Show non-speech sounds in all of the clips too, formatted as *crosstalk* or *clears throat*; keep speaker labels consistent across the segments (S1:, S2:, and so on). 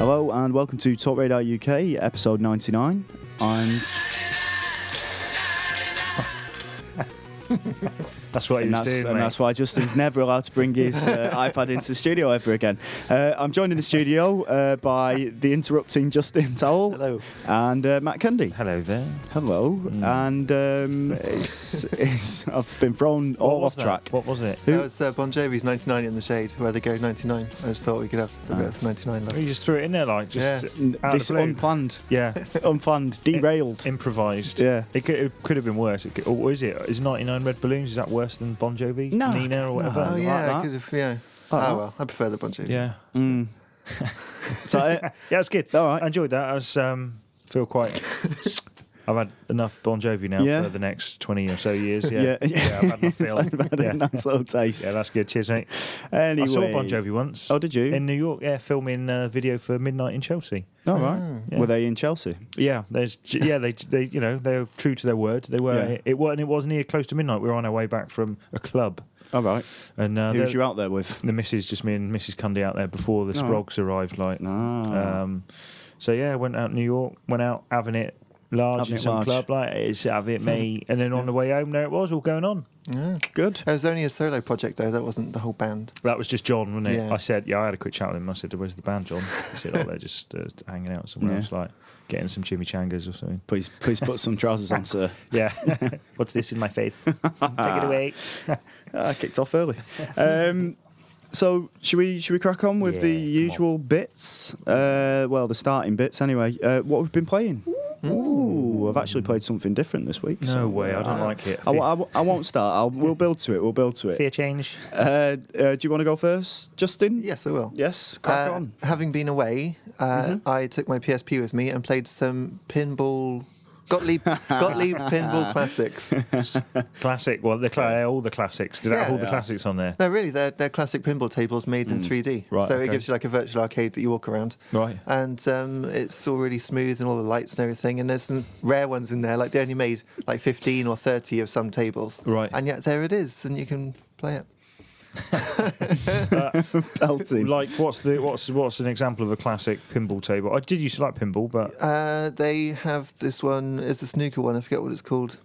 S1: and welcome to Top Radar UK, episode 99. I'm
S2: That's what he
S1: and
S2: was
S1: that's,
S2: doing,
S1: and
S2: mate.
S1: that's why
S2: *laughs*
S1: Justin's never allowed to bring his uh, iPad into the studio ever again. Uh, I'm joined in the studio uh, by the interrupting Justin Towell
S3: Hello.
S1: and uh, Matt Cundy.
S2: Hello there.
S1: Hello, and um, it's, it's I've been thrown all off
S2: was Oh, that?
S1: track.
S2: What was *laughs* it?
S1: Who-
S3: That was uh, Bon Jovi's 99 in the shade, where they go 99. I just thought we could have a bit of 99 left.
S2: You just threw it in there like just
S1: N-
S2: out
S1: This
S2: of the blue.
S1: unplanned,
S2: *laughs* yeah,
S1: unplanned,
S2: *laughs*
S1: derailed.
S2: improvised.
S1: Yeah.
S2: it could, it could have been worse. It could, or is it? Is 99 Red Balloons? Is that worse than Bon Jovi,
S1: No,
S2: Nina, or whatever?
S1: no.
S3: Oh,
S1: like
S3: yeah,
S1: that.
S3: I could have, yeah.
S1: Oh,
S3: Oh,
S1: well.
S3: well, I prefer the Bon Jovi.
S2: Yeah,
S1: Mm. Is that
S2: *laughs*
S1: it?
S2: yeah, it's good.
S1: All right.
S2: I enjoyed that. I was, um, feel *laughs* quite. I've had enough Bon Jovi now
S1: Yeah.
S2: for the next 20 or so years. Yeah,
S1: Yeah.
S2: *laughs* I've had my
S1: *laughs*
S2: fill.
S1: I've had
S2: yeah.
S1: a nice little taste.
S2: yeah, that's good. Cheers, mate.
S1: Anyway,
S2: I saw Bon Jovi once
S1: Oh, did you?
S2: in New York. Yeah, filming a video for Midnight in Chelsea.
S1: All right.
S2: yeah.
S1: Were they in Chelsea?
S2: Yeah, there's yeah they they you know they were true to their word. They were
S1: Yeah.
S2: it, it wa- and it was near close to midnight. We were on our way back from a club,
S1: All right.
S2: and uh,
S1: Who
S2: the,
S1: was Oh. you out there with?
S2: the missus just me and Mrs. Cundy out there before the
S1: No.
S2: Sprogs arrived. Like,
S1: No. Ah.
S2: um, so yeah, went out New York, went out having it large
S1: Having
S2: in
S1: it
S2: some
S1: large.
S2: club like it's have it
S1: *laughs*
S2: me, and then on the way home there it was all going on.
S3: Yeah.
S1: Good.
S3: It was only a solo project, though. That wasn't the whole band.
S2: That was just John, wasn't it?
S3: Yeah.
S2: I said, yeah, I had a quick chat with him. I said, where's the band, John? He said, oh, they're just uh, hanging out somewhere
S1: Yeah.
S2: else, like getting some chimichangas or something.
S1: Please, please put some trousers on, *laughs* sir.
S2: Yeah, *laughs* what's this in my face? *laughs* Take it
S1: *laughs*
S2: away.
S1: Ah, I kicked off early. Um, so should we should we crack on with
S2: Yeah,
S1: the
S2: come on.
S1: usual bits? Uh, well, the starting bits anyway. Uh, what we've been playing? Ooh, I've actually played something different this week.
S2: Mm. No
S1: so, uh,
S2: way, I don't like it.
S1: I, w- I w- I won't start. I'll, we'll build to it. We'll build to it.
S2: Fear change.
S1: Uh, uh, do you want to go first, Justin?
S3: Yes, I will.
S1: Yes. Crack
S3: Uh,
S1: on. Mm-hmm.
S3: Having been away, uh, I took my PSP with me and played some pinball. Gottlieb,
S1: *laughs*
S3: Gottlieb pinball classics.
S2: *laughs* Classic. Well, the cla- all the classics. Did it have
S3: Yeah.
S2: all the classics on there?
S3: No, really, they're, they're classic pinball tables made in 3D.
S2: Mm. Right,
S3: so
S2: okay.
S3: it gives you like a virtual arcade that you walk around.
S2: Right.
S3: And um, it's all really smooth and all the lights and everything. And there's some rare ones in there. Like they only made like 15 or 30 of some tables.
S2: Right.
S3: And yet there it is, and you can play it.
S2: *laughs*
S1: Belting.
S2: Like what's the what's what's an example of a classic pinball table? I did used to like pinball, but
S3: Uh, they have this one, it's the snooker one. I forget what it's called.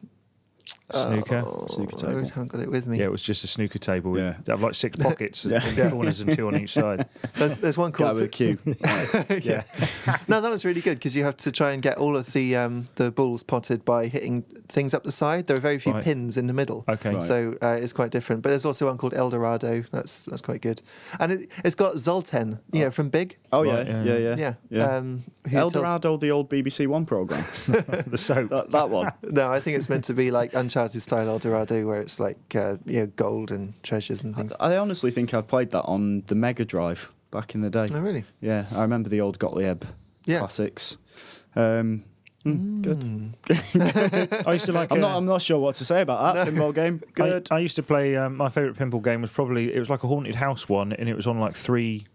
S2: snooker.
S3: Oh,
S1: Snooker
S3: I
S1: table.
S3: haven't got it with me.
S2: Yeah, it was just a snooker table. with-
S1: Yeah.
S2: They have like six pockets in the corners and two on each side.
S3: There's, there's
S2: *laughs*
S3: one
S1: Guy
S3: called.
S1: with a cue.
S2: Yeah.
S3: no, that was really good because you have to try and get all of the um, the balls potted by hitting things up the side. There are very few
S2: Right.
S3: pins in the middle.
S2: Okay. Right.
S3: So uh, it's quite different. But there's also one called El Dorado. That's that's quite good. And it, it's got Zoltan, you know, from Big.
S1: Oh
S2: Right,
S1: yeah,
S2: yeah.
S1: yeah, yeah,
S3: Yeah. Um, who
S1: El
S3: tells-
S1: Dorado, the old BBC One program.
S2: *laughs* the soap.
S1: that, that one.
S3: No, I think it's meant to be like Uncharted style El Dorado, where it's like uh, you know gold and treasures
S1: *laughs*
S3: and things.
S1: I honestly think I've played that on the Mega Drive back in the day.
S3: Oh, really?
S1: Yeah, I remember the old Gottlieb
S3: Yeah.
S1: classics. Um, mm, Good.
S2: I used to like.
S1: I'm
S2: uh,
S1: not. I'm not sure what to say about that pinball game.
S2: I-
S1: Good.
S2: I, used to play. Um, my favorite pinball game was probably it was like a haunted house one, and it was on like three.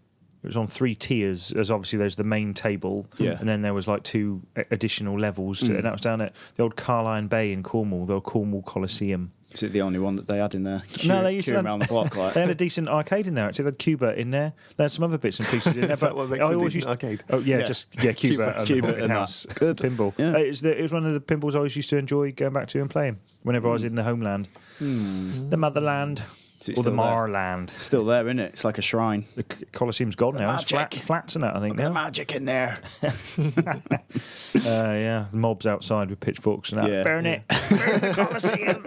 S2: It was on three tiers. As obviously there's the main table,
S1: Yeah. Mm.
S2: and then there was like two a- additional levels, to, and that was down at the old Carline Bay in Cornwall, the old Cornwall Coliseum.
S1: Is it the only one that they had in there?
S2: No, they used to
S1: Queuing around the
S2: *laughs*
S1: block like.
S2: They had a decent arcade in there actually. They had Cuba in there. They had some other bits and pieces in there.
S3: Is that
S2: but
S3: what makes
S2: I
S3: a
S2: always
S3: decent
S2: used-
S3: arcade?
S2: Oh yeah,
S1: Yeah.
S2: just yeah, Cuba,
S1: Cuba- Cuba
S2: and Cuba and
S1: and
S2: house.
S1: that. Good.
S2: pinball.
S1: Yeah.
S2: Uh, it, was the, it was one of the pinballs I always used to enjoy going back to and playing whenever I was in the homeland, the motherland,
S1: Is it
S2: or the
S1: still there?
S2: Marland.
S1: Still there, isn't it? It's like a shrine.
S2: The C- Colosseum's gone now. It's flat,
S1: magic.
S2: flats in it, I think.
S1: Got
S2: Now.
S1: the magic in there.
S2: Uh, yeah, the mobs outside with pitchforks and that.
S1: Yeah.
S2: Burn it. Burn the Colosseum.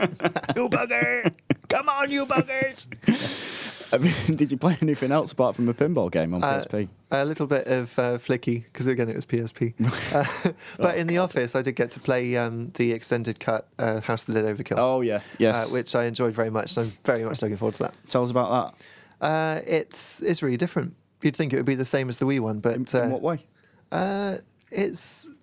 S2: you bugger. Come on, you buggers.
S1: I mean, did you *laughs* play anything else apart from a pinball game on
S3: Uh,
S1: PSP?
S3: A little bit of uh, Flicky, because again it was
S1: *laughs*
S3: PSP. Uh, *laughs*
S1: Oh,
S3: but in the office, I did get to play um, the extended cut uh, House of the Dead Overkill,
S1: Oh yeah. Yes.
S3: uh, which I enjoyed very much. So I'm very much looking forward to that.
S1: Tell us about that.
S3: Uh, it's it's really different. You'd think it would be the same as the Wii one, but
S1: In
S3: uh,
S1: what way?
S3: Uh, it's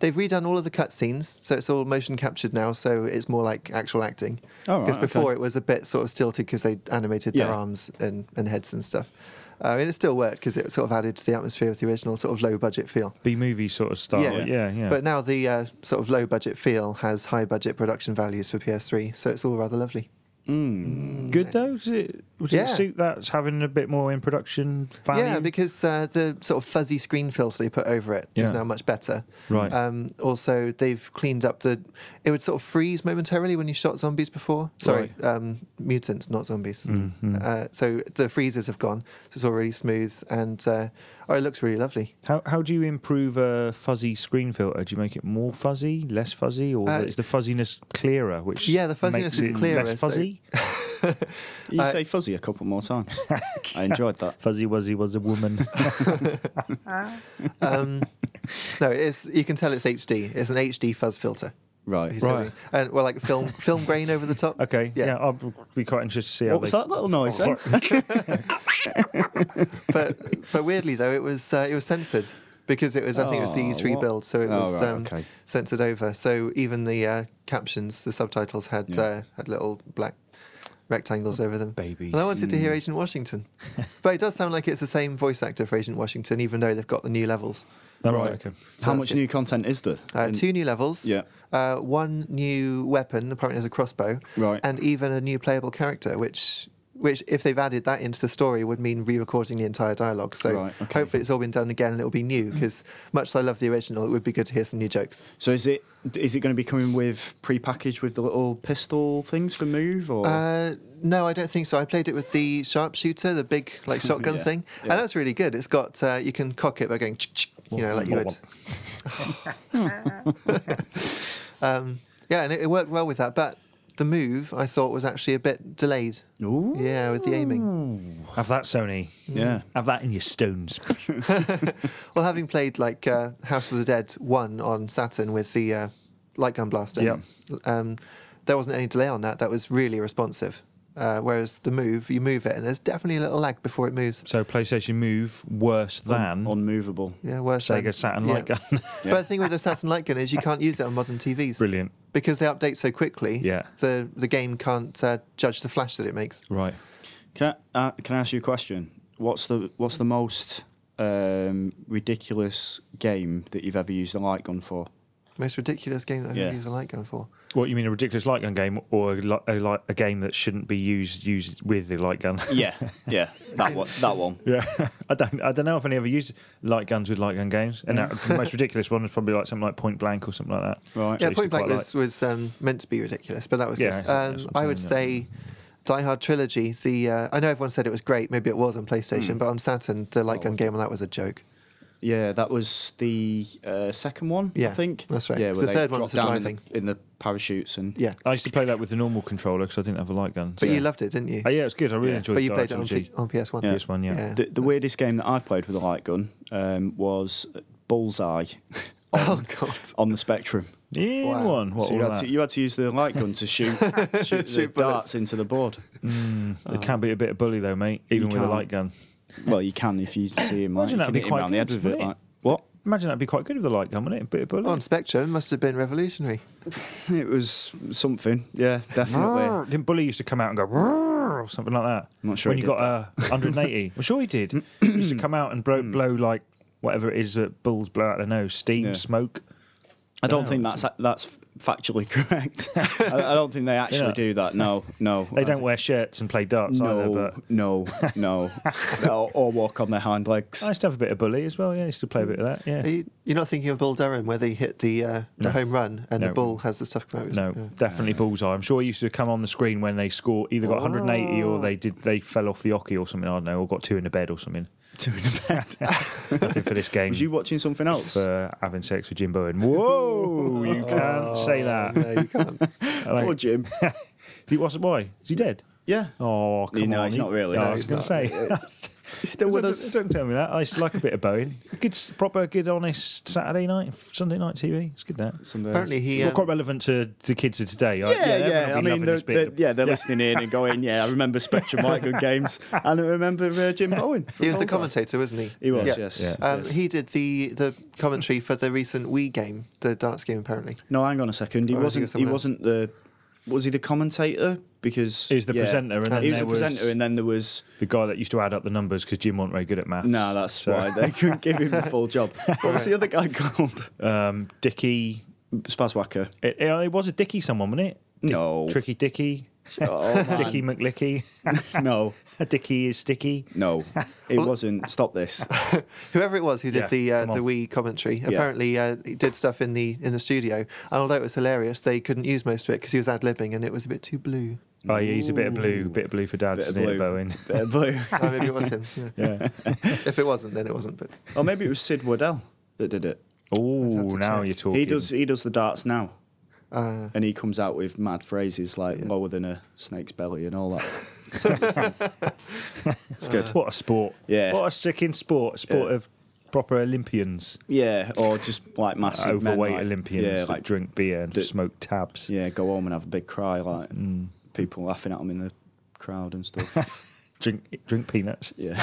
S3: they've redone all of the cutscenes, so it's all motion captured now. So it's more like actual acting.
S1: Oh, right,
S3: Because before
S1: okay.
S3: it was a bit sort of stilted because they animated their
S1: Yeah.
S3: arms and, and heads and stuff. Uh, I mean, it still worked because it sort of added to the atmosphere of the original sort of low budget feel.
S2: B movie sort of
S1: Oh,
S2: style. Yeah, yeah.
S3: But now the uh, sort of low budget feel has high budget production values for PS3, so it's all rather lovely.
S2: Good though. Does it, would
S3: Yeah.
S2: it suit that having a bit more in production value?
S3: Yeah, because uh, the sort of fuzzy screen filter they put over it is
S2: Yeah.
S3: now much better.
S2: Right.
S3: Um, also, they've cleaned up the. It would sort of freeze momentarily when you shot zombies before. Sorry, um, mutants, not zombies.
S2: Mm-hmm.
S3: Uh, so the freezes have gone. So it's all really smooth and uh, oh, it looks really lovely.
S2: how, how do you improve a fuzzy screen filter? Do you make it more fuzzy, less fuzzy, or
S3: Uh,
S2: is the fuzziness clearer? Which
S3: Yeah, the fuzziness
S2: makes
S3: is
S2: it
S3: clearer,
S2: Less
S3: so-
S2: fuzzy.
S1: You
S3: Uh,
S1: say fuzzy a couple more
S3: *laughs*
S1: times. I enjoyed that.
S2: Fuzzy Wuzzy was a woman. *laughs*
S3: Um, no, it's you can tell it's HD. It's an HD fuzz filter.
S1: Right.
S3: basically.
S2: Right.
S3: And well, like film film grain over the top.
S2: *laughs* okay.
S3: Yeah.
S2: Yeah. I'll be quite interested to see how
S1: What was
S2: they-
S1: that little noise?
S3: *laughs*
S1: eh?
S3: but but weirdly though, it was uh, it was censored because it was I think it was the
S1: Oh,
S3: E3
S1: what?
S3: build, so it
S1: Oh,
S3: was
S1: right,
S3: um,
S1: okay.
S3: censored over. So even the uh, captions, the subtitles had
S1: Yeah.
S3: uh, had little black rectangles over them.
S2: babies.
S3: And I wanted to hear
S1: Hmm.
S3: Agent
S1: *laughs*
S3: Washington, but it does sound like it's the same voice actor for Agent Washington, even though they've got the new levels.
S2: All
S3: So-
S2: right. Okay.
S3: so
S1: How
S3: that's
S1: much
S3: good.
S1: new content is there?
S3: Uh,
S1: In-
S3: two new levels.
S1: Yeah.
S3: Uh, one new weapon, apparently as a crossbow.
S1: Right.
S3: And even a new playable character, which which if they've added that into the story would mean re-recording the entire dialogue. So
S1: Right, okay.
S3: hopefully it's all been done again and it'll be
S1: *clears throat*
S3: new because much as I love the original, it would be good to hear some new jokes.
S1: So is it is it going to be coming with pre-packaged with the little pistol things for move or?
S3: Uh, no, I don't think so. I played it with the sharpshooter, the big like
S1: *laughs*
S3: shotgun
S1: Yeah,
S3: thing,
S1: yeah.
S3: and that's really good. It's got uh, you can cock it by going, you know, like you would. Um, yeah, and it, it worked well with that. But the move I thought was actually a bit delayed.
S1: Ooh.
S3: Yeah, with the aiming.
S2: Have that, Sony.
S1: Mm. Yeah.
S2: Have that in your stones.
S3: Well, having played like uh, House of the Dead one on Saturn with the uh, light gun blaster,
S2: Yeah.
S3: um, there wasn't any delay on that. That was really responsive. Uh, whereas the move, you move it, and there's definitely a little lag before it moves.
S2: So PlayStation Move worse than
S1: Unmovable.
S3: Yeah, worse. than-
S2: Sega Saturn light
S3: yeah.
S2: gun.
S3: *laughs* But the thing with the Saturn light gun is you can't use it on modern
S2: *laughs*
S3: TVs.
S2: Brilliant.
S3: Because they update so quickly,
S2: Yeah.
S3: the, the game can't uh, judge the flash that it makes.
S2: Right.
S1: Can I, uh, can I ask you a question? What's the what's the most um, ridiculous game that you've ever used a light gun for?
S3: Most ridiculous game that I've
S1: Yeah.
S3: ever used a light gun for.
S2: What you mean a ridiculous light gun game or a, li- a, li- a game that shouldn't be used used with the light gun? *laughs*
S1: Yeah, yeah, that one. That one.
S2: yeah. *laughs* I don't I don't know if any ever used light guns with light gun games. And that, the most ridiculous one was probably like something like Point Blank or something like that.
S1: Right.
S2: So
S3: yeah,
S2: I used
S3: Point
S2: to quite
S3: Blank was, was um, meant to be ridiculous, but that was
S2: Yeah,
S3: good.
S2: exactly, that's
S3: Um,
S2: what I'm
S3: I would
S2: saying,
S3: say Die Hard Trilogy, the uh, I know everyone said it was great, maybe it was on
S2: Hmm.
S3: PlayStation, but on Saturn, the
S2: Oh,
S3: light gun game on that was a joke.
S1: Yeah, that was the uh, second one. I
S3: Yeah,
S1: think
S3: that's right.
S1: Yeah, where
S3: So the
S1: they
S3: third one
S1: drop
S3: was the
S1: down in
S3: driving.
S1: the, in the parachutes and
S3: Yeah.
S2: I used to play that with the normal controller because I didn't have a light gun.
S3: But
S2: so-
S3: you loved it, didn't you?
S2: Oh, yeah, it's good. I really
S1: Yeah.
S2: enjoyed
S3: but you
S2: Die
S3: played it on,
S2: Hard
S3: P- on PS1.
S1: Yeah.
S2: This one, yeah.
S3: Yeah.
S1: The, the
S3: That's-
S1: weirdest game that I've played with a light gun um, was Bullseye *laughs* on,
S3: *laughs* Oh, God.
S1: on the Spectrum.
S2: In
S3: Wow.
S2: one. What
S1: so you
S2: all
S1: had,
S2: that?
S1: to, you had to use the light gun to
S2: *laughs*
S1: shoot, shoot, the
S3: Shoot bullets.
S1: darts into the board.
S3: Oh.
S2: It can be a bit of bully though, mate. Even with a
S1: can't.
S2: light gun.
S1: Well, you can if you see him. Like, you can
S2: Imagine that'd be
S1: hit him
S2: quite
S1: around the
S2: good,
S1: head with it.
S2: wouldn't it?
S1: Like, what?
S2: Imagine that'd be quite good with a light gun, wouldn't it? A bit of bully.
S3: On Spectrum, must have been revolutionary.
S1: It was something. Yeah, definitely.
S2: Brrr. Didn't Bully used to come out and go "Brrr," or something like that?
S1: I'm not sure
S2: When
S1: he
S2: you
S1: did
S2: got uh,
S1: *laughs*
S2: a 180, well, sure he did. he used to come out
S1: Hmm.
S2: and blow, blow like whatever it is that bulls blow out their nose, steam,
S1: Yeah.
S2: smoke.
S1: I don't
S2: Wow.
S1: think that's that's factually *laughs* correct. I, I don't think
S2: *laughs*
S1: they actually
S2: not?
S1: do that. No, no.
S2: *laughs* They don't wear shirts and play darts either.
S1: No,
S2: But
S1: no,
S2: *laughs*
S1: no, or, or walk on their hind legs. *laughs*
S2: I used to have a bit of Bully as well. Yeah, I used to play a bit of that. Yeah.
S3: Are you, you're not thinking of Bull Durham, where they hit the uh, the home run and the
S2: No.
S3: ball has the stuff come out. of his-
S2: No,
S3: yeah.
S2: definitely bullseye. I'm sure he used to come on the screen when they score either got 180 or they did they fell off the hockey or something. I don't know, or got two in the bed or something.
S1: Two in a bed.
S2: *laughs* Nothing for
S1: *laughs*
S2: this game.
S1: Was you watching something else?
S2: for having sex with Jimbo and
S1: *laughs*
S2: whoa, you can't say
S1: Oh,
S2: that.
S3: No, you can't.
S2: *laughs* Like,
S1: Poor
S2: *laughs*
S1: Jim.
S2: Is he, what's why? Is he dead?
S1: Yeah.
S2: Oh, come
S1: No,
S2: on.
S1: he's
S2: he-
S1: not really.
S2: Oh,
S1: No,
S2: I was
S1: he's
S2: going to say. *laughs*
S1: He's still
S2: don't,
S1: with us.
S2: don't tell me that. I used to like a bit of Bowen. Good, s- proper, good, honest Saturday night, Sunday night TV. It's good that.
S1: Someday.
S3: Apparently, he.
S2: Well,
S3: um,
S2: quite relevant to the kids of today. I-
S1: Yeah,
S2: they're
S1: yeah.
S2: gonna
S1: I
S2: be
S1: mean,
S2: loving
S1: they're,
S2: this bit.
S1: they're, yeah, they're listening in and going, yeah, I remember Spectrum White Good
S2: *laughs*
S1: Games, and I remember uh, Jim Bowen.
S3: he was the
S1: commentator.
S3: commentator, wasn't he?
S1: He was,
S3: Yeah.
S1: yes.
S2: Yeah.
S3: Um, He did the the commentary for the recent Wii game, the darts game, apparently.
S1: No, hang on a second. He
S3: Or was
S1: wasn't.
S3: Oh, he
S1: He
S3: someone else?
S1: wasn't the. Was he the commentator? Because
S2: He was the presenter and then
S1: he was
S2: there
S1: the presenter,
S2: was-
S1: and then there was.
S2: The guy that used to add up the numbers because Jim wasn't very good at maths.
S1: No, that's why they couldn't give him the
S2: *laughs*
S1: full job. What was the other guy called?
S2: Um, Dicky.
S1: Spazwacker.
S2: It, it, it was a Dicky someone, wasn't it?
S1: No.
S2: Tricky Dicky.
S1: Oh, man.
S2: *laughs* Dicky McLicky.
S1: no,
S2: Dicky is sticky.
S1: no, it wasn't. Stop
S2: *laughs*
S1: this.
S3: Whoever it was who did
S2: Yeah,
S3: the uh,
S2: come
S3: the
S2: on.
S3: Wii commentary, apparently uh, he did stuff in the in the studio, and although it was hilarious, they couldn't use most of it because he was ad libbing and it was a bit too blue.
S2: Oh, yeah, he's a bit of blue, bit of blue for dad,
S1: Bit of
S2: isn't it,
S1: blue.
S2: Bowen?
S1: Bit of blue.
S3: Oh, maybe it was him. yeah.
S2: Yeah.
S3: *laughs* If it wasn't, then it wasn't. But
S1: or maybe it was Sid Waddell that did it.
S2: Oh,
S3: to
S2: now
S3: check.
S2: you're talking.
S1: He does. He does the darts now,
S3: uh,
S1: and he comes out with mad phrases like "lower than a snake's belly" and all that. *laughs*
S2: *laughs*
S1: it's good.
S2: What a sport.
S1: Yeah.
S2: What a sicking sport. A sport
S1: Yeah.
S2: of proper Olympians.
S1: Yeah, or just like massive men,
S2: overweight
S1: like-
S2: Olympians
S1: Yeah,
S2: that
S1: like
S2: drink beer and
S1: that-
S2: smoke tabs.
S1: yeah, go home and have a big cry, like
S2: Mm.
S1: people laughing at him in the crowd and stuff.
S2: Drink drink peanuts.
S1: *laughs* yeah.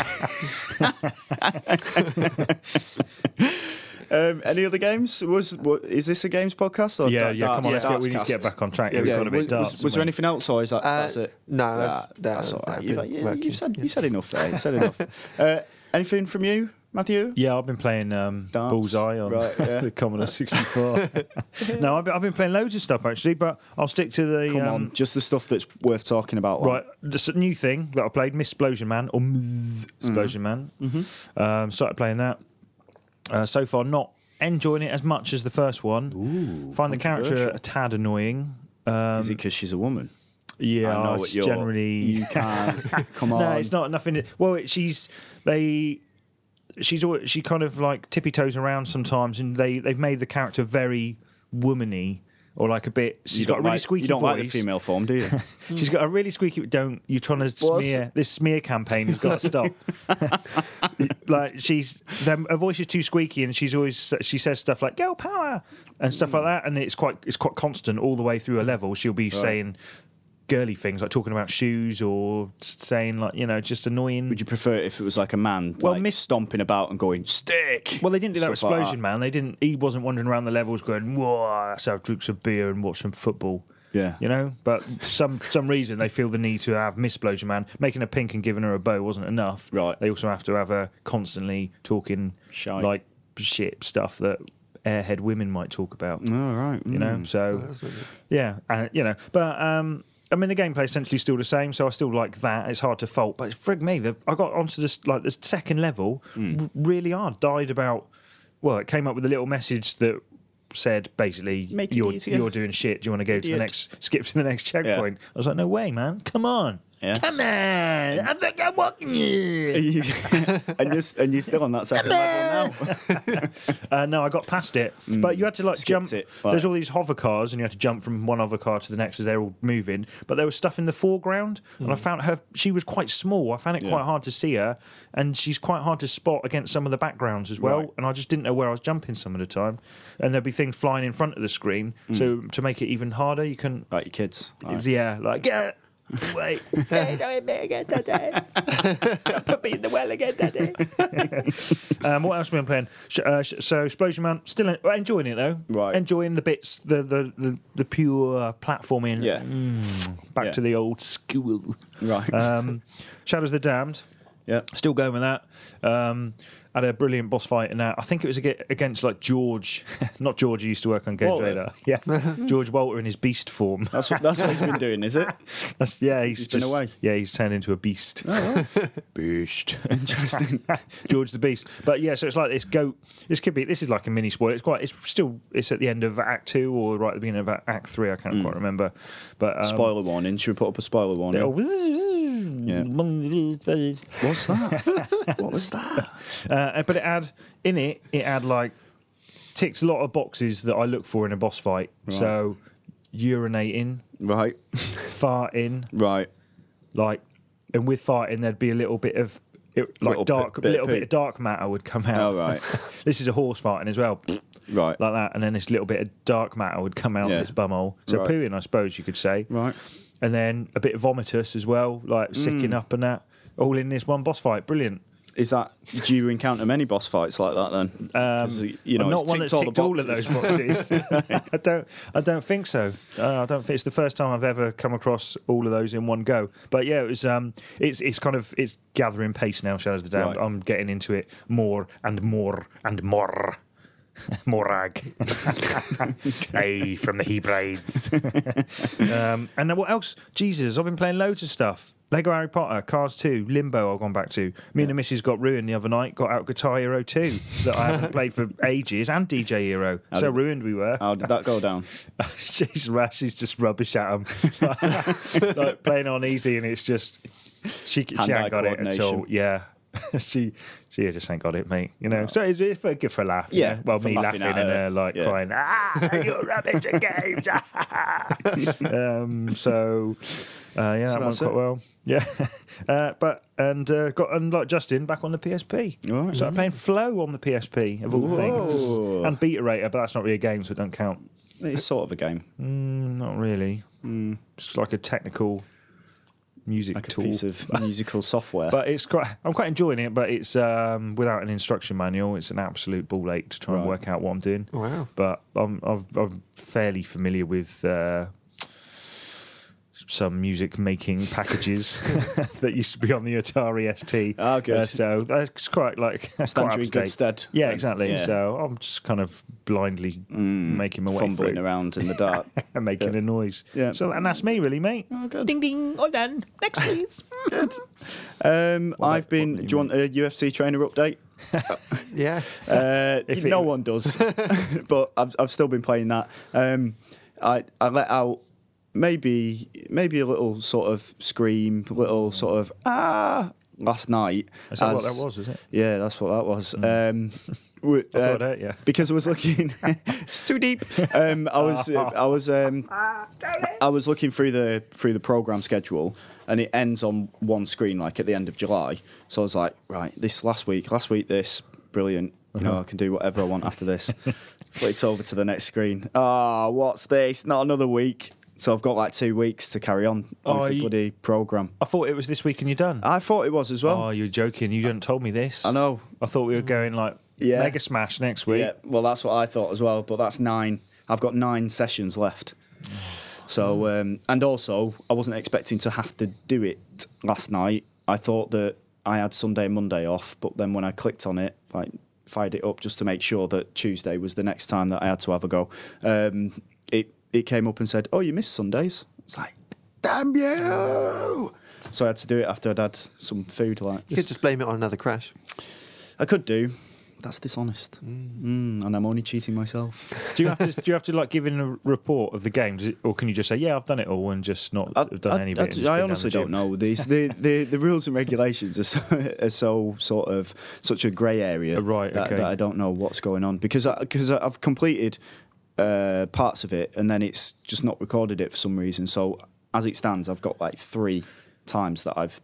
S1: um, any other games? Was what, is this a games podcast? Or da-
S2: yeah, yeah. Come
S1: darts-
S2: on, let's get, we need to
S1: darts
S2: get
S1: cast?
S2: back on track.
S3: Yeah,
S2: Yeah, We've
S1: Yeah,
S2: got a bit
S1: was,
S2: dark.
S1: was, was there anything else, or is that
S3: Uh,
S1: that's it?
S3: no, I've-
S1: That-
S3: no,
S1: that's all
S3: I've
S1: right.
S3: been
S1: You've, you,
S3: working.
S1: you've said you said enough there. You said enough. *laughs* uh, anything from you, Matthew?
S2: Yeah, I've been playing um,
S1: Darts.
S2: Bullseye on
S1: Right, yeah.
S2: *laughs* the
S1: *laughs*
S2: Commodore 64. no, I've been, I've been playing loads of stuff actually, but I'll stick to the
S1: Come
S2: um,
S1: on, just the stuff that's worth talking about. like-
S2: Right, just a new thing that I played, Miss Explosion Man or Ms.
S1: Mm-hmm.
S2: Explosion Man. Um, started playing that. Uh, so far, not enjoying it as much as the first one. Find the character
S1: controversial.
S2: a tad annoying. Um,
S1: Is it because she's a woman?
S2: yeah,
S1: I know what
S2: it's
S1: you're.
S2: generally
S1: You
S2: *laughs*
S1: can't. Come on.
S2: no, it's not nothing. Well, it, she's they. She's always, she kind of like tippy toes around sometimes, and they they've made the character very womany or like a bit. She's
S1: You
S2: got a
S1: don't
S2: really
S1: like-
S2: squeaky
S1: You don't
S2: voice.
S1: like the female form, do you?
S2: *laughs* Mm. She's got a really squeaky. Don't you're trying to
S1: What's-
S2: smear this smear campaign has got to stop. like she's them, her voice is too squeaky, and she's always she says stuff like "girl power" and stuff like that, and it's quite it's quite constant all the way through a level. She'll be saying girly things like talking about shoes or saying like you know just annoying.
S1: Would you prefer it if it was like a man,
S2: Well,
S1: well, like,
S2: Miss-
S1: stomping about and going stick?
S2: well, they didn't do that with
S1: Stuff like
S2: Explosion Man. They didn't. He wasn't wandering around the levels going, "Whoa, let's have drinks of beer and watch some football."
S1: Yeah.
S2: you know. But some for some reason they feel the need to have Miss Explosion Man making her pink and giving her a bow wasn't enough.
S1: Right.
S2: They also have to have her constantly talking
S1: Shite.
S2: like shit stuff that airhead women might talk about.
S1: All right. mm.
S2: *laughs* You know, so
S3: that's what-
S2: yeah, and you know, but um, I mean, the gameplay essentially still the same, so I still like that. It's hard to fault, but frig me, the, I got onto this like the second level w- really hard. Died about well, it came up with a little message that said basically
S1: Make it
S2: you're
S1: easier.
S2: you're doing shit. Do you want to go to the
S1: Idiot.
S2: next skip to the next checkpoint? I was like, no way, man, come on.
S1: Yeah.
S2: Come on, I think I'm walking
S1: *laughs*
S2: you.
S1: and you're and you're "Oh, still on that second level now.
S2: *laughs* Uh, no, I got past it, but you had to like
S1: Mm. Skipped
S2: jump.
S1: it, right.
S2: There's all these hover cars, and you had to jump from one hover car to the next as they're all moving. But there was stuff in the foreground,
S1: Mm.
S2: and I found her. She was quite small. I found it quite hard to see her, and she's quite hard to spot against some of the backgrounds as well.
S1: Right.
S2: And I just didn't know where I was jumping some of the time. And there'd be things flying in front of the screen,
S1: Mm.
S2: so to make it even harder, you couldn't.
S1: Right, your kids. All
S2: it's-
S1: right.
S2: Yeah, like yeah.
S1: *laughs*
S2: Wait, hey, don't hit me again, Daddy. Don't put me in the well again,
S1: *laughs*
S2: Daddy. Um, what else have we been playing? Sh- Uh, sh- so Explosion Man, still en- well, enjoying it though.
S1: Right.
S2: enjoying the bits, the the the, the pure platforming.
S1: Yeah.
S2: Mm, back
S1: Yeah.
S2: to the old school.
S1: Right.
S2: Um, Shadows of the Damned,
S1: yeah.
S2: still going with that. Um, had a brilliant boss fight in that. I think it was aga- against like George, *laughs* not George who used to work on Games
S1: Walter.
S2: Radar. Yeah,
S1: *laughs*
S2: George Walter in his beast form.
S1: That's what, that's what he's been doing,
S2: *laughs*
S1: is it?
S2: That's, yeah, he's,
S1: he's been
S2: just-
S1: away.
S2: Yeah, he's turned into a beast. *laughs*
S1: Boost. Interesting.
S2: George the Beast. But yeah, so it's like this goat. This could be. This is like a mini spoiler. It's quite. It's still. It's at the end of Act Two or right at the beginning of Act Three. I can't quite remember. But um,
S1: Hmm.
S2: oh,
S1: Spoiler warning. Should we put up a spoiler warning?
S2: yeah.
S1: What's that?
S2: *laughs*
S1: what was that?
S2: Uh, but it had in it. It had like ticked a lot of boxes that I look for in a boss fight. So urinating,
S1: Right.
S2: farting,
S1: Right.
S2: like, and with farting there'd be a little bit of. It, like
S1: Little bit-
S2: dark,
S1: bit of
S2: little bit
S1: poo.
S2: of dark matter would come out.
S1: All right.
S2: *laughs* this is a horse farting as well.
S1: Right.
S2: like that, and then this little bit of dark matter would come out
S1: Yeah.
S2: of this bumhole. So
S1: Right.
S2: pooing, I suppose you could say.
S1: Right.
S2: And then a bit of vomitus as well, like
S1: Mm.
S2: sicking up and that. All in this one boss fight. Brilliant.
S1: Is that? Do you encounter many boss fights like that then? 'Cause, you know,
S2: Um, I'm not
S1: it's
S2: one that
S1: ticked all
S2: ticked
S1: the
S2: all of those
S1: boxes.
S2: boxes.
S1: *laughs*
S2: *laughs* I don't. I don't think so. Uh, I don't think it's the first time I've ever come across all of those in one go. But yeah, it was. Um, it's it's kind of it's gathering pace now. Shadows of the Damned.
S1: Right.
S2: I'm getting into it more *laughs* and more and more.
S1: *laughs*
S2: Morag. *laughs* hey, from the Hebrides. um, and then what else? Jesus, I've been playing loads of stuff. Lego Harry Potter, Cars 2, Limbo I've gone back to. Me and the missus got ruined the other night, got out Guitar Hero 2 that I haven't played for ages and DJ Hero. so
S1: did- Oh,
S2: ruined we were.
S1: How did that go
S2: *laughs*
S1: down?
S2: She's rash is just rubbish at him, like, *laughs* like playing on easy, and it's just she she
S1: Hand-eye
S2: ain't got it at all.
S1: coordination.
S2: Yeah, *laughs* she she just ain't got it, mate. You know, so it's, it's very good for a laugh. you
S1: Yeah,
S2: know? well,
S1: for
S2: me
S1: laughing
S2: laughing,
S1: at
S2: and
S1: her.
S2: her like
S1: Yeah.
S2: crying. Ah, you're rubbish at games. *laughs* um, so uh, yeah, that went
S1: that's
S2: quite
S1: it.
S2: well. Yeah, *laughs* uh, but and uh, got and like Justin back on the PSP.
S1: All right.
S2: So I'm playing Flow on the PSP of all things,
S1: Mm-hmm. Whoa.
S2: and Beta Rater, but that's not really a game, so it don't count.
S1: It's sort of a game,
S2: Mm, Not really. It's like a technical music
S1: Mm. like a
S2: tool.
S1: piece *laughs* of musical software.
S2: but it's quite. I'm quite enjoying it, but it's um, without an instruction manual. It's an absolute ball ache to try and
S1: Right.
S2: work out what I'm doing.
S3: Wow.
S2: But I'm I've, I'm fairly familiar with uh, some
S1: *laughs*
S2: music making packages that used to be on the Atari ST.
S1: Oh, good.
S2: Uh, so that's quite like *laughs* that's
S1: Stand
S2: quite
S1: you in
S2: up to
S1: good
S2: date.
S1: stead.
S2: Yeah,
S1: then.
S2: exactly.
S1: Yeah. Mm.
S2: So I'm just kind of blindly making my way
S1: fumbling
S2: through
S1: around in the dark.
S2: and making
S1: Yeah.
S2: a noise.
S1: Yeah.
S2: So and that's me, really, mate.
S1: *laughs* oh, good.
S2: Ding ding, all done. Next, *laughs* please.
S1: Um,
S2: about-
S1: I've been.
S2: what
S1: Do
S2: about
S1: you want a UFC trainer *laughs* update?
S3: Yeah.
S1: Uh,
S2: If
S1: no
S2: it-
S1: one *laughs* does, but I've, I've still been playing that. Um, I I let out maybe maybe a little sort of scream, little sort of ah last night.
S2: Is that what
S1: as-
S2: that was? Is it?
S1: Yeah, that's what that was.
S2: *laughs*
S1: Um, w-
S2: I
S1: uh,
S2: thought it, yeah.
S1: because I was looking. *laughs* it's too deep. Um, I
S2: *laughs*
S1: was uh, I was um, I was looking through the through the program schedule, and it ends on one screen, like at the end of July. So I was like, right, this last week, last week, this brilliant. You know,
S2: Uh-huh.
S1: I can do whatever I want after this. *laughs* but it's over to the next screen. Ah, what's this? Not another week. So I've got like two weeks to carry on
S2: Oh,
S1: with the
S2: you-
S1: bloody program.
S2: I thought it was this week and you're done.
S1: I thought it was as well.
S2: oh, you're joking. You didn't told me this.
S1: I know.
S2: I thought we were going like
S1: Yeah.
S2: Mega Smash next week.
S1: Yeah, well, that's what I thought as well. But that's nine. I've got nine sessions left. So, um, and also, I wasn't expecting to have to do it last night. I thought that I had Sunday and Monday off, but then when I clicked on it, like fired it up just to make sure that Tuesday was the next time that I had to have a go. Um, it it came up and said, "Oh, you missed Sundays." It's like, damn you! So I had to do it after I'd had some food. Like,
S3: You could just blame it on another crash.
S1: I could do. That's dishonest, mm, and I'm only cheating myself.
S2: Do you
S1: *laughs*
S2: have to? Do you have to like give in a report of the game, Does it- or can you just say, "Yeah, I've done it all," and just not have done any of it?
S1: I-
S2: and just
S1: I
S2: been down
S1: honestly
S2: the
S1: don't
S2: tube?
S1: know these. the,
S2: *laughs*
S1: the the rules and regulations are so, are so sort of such a grey area.
S2: Uh, right,
S1: That,
S2: okay.
S1: that I don't know what's going on because because I've completed uh, parts of it and then it's just not recorded it for some reason. So as it stands, I've got like three times that I've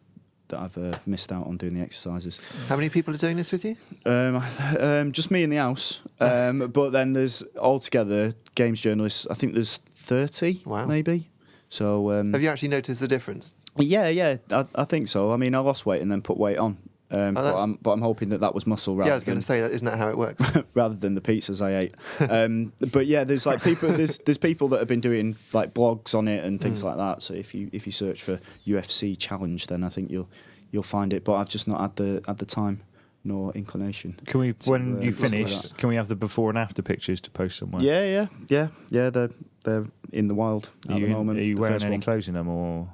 S1: that I've uh, missed out on doing the exercises.
S3: How many people are doing this with you?
S1: Um, *laughs* um, just me in the house.
S2: *laughs*
S1: Um, but then there's altogether games journalists. I think there's thirty,
S3: Wow.
S1: maybe. So um,
S3: Have you actually noticed the difference?
S1: yeah, yeah, I, I think so. I mean, I lost weight and then put weight on, um, but,
S3: that's-
S1: I'm, but I'm hoping that that was muscle rather
S3: yeah, I was going
S1: than
S3: to say that isn't that how it
S1: *laughs*
S3: works.
S1: rather than the pizzas I ate. Um, but yeah, there's like people there's there's people that have been doing like blogs on it and things like that. So if you if you search for UFC challenge, then I think you'll you'll find it. But I've just not had the had the time nor inclination.
S2: Can we, when
S1: uh,
S2: you
S1: it's like
S2: finish,
S1: that.
S2: can we have the before and after pictures to post somewhere?
S1: Yeah, yeah, yeah, yeah. They're they're in the wild
S2: Are
S1: at
S2: you,
S1: the
S2: in-
S1: moment.
S2: are you
S1: the
S2: wearing
S1: first
S2: any
S1: one.
S2: clothes in them, or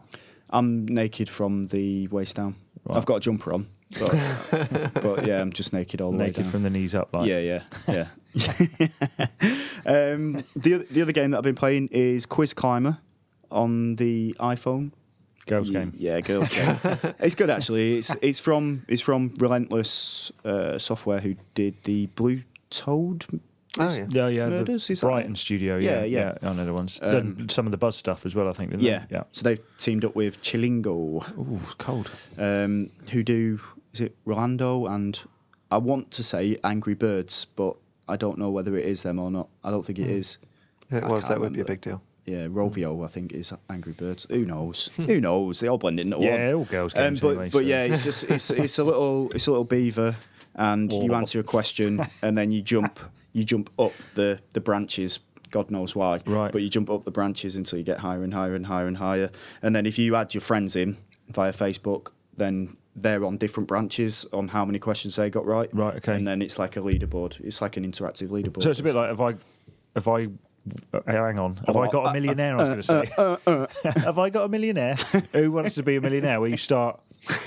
S1: I'm naked from the waist down.
S2: Right.
S1: I've got a jumper on, but, but yeah, I'm just naked all the way
S2: naked
S1: down.
S2: from the knees up? Like,
S1: yeah, yeah, yeah. *laughs* um, the oth- the other game that I've been playing is Quiz Climber on the iPhone.
S2: girls'
S1: Ye-
S2: game.
S1: Yeah,
S2: *laughs*
S1: girls game. it's good actually. It's it's from it's from Relentless uh, Software who did the Blue Toad.
S3: Oh, yeah.
S2: Yeah, yeah.
S1: Murders,
S2: the
S1: is that
S2: Brighton
S1: it?
S2: studio.
S1: Yeah,
S2: Yeah,
S1: yeah.
S2: I know the ones.
S1: Um,
S2: Done some of the Buzz stuff as well, I think. Didn't
S1: Yeah.
S2: They? Mm-hmm. Yeah.
S1: So they've teamed up with Chilingo.
S2: Ooh, it's cold.
S1: um, who do is it Rolando and I want to say Angry Birds, but I don't know whether it is them or not. I don't think it is.
S3: If Hmm. it
S1: I
S3: was,
S1: can't
S3: that would be a
S1: remember.
S3: big deal.
S1: Yeah, Rovio, I think is Angry Birds. Who knows?
S3: Hmm.
S1: Who knows? They all blend into one.
S2: Yeah, all girls'
S1: Um,
S2: games.
S1: but
S2: anyway,
S1: but
S2: so-
S1: yeah, it's just it's it's a little it's a little beaver, and you answer a
S2: *laughs*
S1: question, and then you jump you jump up the the branches. God knows why.
S2: Right.
S1: But you jump up the branches until you get higher and higher and higher and higher, and then if you add your friends in via Facebook, then they're on different branches on how many questions they got right.
S2: Right, okay.
S1: And then it's like a leaderboard. It's like an interactive leaderboard.
S2: So it's a bit like if I, if I, uh, hang on, have
S1: Oh,
S2: I
S1: uh,
S2: got a millionaire? I was going to say, *laughs* have I got a millionaire? Who wants to be a millionaire? Where you start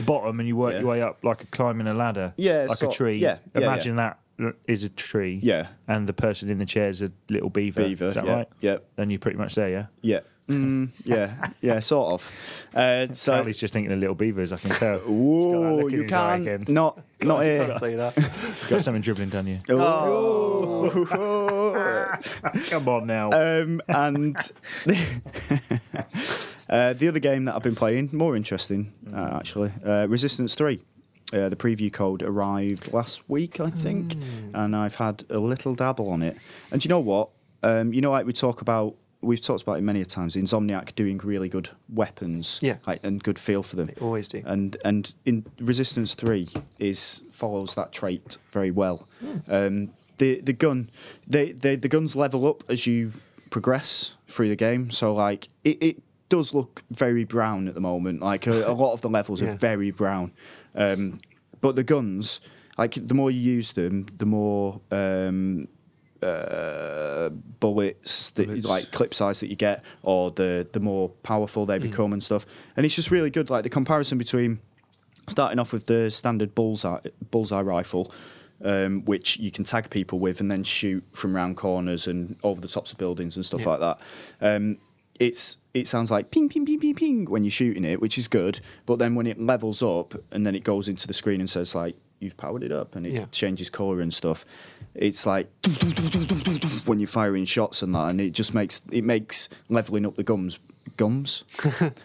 S2: bottom and you work
S1: Yeah.
S2: your way up, like climbing a ladder,
S1: Yeah,
S2: like a
S1: sort-
S2: tree.
S1: yeah, yeah, yeah.
S2: imagine that is a tree.
S1: Yeah.
S2: and the person in the chair is a little beaver.
S1: Beaver,
S2: is that
S1: yeah,
S2: right?
S1: yeah.
S2: then you're pretty much there. Yeah,
S1: yeah. Mm,
S2: *laughs*
S1: yeah, yeah, sort of. Uh, so,
S2: Charlie's just thinking of little beavers. I can tell. He's got
S1: *laughs*
S2: that
S1: Ooh,
S2: look in
S1: you
S2: his eye again.
S1: can't. Not,
S2: *laughs*
S1: not here.
S3: say *laughs* that.
S2: Got something dribbling down
S1: *laughs*
S2: you.
S1: Oh.
S2: Come on now.
S1: um, and *laughs* uh, the other game that I've been playing, more interesting uh, actually, uh, Resistance Three. Uh, the preview code arrived last week, I think, and I've had a little dabble on it. And do you know what? Um, you know, like we talk about, we've talked about it many a times. Insomniac doing really good weapons,
S3: Yeah.
S1: like, and good feel for them.
S3: They always do.
S1: And and in Resistance Three is follows that trait very well.
S3: Hmm.
S1: Um, the the gun, they, they the guns level up as you progress through the game. So like it, it does look very brown at the moment. Like a, a lot of the levels are
S3: *laughs* Yeah.
S1: very brown, um, but the guns. Like the more you use them, the more um, uh, bullets that
S2: Bullets.
S1: like clip size that you get or the the more powerful
S3: Hmm.
S1: they become and stuff and it's just really good like the comparison between starting off with the standard bullseye bullseye rifle um, which you can tag people with and then shoot from round corners and over the tops of buildings and stuff
S3: Yeah.
S1: like that um, it's it sounds like ping ping ping ping ping when you're shooting it which is good but then when it levels up and then it goes into the screen and says like you've powered it up and it
S3: Yeah.
S1: changes colour and stuff. It's like when you're firing shots and that, and it just makes it makes leveling up the gums,
S3: *laughs*
S1: gums,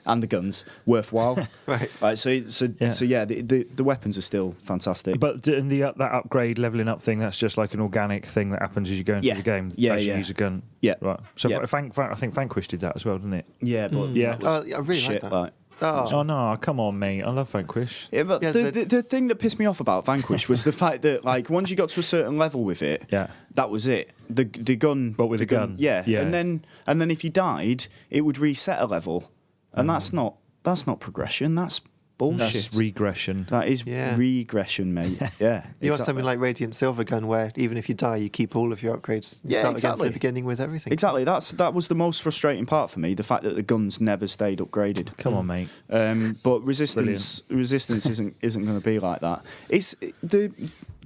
S1: and the guns worthwhile.
S3: Right.
S1: Right. So it- so
S2: Yeah.
S1: so yeah, the, the the weapons are still fantastic.
S2: But d- and the uh, that upgrade leveling up thing, that's just like an organic thing that happens as you go into
S1: Yeah.
S2: the game.
S1: Yeah,
S2: as you
S1: yeah.
S2: use a gun.
S1: Yeah.
S2: right. So
S1: Yeah.
S2: Van- Van- I think Vanquish did that as well, didn't it?
S1: yeah, but
S2: Hmm. Yeah.
S1: that was
S3: Oh, I really like
S1: shit,
S3: that.
S1: like-
S2: Oh,
S3: Oh,
S2: no, come on, mate! I love Vanquish.
S1: Yeah, but
S3: Yeah,
S1: the,
S3: the-
S1: the, the thing that pissed me off about Vanquish was
S2: *laughs*
S1: the fact that like once you got to a certain level with it,
S2: Yeah.
S1: that was it. The the gun,
S2: But with
S1: the
S2: the gun.
S1: yeah.
S2: Yeah.
S1: and then and then if you died, it would reset a level, and that's not that's not progression. That's bullshit.
S2: Mm. That's regression.
S1: that is
S3: Yeah.
S1: regression,
S2: *laughs*
S1: mate. Yeah,
S3: you want
S1: exactly.
S3: something like Radiant Silver Gun, where even if you die, you keep all of your upgrades. You
S1: Yeah,
S3: start again
S1: exactly.
S3: from the beginning with everything.
S1: Exactly. That's that was the most frustrating part for me. The fact that the guns never stayed upgraded.
S2: come on, mate.
S1: Um, but resistance resistance isn't isn't going to be like that. It's the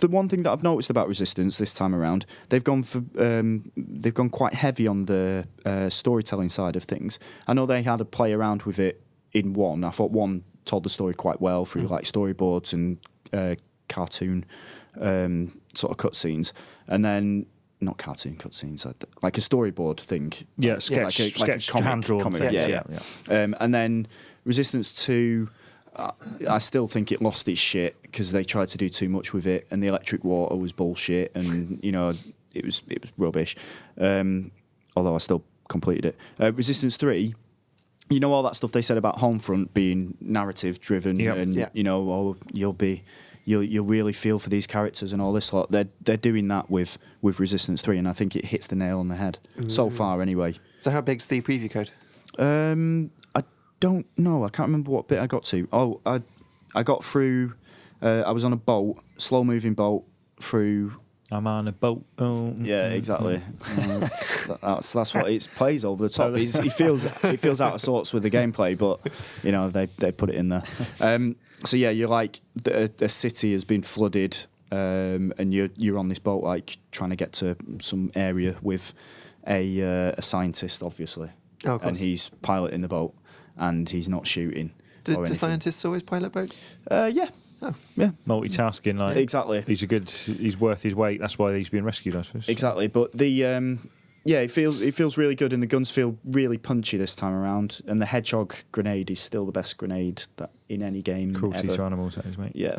S1: the one thing that I've noticed about resistance this time around. They've gone for um, they've gone quite heavy on the uh, storytelling side of things. I know they had a play around with it in one. I thought one told the story quite well through like storyboards and uh, cartoon um, sort of cutscenes, and then. Not cartoon cutscenes, like- like a storyboard thing.
S2: Yeah,
S1: Like
S2: sketch-
S1: a- a
S2: sketch hand-drawn
S1: comic.
S2: things,
S1: Yeah,
S2: yeah,
S1: yeah.
S2: yeah.
S1: Um, and then Resistance 2, uh, I still think it lost its shit because they tried to do too much with it, and the electric water was bullshit, and you know it was it was rubbish. Um, although I still completed it. Uh, Resistance 3. You know all that stuff they said about Homefront being narrative driven,
S2: Yep.
S1: and
S3: Yeah.
S1: you know, oh, you'll be, you'll you'll really feel for these characters and all this lot. They're they're doing that with with Resistance Three, and I think it hits the nail on the head so far, anyway.
S3: So how big's the preview code?
S1: Um, I don't know. I can't remember what bit I got to. Oh, I I got through. Uh, I was on a boat, slow moving boat through.
S2: I'm on a boat. Oh, mm,
S1: Yeah,
S2: mm,
S3: Mm-hmm.
S1: exactly.
S2: mm.
S1: Uh, *laughs* that's that's what it plays over the top. He's, he feels he feels out of sorts with the gameplay, but you know they they put it in there. Um, so yeah, you're like the, the city has been flooded, um, and you're you're on this boat like trying to get to some area with a uh, a scientist, obviously,
S3: Oh, of
S1: and
S3: course.
S1: he's piloting the boat, and he's not shooting.
S3: Do,
S1: or Oh,
S3: do
S1: anything.
S3: scientists always pilot boats?
S1: Uh, yeah.
S3: Oh.
S1: Yeah.
S2: Multitasking, like
S1: Exactly.
S2: He's a good. He's worth his weight. That's why he's being rescued, I suppose.
S1: Exactly, but the um, yeah, it feels it feels really good, and the guns feel really punchy this time around. And the hedgehog grenade is still the best grenade that in any game
S2: Cruelty
S1: ever.
S2: to animals, that is, mate. *laughs*
S1: Yeah,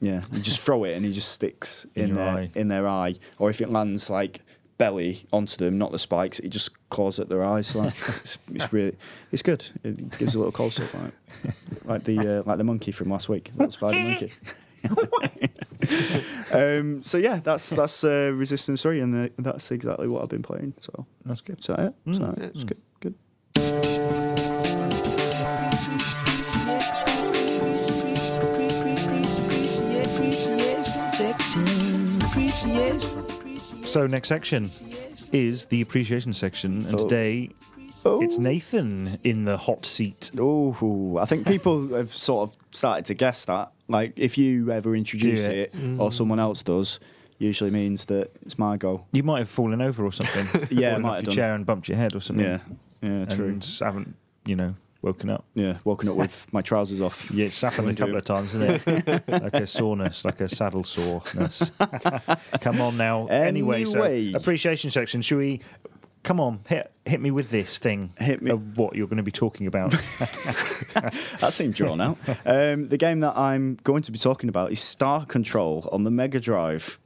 S1: yeah. You just throw it, and it just sticks
S2: In
S1: in,
S2: your
S1: their
S2: eye.
S1: in their eye, or if it lands like belly onto them, not the spikes, it just claws at their eyes.
S2: *laughs*
S1: Like it's, it's really, it's good. It gives a little close up, like like the uh, like the monkey from last week, that spider
S2: *laughs*
S1: monkey. *laughs* um, so yeah, that's that's uh, Resistance Three, and uh, that's exactly what I've been playing. So
S2: That's good.
S1: is that it? Is that
S2: Hmm.
S3: Mm.
S1: it? It's good. Good.
S4: Thank you.
S2: So next section is the appreciation section,
S1: Oh.
S2: and today it's Nathan in the hot seat.
S1: Oh, I
S2: *laughs*
S1: think people have sort of started to guess that. Like, if you ever introduce
S2: Do
S1: it,
S2: it. Mm.
S1: or someone else does, usually means that it's my goal.
S2: You might have fallen over
S1: *laughs*
S2: or something.
S1: Yeah, I
S2: fallen
S1: might
S2: off
S1: have
S2: your
S1: done.
S2: chair and bumped your head or something.
S1: Yeah, yeah, true.
S2: and haven't you know woken up.
S1: yeah, woken up with my trousers
S2: *laughs*
S1: off.
S2: Yeah,
S1: *laughs*
S2: it's happened a couple of times, isn't it? like a soreness, like a saddle soreness.
S1: *laughs*
S2: come on now. Anyway,
S1: Anyway.
S2: so appreciation section. Should we? Come on, hit hit me with this thing.
S1: Hit me.
S2: of what you're going to be talking about.
S1: That seemed drawn
S2: *laughs*
S1: out. Um, the game that I'm going to be talking about is Star Control on the Mega Drive.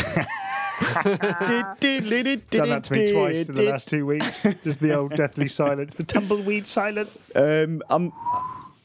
S2: Done that to me twice in the last two weeks. Just the old *laughs* deathly silence, the tumbleweed silence.
S1: Um, I'm,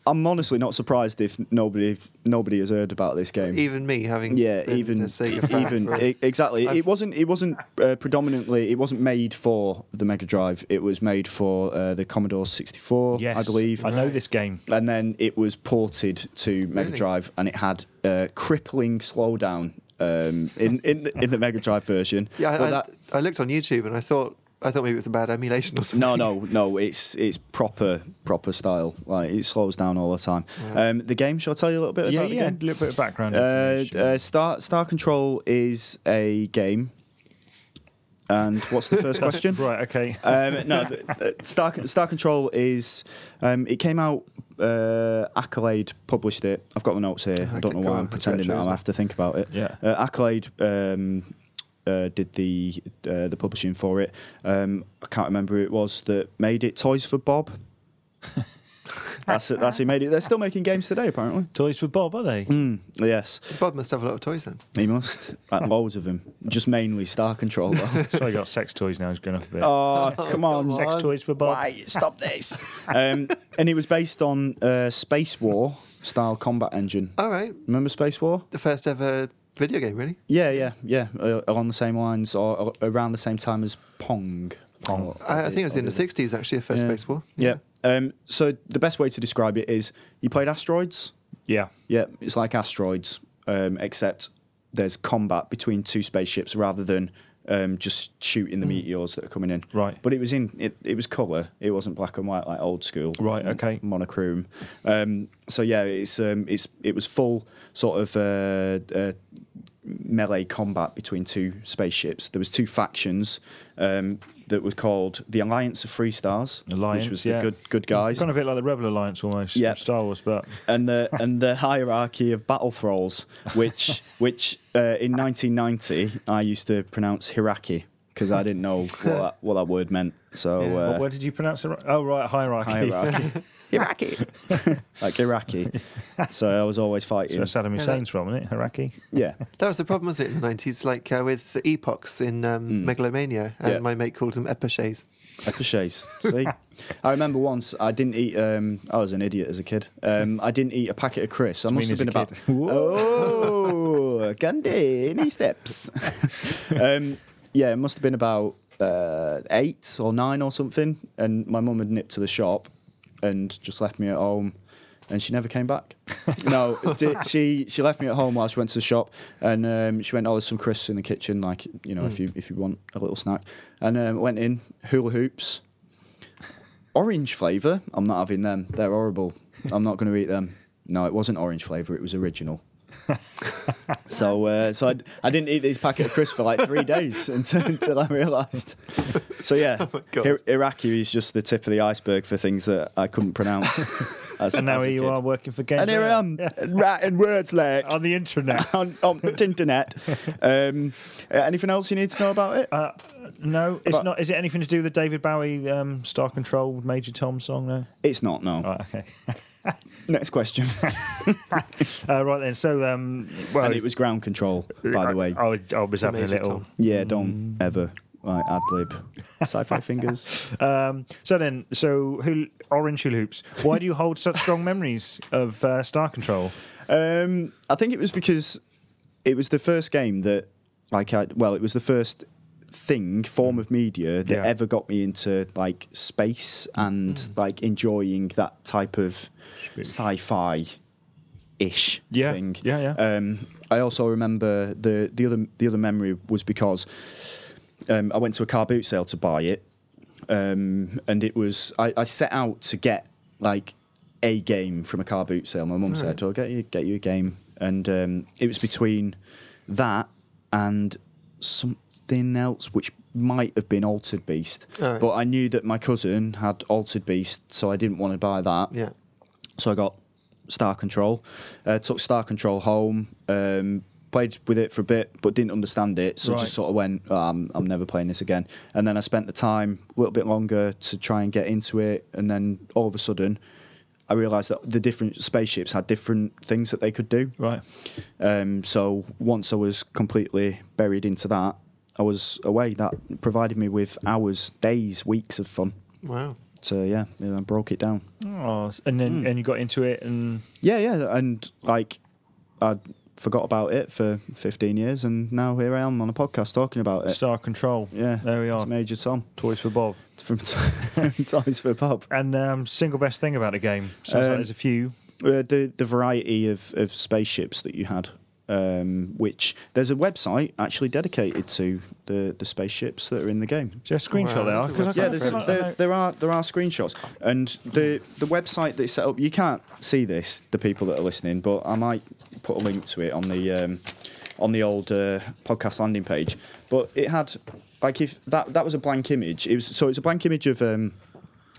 S1: I'm honestly not surprised if nobody, if nobody has heard about this game.
S3: Even me having
S1: yeah,
S3: been
S1: even,
S3: a Sega fan
S1: even
S3: for-
S1: e- exactly. It wasn't, it wasn't uh, predominantly, it wasn't made for the Mega Drive. It was made for uh, the Commodore 64,
S2: Yes,
S1: I believe.
S2: I know this game.
S1: and then it was ported to Mega
S3: Really?
S1: Drive, and it had uh, crippling slowdown um, in in the, in the Mega Drive version.
S3: *laughs* *laughs* yeah, I,
S1: But
S3: I,
S1: that-
S3: I looked on YouTube and I thought I thought maybe it was a bad emulation or something.
S1: no, no, no. It's it's proper proper style. Like it slows down all the time. Um, the game. Shall I tell you a little bit
S2: Yeah,
S1: about
S2: yeah. A
S1: the game?
S2: little bit of background.
S1: Uh,
S2: information.
S1: uh, Star Star Control is a game. And what's the first question?
S2: right. Okay.
S1: um, no, th- th- Star, Star Control is. Um, it came out. Uh, Accolade published it. I've got the notes here. I don't know
S3: go
S1: why
S3: on,
S1: I'm
S3: it's
S1: pretending
S3: retro,
S1: that I
S3: isn't it?
S1: have to think about it.
S2: Yeah.
S1: Uh, Accolade um, uh, did the uh, the publishing for it. Um, I can't remember who it was that made it. Toys for Bob. that's it, that's who made it. They're still making games today, apparently. Hmm,
S2: Toys for Bob, are they?
S1: Mm. Yes,
S3: Bob must have a lot of toys then.
S1: he must. *laughs* Like, loads of them. Just mainly Star Control. though.
S2: So I got sex toys now. He's going off a
S1: *laughs*
S2: bit.
S1: oh, come on.
S2: sex toys for Bob.
S1: Why? Stop this. um, and it was based on uh, Space War style combat engine.
S3: All right,
S1: Remember Space War?
S3: the first ever video game, really.
S1: Yeah, yeah, yeah. Uh, along the same lines or, or around the same time as Pong. Pong.
S3: I, I think it was in the '60s actually. The first
S1: Yeah.
S3: Space War.
S1: Yeah. Um, so the best way to describe it is you played asteroids.
S2: Yeah.
S1: Yeah, it's like asteroids, um, except there's combat between two spaceships rather than um, just shooting the meteors that are coming in.
S2: Hmm. Right.
S1: But it was in it, it was color. It wasn't black and white like old school.
S2: Right, okay.
S1: Monochrome. Um, so yeah, it's um, it's it was full sort of uh, uh, melee combat between two spaceships. There was two factions um, that were called the Alliance of Free Stars,
S2: Alliance,
S1: which was
S2: yeah.
S1: the good good guys,
S2: Kind of a bit like the Rebel Alliance almost.
S1: Yeah.
S2: from Star Wars, but
S1: and the and the hierarchy of battle thralls,
S2: *laughs*
S1: which which uh, in 1990 I used to pronounce Hiraki because I didn't know what
S2: *laughs*
S1: that, what that word meant. So
S2: Well,
S1: uh,
S2: where did you pronounce it? right? Oh, right, hierarchy.
S1: hierarchy, Hiraki, *laughs* like Iraqi. So I was always
S2: *laughs* That's
S1: fighting.
S2: where Saddam Hussein's from, isn't it? Hierarchy.
S1: *laughs* Yeah,
S3: That was the problem, was it, in the 90s? Like uh, with the epochs in um, Megalomania,
S1: Hmm.
S3: and
S1: Yeah.
S3: my mate called them epochets.
S1: cliches.
S2: *laughs*
S1: See, I remember once I didn't eat. Um, I was an idiot as a kid. Um, I didn't eat a packet of crisps. I must have
S2: mean
S1: been
S2: as a
S1: about
S2: kid. *laughs*
S1: oh candy any steps. *laughs* um, yeah, it must have been about uh, eight or nine or something. And my mum had nipped to the shop and just left me at home. And she never came back. no, di- she she left me at home while she went to the shop, and um, she went, "Oh, there's some crisps in the kitchen, like you know, if you if you want a little snack." And um, went in hula hoops, orange flavour. I'm not having them. They're horrible. I'm not going to eat them. No, it wasn't orange flavour. It was
S2: *laughs*
S1: original. so, uh, so I, I didn't eat these packet of crisps for like three days *laughs* until, until I realised. So yeah,
S3: God.
S1: Hi- Iraqi is just the tip of the iceberg for things that I couldn't
S2: *laughs*
S1: pronounce. as-
S2: And now
S1: as a
S2: here you
S1: kid. um,
S2: are working for Games.
S1: And here I
S2: Air
S1: am writing words
S2: *laughs*
S1: like
S2: on
S1: *laughs*
S2: the internet.
S1: on, on the internet. Um, uh, anything else you need to know about it?
S2: Uh, no, it's
S1: But-
S2: not. Is it anything to do with the David Bowie um, Star Control Major Tom song? No.
S1: It's not. No.
S2: Right. Okay.
S1: Next
S2: *laughs*
S1: question.
S2: Uh, right then. So, um, well,
S1: and it was ground control, by the way.
S2: I, I was- I was having a
S3: Major
S2: little.
S3: Tom.
S1: Yeah,
S2: Mm.
S1: don't ever like ad
S2: *laughs*
S1: lib. Sci-fi fingers.
S2: Um, so then, so who? Orange hula hoops. Why do you hold such strong memories of uh, Star Control?
S1: Um, I think it was because it was the first game that, like, I well, it was the first thing form of media that
S2: Yeah. Mm.
S1: ever got me into like space and like enjoying that type of sci-fi ish
S2: Yeah,
S1: thing.
S2: yeah, yeah.
S1: Um, I also remember the the other the other memory was because um, I went to a car boot sale to buy it, um, and it was I, I set out to get like a game from a car boot sale. My mum said, "I'll get you get you a game," and um, it was between that and something else which might have been Altered Beast,
S3: Alright.
S1: but I knew that my cousin had Altered Beast, so I didn't want to buy that.
S3: Yeah.
S1: So I got Star Control. Uh, took Star Control home. Um, played with it for a bit, but didn't understand it. So
S2: Right.
S1: just sort of went, "Oh, I'm, I'm never playing this again. And then I spent the time a little bit longer to try and get into it. And then all of a sudden, I realised that the different spaceships had different things that they could do.
S2: Right.
S1: Um, so once I was completely buried into that, I was away. That provided me with hours, days, weeks of fun.
S3: Wow.
S1: So yeah, yeah I broke it down.
S2: Oh, s- and
S1: Hmm.
S2: then and you got into it and
S1: Yeah, yeah, and like I forgot about it for 15 years, and now here I am on a podcast talking about it.
S2: Star Control.
S1: Uh, yeah,
S2: There we
S1: It's
S2: are.
S1: Major Tom
S2: Toys for Bob.
S1: from T- *laughs* Toys for Pub.
S2: And um, single best thing about the game. Sounds like
S1: Um,
S2: there's a few.
S1: Uh, the the variety of, of spaceships that you had, um, which there's a website actually dedicated to the the spaceships that are in the game.
S2: Just screenshot that.
S3: Wow, that's a
S2: 'cause I
S1: Yeah,
S2: can't
S1: there's,
S2: feel like I
S1: there,
S2: know-
S1: there are there are screenshots, and the the website they set up. You can't see this, the people that are listening, but I might put a link to it on the um, on the old uh, podcast landing page. But it had like if that that was a blank image. It was so it's a blank image of um,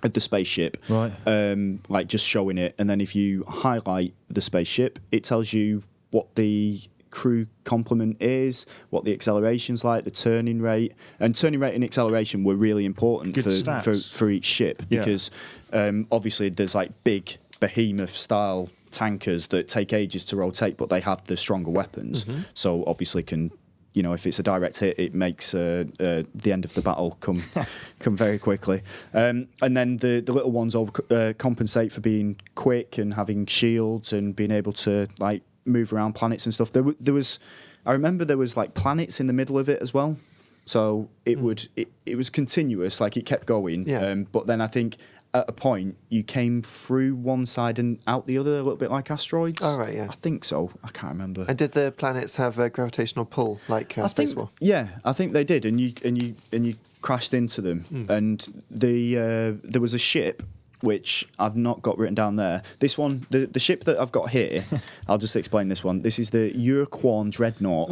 S1: of the spaceship,
S2: Right.
S1: Um, like just showing it, and then if you highlight the spaceship, it tells you what the crew complement is, what the acceleration's like, the turning rate, and turning rate and acceleration were really important
S2: Good
S1: for,
S2: stats.
S1: for for each ship
S2: Yeah.
S1: because um, obviously there's like big behemoth style tankers that take ages to rotate, but they have the stronger weapons, so obviously can. You know, if it's a direct hit, it makes uh, uh, the end of the battle come come very quickly. Um, and then the, the little ones over, uh, compensate for being quick and having shields and being able to like move around planets and stuff. There, w- there was, I remember there was like planets in the middle of it as well. So it would it, it was continuous, like it kept going.
S3: Yeah.
S1: Um, but then I think at a point you came through one side and out the other a little bit like asteroids.
S3: Oh, right, yeah.
S1: I think so. I can't remember.
S3: And did the planets have a gravitational pull like uh,
S1: I
S3: Space
S1: think
S3: War?
S1: yeah, I think they did, and you and you and you crashed into them,
S3: Hmm.
S1: and the uh, there was a ship. Which I've not got written down there. This one, the, the ship that I've got
S3: *laughs*
S1: here, I'll just explain this one. This is the Urquan Dreadnought.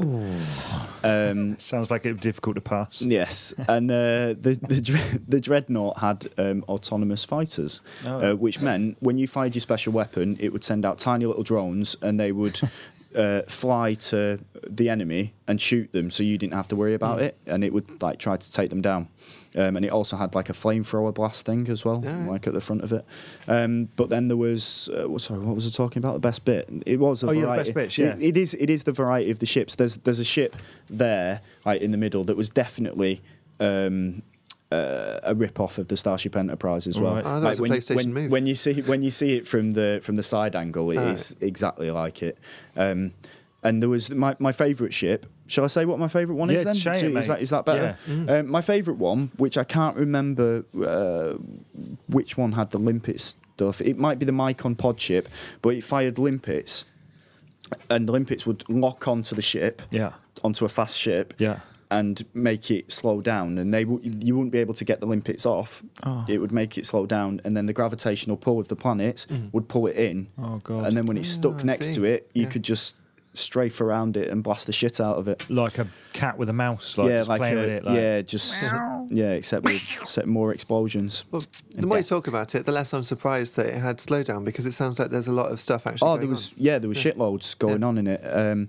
S1: Um,
S2: Sounds like it was difficult to pass.
S1: Yes, and uh, the the, dre- the dreadnought had um, autonomous fighters,
S2: Oh.
S1: uh, which meant when you fired your special weapon, it would send out tiny little drones, and they would uh, fly to the enemy and shoot them, so you didn't have to worry about it, and it would like try to take them down. Um, and it also had like a flamethrower blast thing as well,
S3: Alright.
S1: like at the front of it. Um, but then there was, uh, what- sorry, what was I talking about? The best bit. It was a
S2: Oh, yeah, the
S1: variety.
S2: best bits,
S1: It-
S2: yeah.
S1: it is it is the variety of the ships. There's there's a ship there, like in the middle, that was definitely um, uh, a rip off of the Starship Enterprise as well.
S2: Right.
S3: Oh, that
S1: Like,
S3: was a
S1: when,
S3: PlayStation
S1: when-
S3: move.
S1: When you see when you see it from the from the side angle, it is
S3: Ah.
S1: exactly like it. Um, and there was my, my favourite ship. Shall I say what my favourite one
S2: Yeah,
S1: is then?
S2: say it,
S1: is,
S2: mate.
S1: that, is that better?
S2: Yeah. Mm.
S1: Um, my favourite one, which I can't remember uh, which one had the limpet stuff. It might be the Micon pod ship, but it fired limpets and the limpets would lock onto the ship,
S2: Yeah.
S1: onto a fast ship,
S2: Yeah.
S1: and make it slow down. And they w- you wouldn't be able to get the limpets off.
S2: Oh.
S1: It would make it slow down, and then the gravitational pull of the planets would pull it in.
S2: Mm. Oh, God.
S1: And then when it's stuck
S3: Ah, I
S1: next to
S3: see.
S1: it, you
S3: Yeah.
S1: could just strafe around it and blast the shit out of it.
S2: Like a cat with a mouse, like just playing
S1: a-
S2: with it. Like,
S1: yeah, *laughs* just yeah, except with except more explosions.
S3: Well, the
S1: and
S3: more you
S1: death.
S3: talk about it, the less I'm surprised that it had slowdown because it sounds like there's a lot of stuff actually.
S1: Oh,
S3: going
S1: there was
S3: on.
S1: yeah, there was shitloads going on in it, um,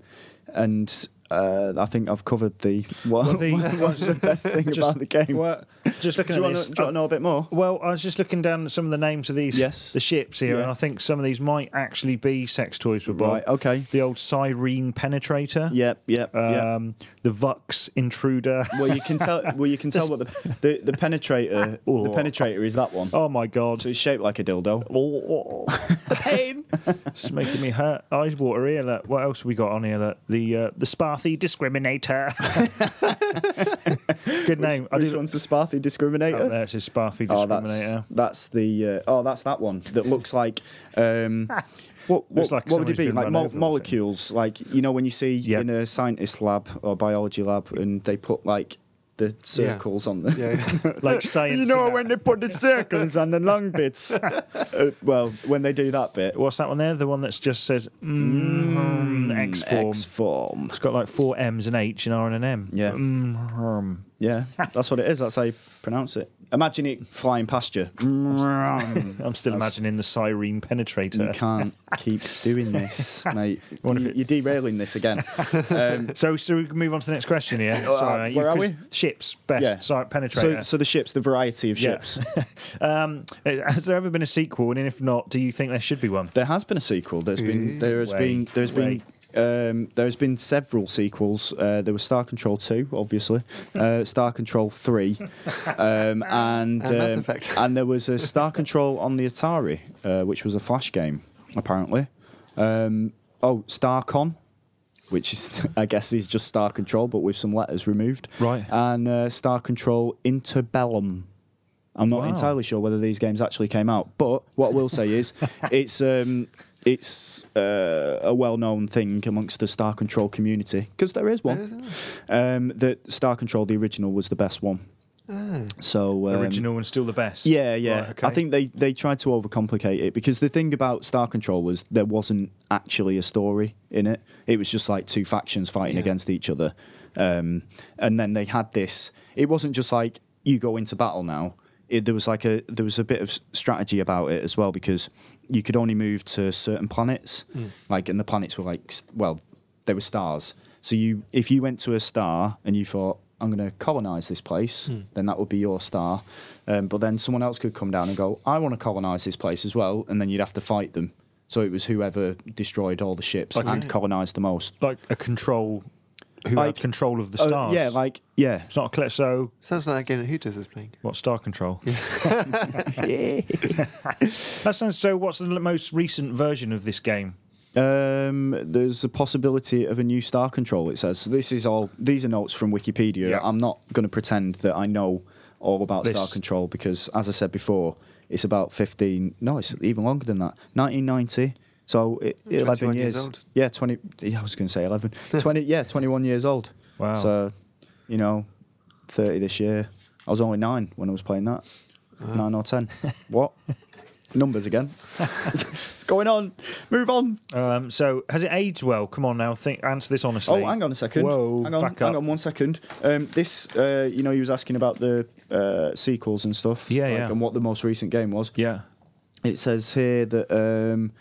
S1: and uh, I think I've covered the what,
S2: the-
S1: *laughs* what's the best thing about the game.
S2: Well, just
S1: do
S2: looking
S1: you
S2: at
S1: want
S2: this.
S1: to know a bit more?
S2: Well, I was just looking down at some of the names of these
S1: Yes.
S2: the ships here,
S1: Yeah.
S2: and I think some of these might actually be sex toys for Bob.
S1: Right, okay.
S2: The old Cyrene Penetrator.
S1: Yep, yep, yep.
S2: Um, The Vux
S1: *laughs*
S2: Intruder.
S1: Uh, Well, you can tell. Well, you can tell what the the, the penetrator.
S2: Oh.
S1: The penetrator is that one.
S2: Oh my
S1: *laughs*
S2: God.
S1: So it's shaped like a dildo.
S2: Oh, the pain. it's making me hurt. Eyes water, here. Look. What else have we got on here? Look? The uh, the
S1: *laughs*
S2: Sparthy Discriminator. Good name. I
S1: Which
S2: do.
S1: one's the Sparthy discriminator?
S2: Up there it says Sparthy
S1: Oh, that's
S2: Discriminator.
S1: that's the uh, oh, that's that one that looks like um, What, what,
S2: Looks like
S1: what would it
S2: somebody's
S1: be?
S2: been
S1: Like
S2: run
S1: mo-
S2: over, I think.
S1: molecules, like you know when you see
S2: Yeah.
S1: in a scientist lab or biology lab, and they put like the circles on the.
S3: Yeah. *laughs*
S2: like
S1: *laughs*
S2: science.
S1: You know
S2: about-
S1: when they put the circles on the long
S2: *laughs*
S1: bits. Uh, well, when they do that bit,
S2: What's that one there? The one that's just says mm, X form.
S1: X form.
S2: It's got like four M's and H and R and an M.
S1: Yeah.
S2: Mm,
S1: Yeah, that's what it is. That's how you pronounce it. Imagine it flying past you. Mm, you
S2: I'm still imagining the Cyrene penetrator.
S1: can't keep doing
S2: *laughs*
S1: this, mate.
S2: Wonder if it-
S1: You're derailing this again. Um,
S2: So, so we can move on to the next question here. Sorry, you-
S1: Uh, where are
S2: 'cause
S1: we?
S2: Ships, best
S1: Yeah.
S2: site
S1: so,
S2: penetrator.
S1: so the ships, the variety of ships. *laughs*
S2: Yeah. um, has there ever been a sequel? And if not, do you think there should be one?
S1: There has been a sequel. There's been there has
S2: Wait,
S1: been there's been
S2: wait.
S1: um, there's been several sequels. Uh, there was Star Control two, obviously,
S2: *laughs*
S1: uh, Star Control three, um, and
S3: And Mass
S1: um,
S3: Effect.
S1: *laughs* and there was a Star Control on the Atari, uh, which was a flash game, apparently. Um, oh, Starcon. Which is, *laughs* I guess, is just Star Control, but with some letters removed.
S2: Right.
S1: And uh, Star Control Interbellum. I'm not
S2: Wow.
S1: entirely sure whether these games actually came out, but what I will say is it's um, it's uh, a well-known thing amongst the Star Control community because there is one um, that Star Control the original was the best one. So um,
S2: Original and still the best.
S1: yeah, yeah.
S2: Right, okay.
S1: I think they, they tried to overcomplicate it because the thing about Star Control was there wasn't actually a story in it. It was just like two factions fighting against each other. Um, and then they had this. It wasn't just like you go into battle now. It, there was like a there was a bit of s- strategy about it as well because you could only move to certain planets,
S2: Hmm.
S1: like and the planets were like s- well they were stars. So you if you went to a star and you thought I'm going to colonize this place, then that would be your star. Um, but then someone else could come down and go, I want to colonize this place as well, and then you'd have to fight them. So it was whoever destroyed all the ships
S2: Like
S1: and colonized the most.
S2: like a control who had
S1: Like-
S2: control of the
S1: Oh,
S2: stars.
S1: yeah, like yeah,
S2: it's not a clip. So
S3: Sounds like that game that Hooters is playing.
S2: what star control? that sounds so. What's the most recent version of this game?
S1: Um, there's a possibility of a new star control. It says this is all. These are notes from Wikipedia.
S2: Yeah.
S1: I'm not going to pretend that I know all about star
S2: This-
S1: control because, as I said before, it's about 15. No, it's even longer than that. 1990. So it, 11
S3: 21
S1: years.
S3: years old.
S1: Yeah, 20. Yeah, I was going to say
S2: *laughs*
S1: 11. 20. Yeah, 21 years old.
S2: Wow.
S1: So, you know, 30 this year. I was only nine when I was playing that.
S2: Uh.
S1: Nine or ten.
S2: *laughs*
S1: what? Numbers again. What's going on? Move on.
S2: Um, so has it aged well? Come on now, think. Answer this honestly.
S1: Oh, hang on a second.
S2: Whoa,
S1: hang on,
S2: back up.
S1: hang on one second. Um, this, uh, you know, you was asking about the uh, sequels and stuff.
S2: Yeah, yeah.
S1: And what the most recent game was.
S2: Yeah.
S1: It says here that. Um,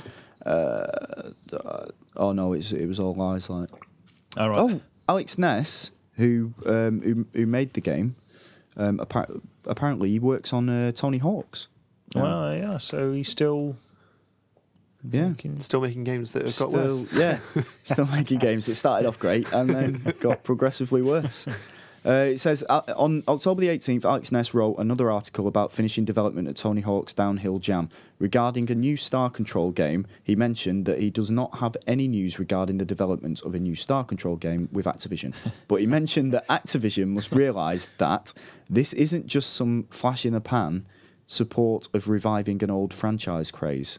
S1: uh, uh, oh no, it's, it was all lies. Like,
S2: All right.
S1: oh, Alex Ness, who um, who, who made the game, um, appar- apparently he works on uh, Tony Hawk's.
S2: Well, Ah, yeah. So he's still.
S1: Yeah.
S2: thinking-
S3: Still making games that have got
S1: still,
S3: worse.
S1: Yeah, *laughs* still making games. It started off great and then got progressively worse. Uh, it says uh, on October the 18th, Alex Ness wrote another article about finishing development at Tony Hawk's Downhill Jam. Regarding a new Star Control game, he mentioned that he does not have any news regarding the development of a new Star Control game with Activision. but he mentioned that Activision must realise that this isn't just some flash in the pan support of reviving an old franchise craze.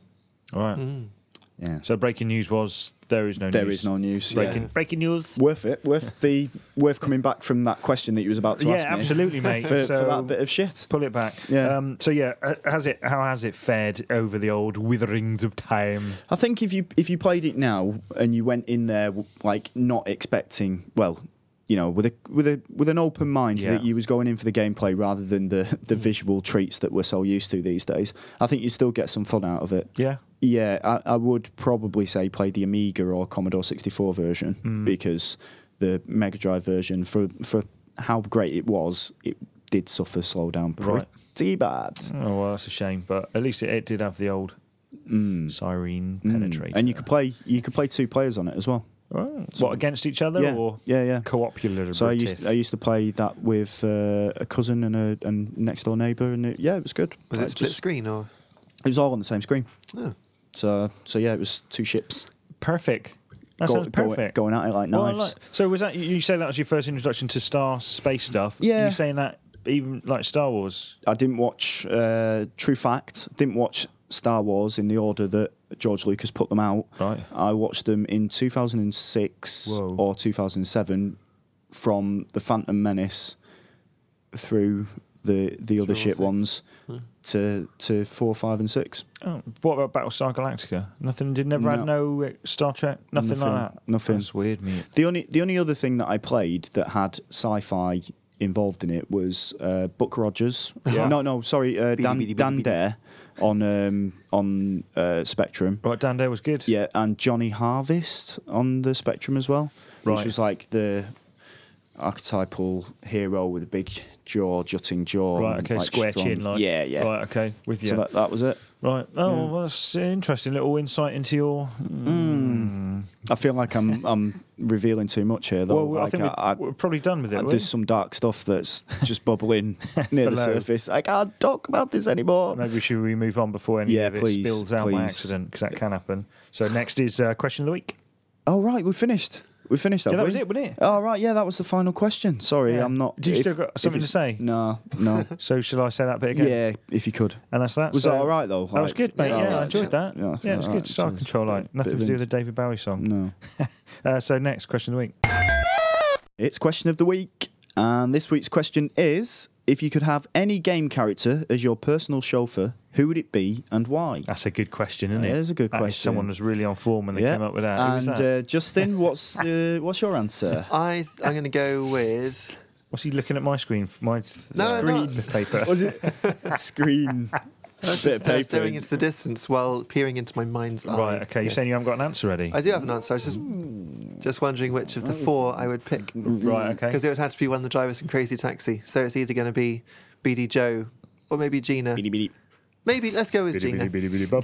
S2: All right.
S1: Yeah.
S2: Mm. So breaking news was there is no
S1: There
S2: news.
S1: is no news. yeah.
S2: breaking breaking news.
S1: worth it. Worth the worth coming back from that question that you was about to
S2: yeah,
S1: ask me. *laughs*
S2: absolutely, mate.
S1: For,
S2: so
S1: for that bit of shit.
S2: pull it back.
S1: Yeah.
S2: Um, so yeah, uh, has it? How has it fared over the old witherings of time?
S1: I think if you if you played it now and you went in there w- like not expecting, well, you know, with a with a with an open mind
S2: Yeah.
S1: that you was going in for the gameplay rather than the the visual treats that we're so used to these days, I think you still get some fun out of it.
S2: Yeah.
S1: Yeah, I, I would probably say play the Amiga or Commodore 64 version
S2: Hmm.
S1: because the Mega Drive version, for, for how great it was, it did suffer slowdown
S2: Right.
S1: pretty bad.
S2: Oh well, that's a shame, but at least it, it did have the old Cyrene penetrator.
S1: Mm. Hmm. And you could play you could play two players on it as well.
S2: Oh, what against each other
S1: Yeah,
S2: or
S1: yeah, yeah.
S2: coopulative?
S1: So I used I used to play that with uh, a cousin and a and next door neighbour, and it, yeah, it was good.
S3: Was
S1: Like,
S3: it split
S1: just-
S3: screen or?
S1: It was all on the same screen.
S3: Oh.
S1: So so yeah, it was two ships
S2: perfect. That
S1: go-
S2: sounds
S1: go-
S2: perfect.
S1: going at it like
S2: Well, I
S1: knives.
S2: like- so was that you say that was your first introduction to star space stuff?
S1: Yeah.
S2: you saying that even like Star Wars?
S1: I didn't watch uh, True Fact. Didn't watch Star Wars in the order that George Lucas put them out.
S2: Right.
S1: I watched them in 2006
S2: Whoa.
S1: or 2007 from The Phantom Menace through the the other
S3: Through all
S1: shit
S3: six.
S1: ones to to 4, 5 and 6.
S2: Oh, what about Battlestar Galactica? Nothing. Did never had no uh, Star Trek. Nothing, like
S1: Nothing,
S2: that.
S1: nothing.
S2: That's weird, mate.
S1: The only the only other thing that I played that had sci-fi involved in it was uh, Buck Rogers.
S2: Yeah.
S1: No, no, sorry, uh,
S3: Beady,
S1: Dan,
S3: beady, beady,
S1: Dan
S3: beady.
S1: Dare on um, on uh, Spectrum.
S2: Right, Dan Dare was good.
S1: Yeah, and Johnny Harvest on the Spectrum as well,
S2: Right.
S1: which was like the archetypal hero with a big jaw, jutting jaw.
S2: Right.
S1: and,
S2: Okay.
S1: like,
S2: Square
S1: strong-
S2: chin. Like.
S1: yeah, yeah.
S2: Right. Okay. With you.
S1: So that, that was it.
S2: right. Oh,
S1: yeah.
S2: well, that's an interesting little insight into your. hmm. Mm.
S1: I feel like
S2: *laughs*
S1: I'm I'm revealing too much here though.
S2: well, I
S1: like,
S2: think we're,
S1: I-
S2: we're probably done with it.
S1: Uh,
S2: weren't we?
S1: there's some dark stuff
S2: *laughs*
S1: that's just bubbling near the
S2: Below.
S1: surface. I can't talk about this anymore.
S2: Maybe should we move on before any
S1: Yeah,
S2: of it
S1: please,
S2: spills out by
S1: please.
S2: accident because that can happen. So next is uh, question of the week.
S1: Oh right, we finished. We finished.
S2: Yeah,
S1: have
S2: that was
S1: we?
S2: it, wasn't it?
S1: Oh right, yeah, that was the final question. Sorry,
S2: Yeah.
S1: I'm not.
S2: Did you still got
S1: if
S2: something to
S1: it's-
S2: say?
S1: No,
S2: *laughs*
S1: no.
S2: So shall I say that bit again?
S1: yeah, if you could.
S2: And that's that.
S1: Was
S2: so
S1: that all right though?
S2: That was
S1: Like,
S2: good, mate.
S3: yeah,
S2: Yeah,
S3: yeah,
S2: I
S3: that's
S2: enjoyed
S3: it.
S2: that.
S1: Yeah,
S2: Yeah,
S1: that's
S2: it was
S1: all
S2: good.
S1: right.
S2: Star
S1: So it's
S2: Control,
S1: a bit-
S2: like nothing
S1: bit
S2: to
S1: of Mm.
S2: do with the
S1: int-
S2: David Bowie song.
S1: No.
S2: Uh, so next question of the week.
S1: It's question of the week, and this week's question is: If you could have any game character as your personal chauffeur, who would it be and why?
S2: That's a good question, isn't
S1: That
S2: it?
S1: is a good
S2: That
S1: question.
S2: someone was really on form when they came up with that. Who was
S1: And
S2: that?
S1: Uh, Justin, what's uh, what's your answer?
S3: I I'm going to go with
S2: What's he looking at my screen? f- My th-
S3: No, no,
S2: screen paper.
S1: was it *laughs* screen?
S3: that's
S1: bit
S3: just,
S1: of
S3: uh,
S1: paper.
S3: staring into the distance while peering into my mind's eye.
S2: Right. Okay. You're
S3: Yes.
S2: saying you haven't got an answer ready.
S3: I do have an answer. I was just just wondering which of the four I would pick because
S2: Right.
S1: *laughs*
S2: Okay.
S3: it would have to be one of the drivers in Crazy Taxi. So it's either going to be BD Joe or maybe Gina. Maybe let's go with
S2: Biddy,
S3: Gina.
S2: biddy,
S1: *laughs*
S2: biddy, biddy, bub.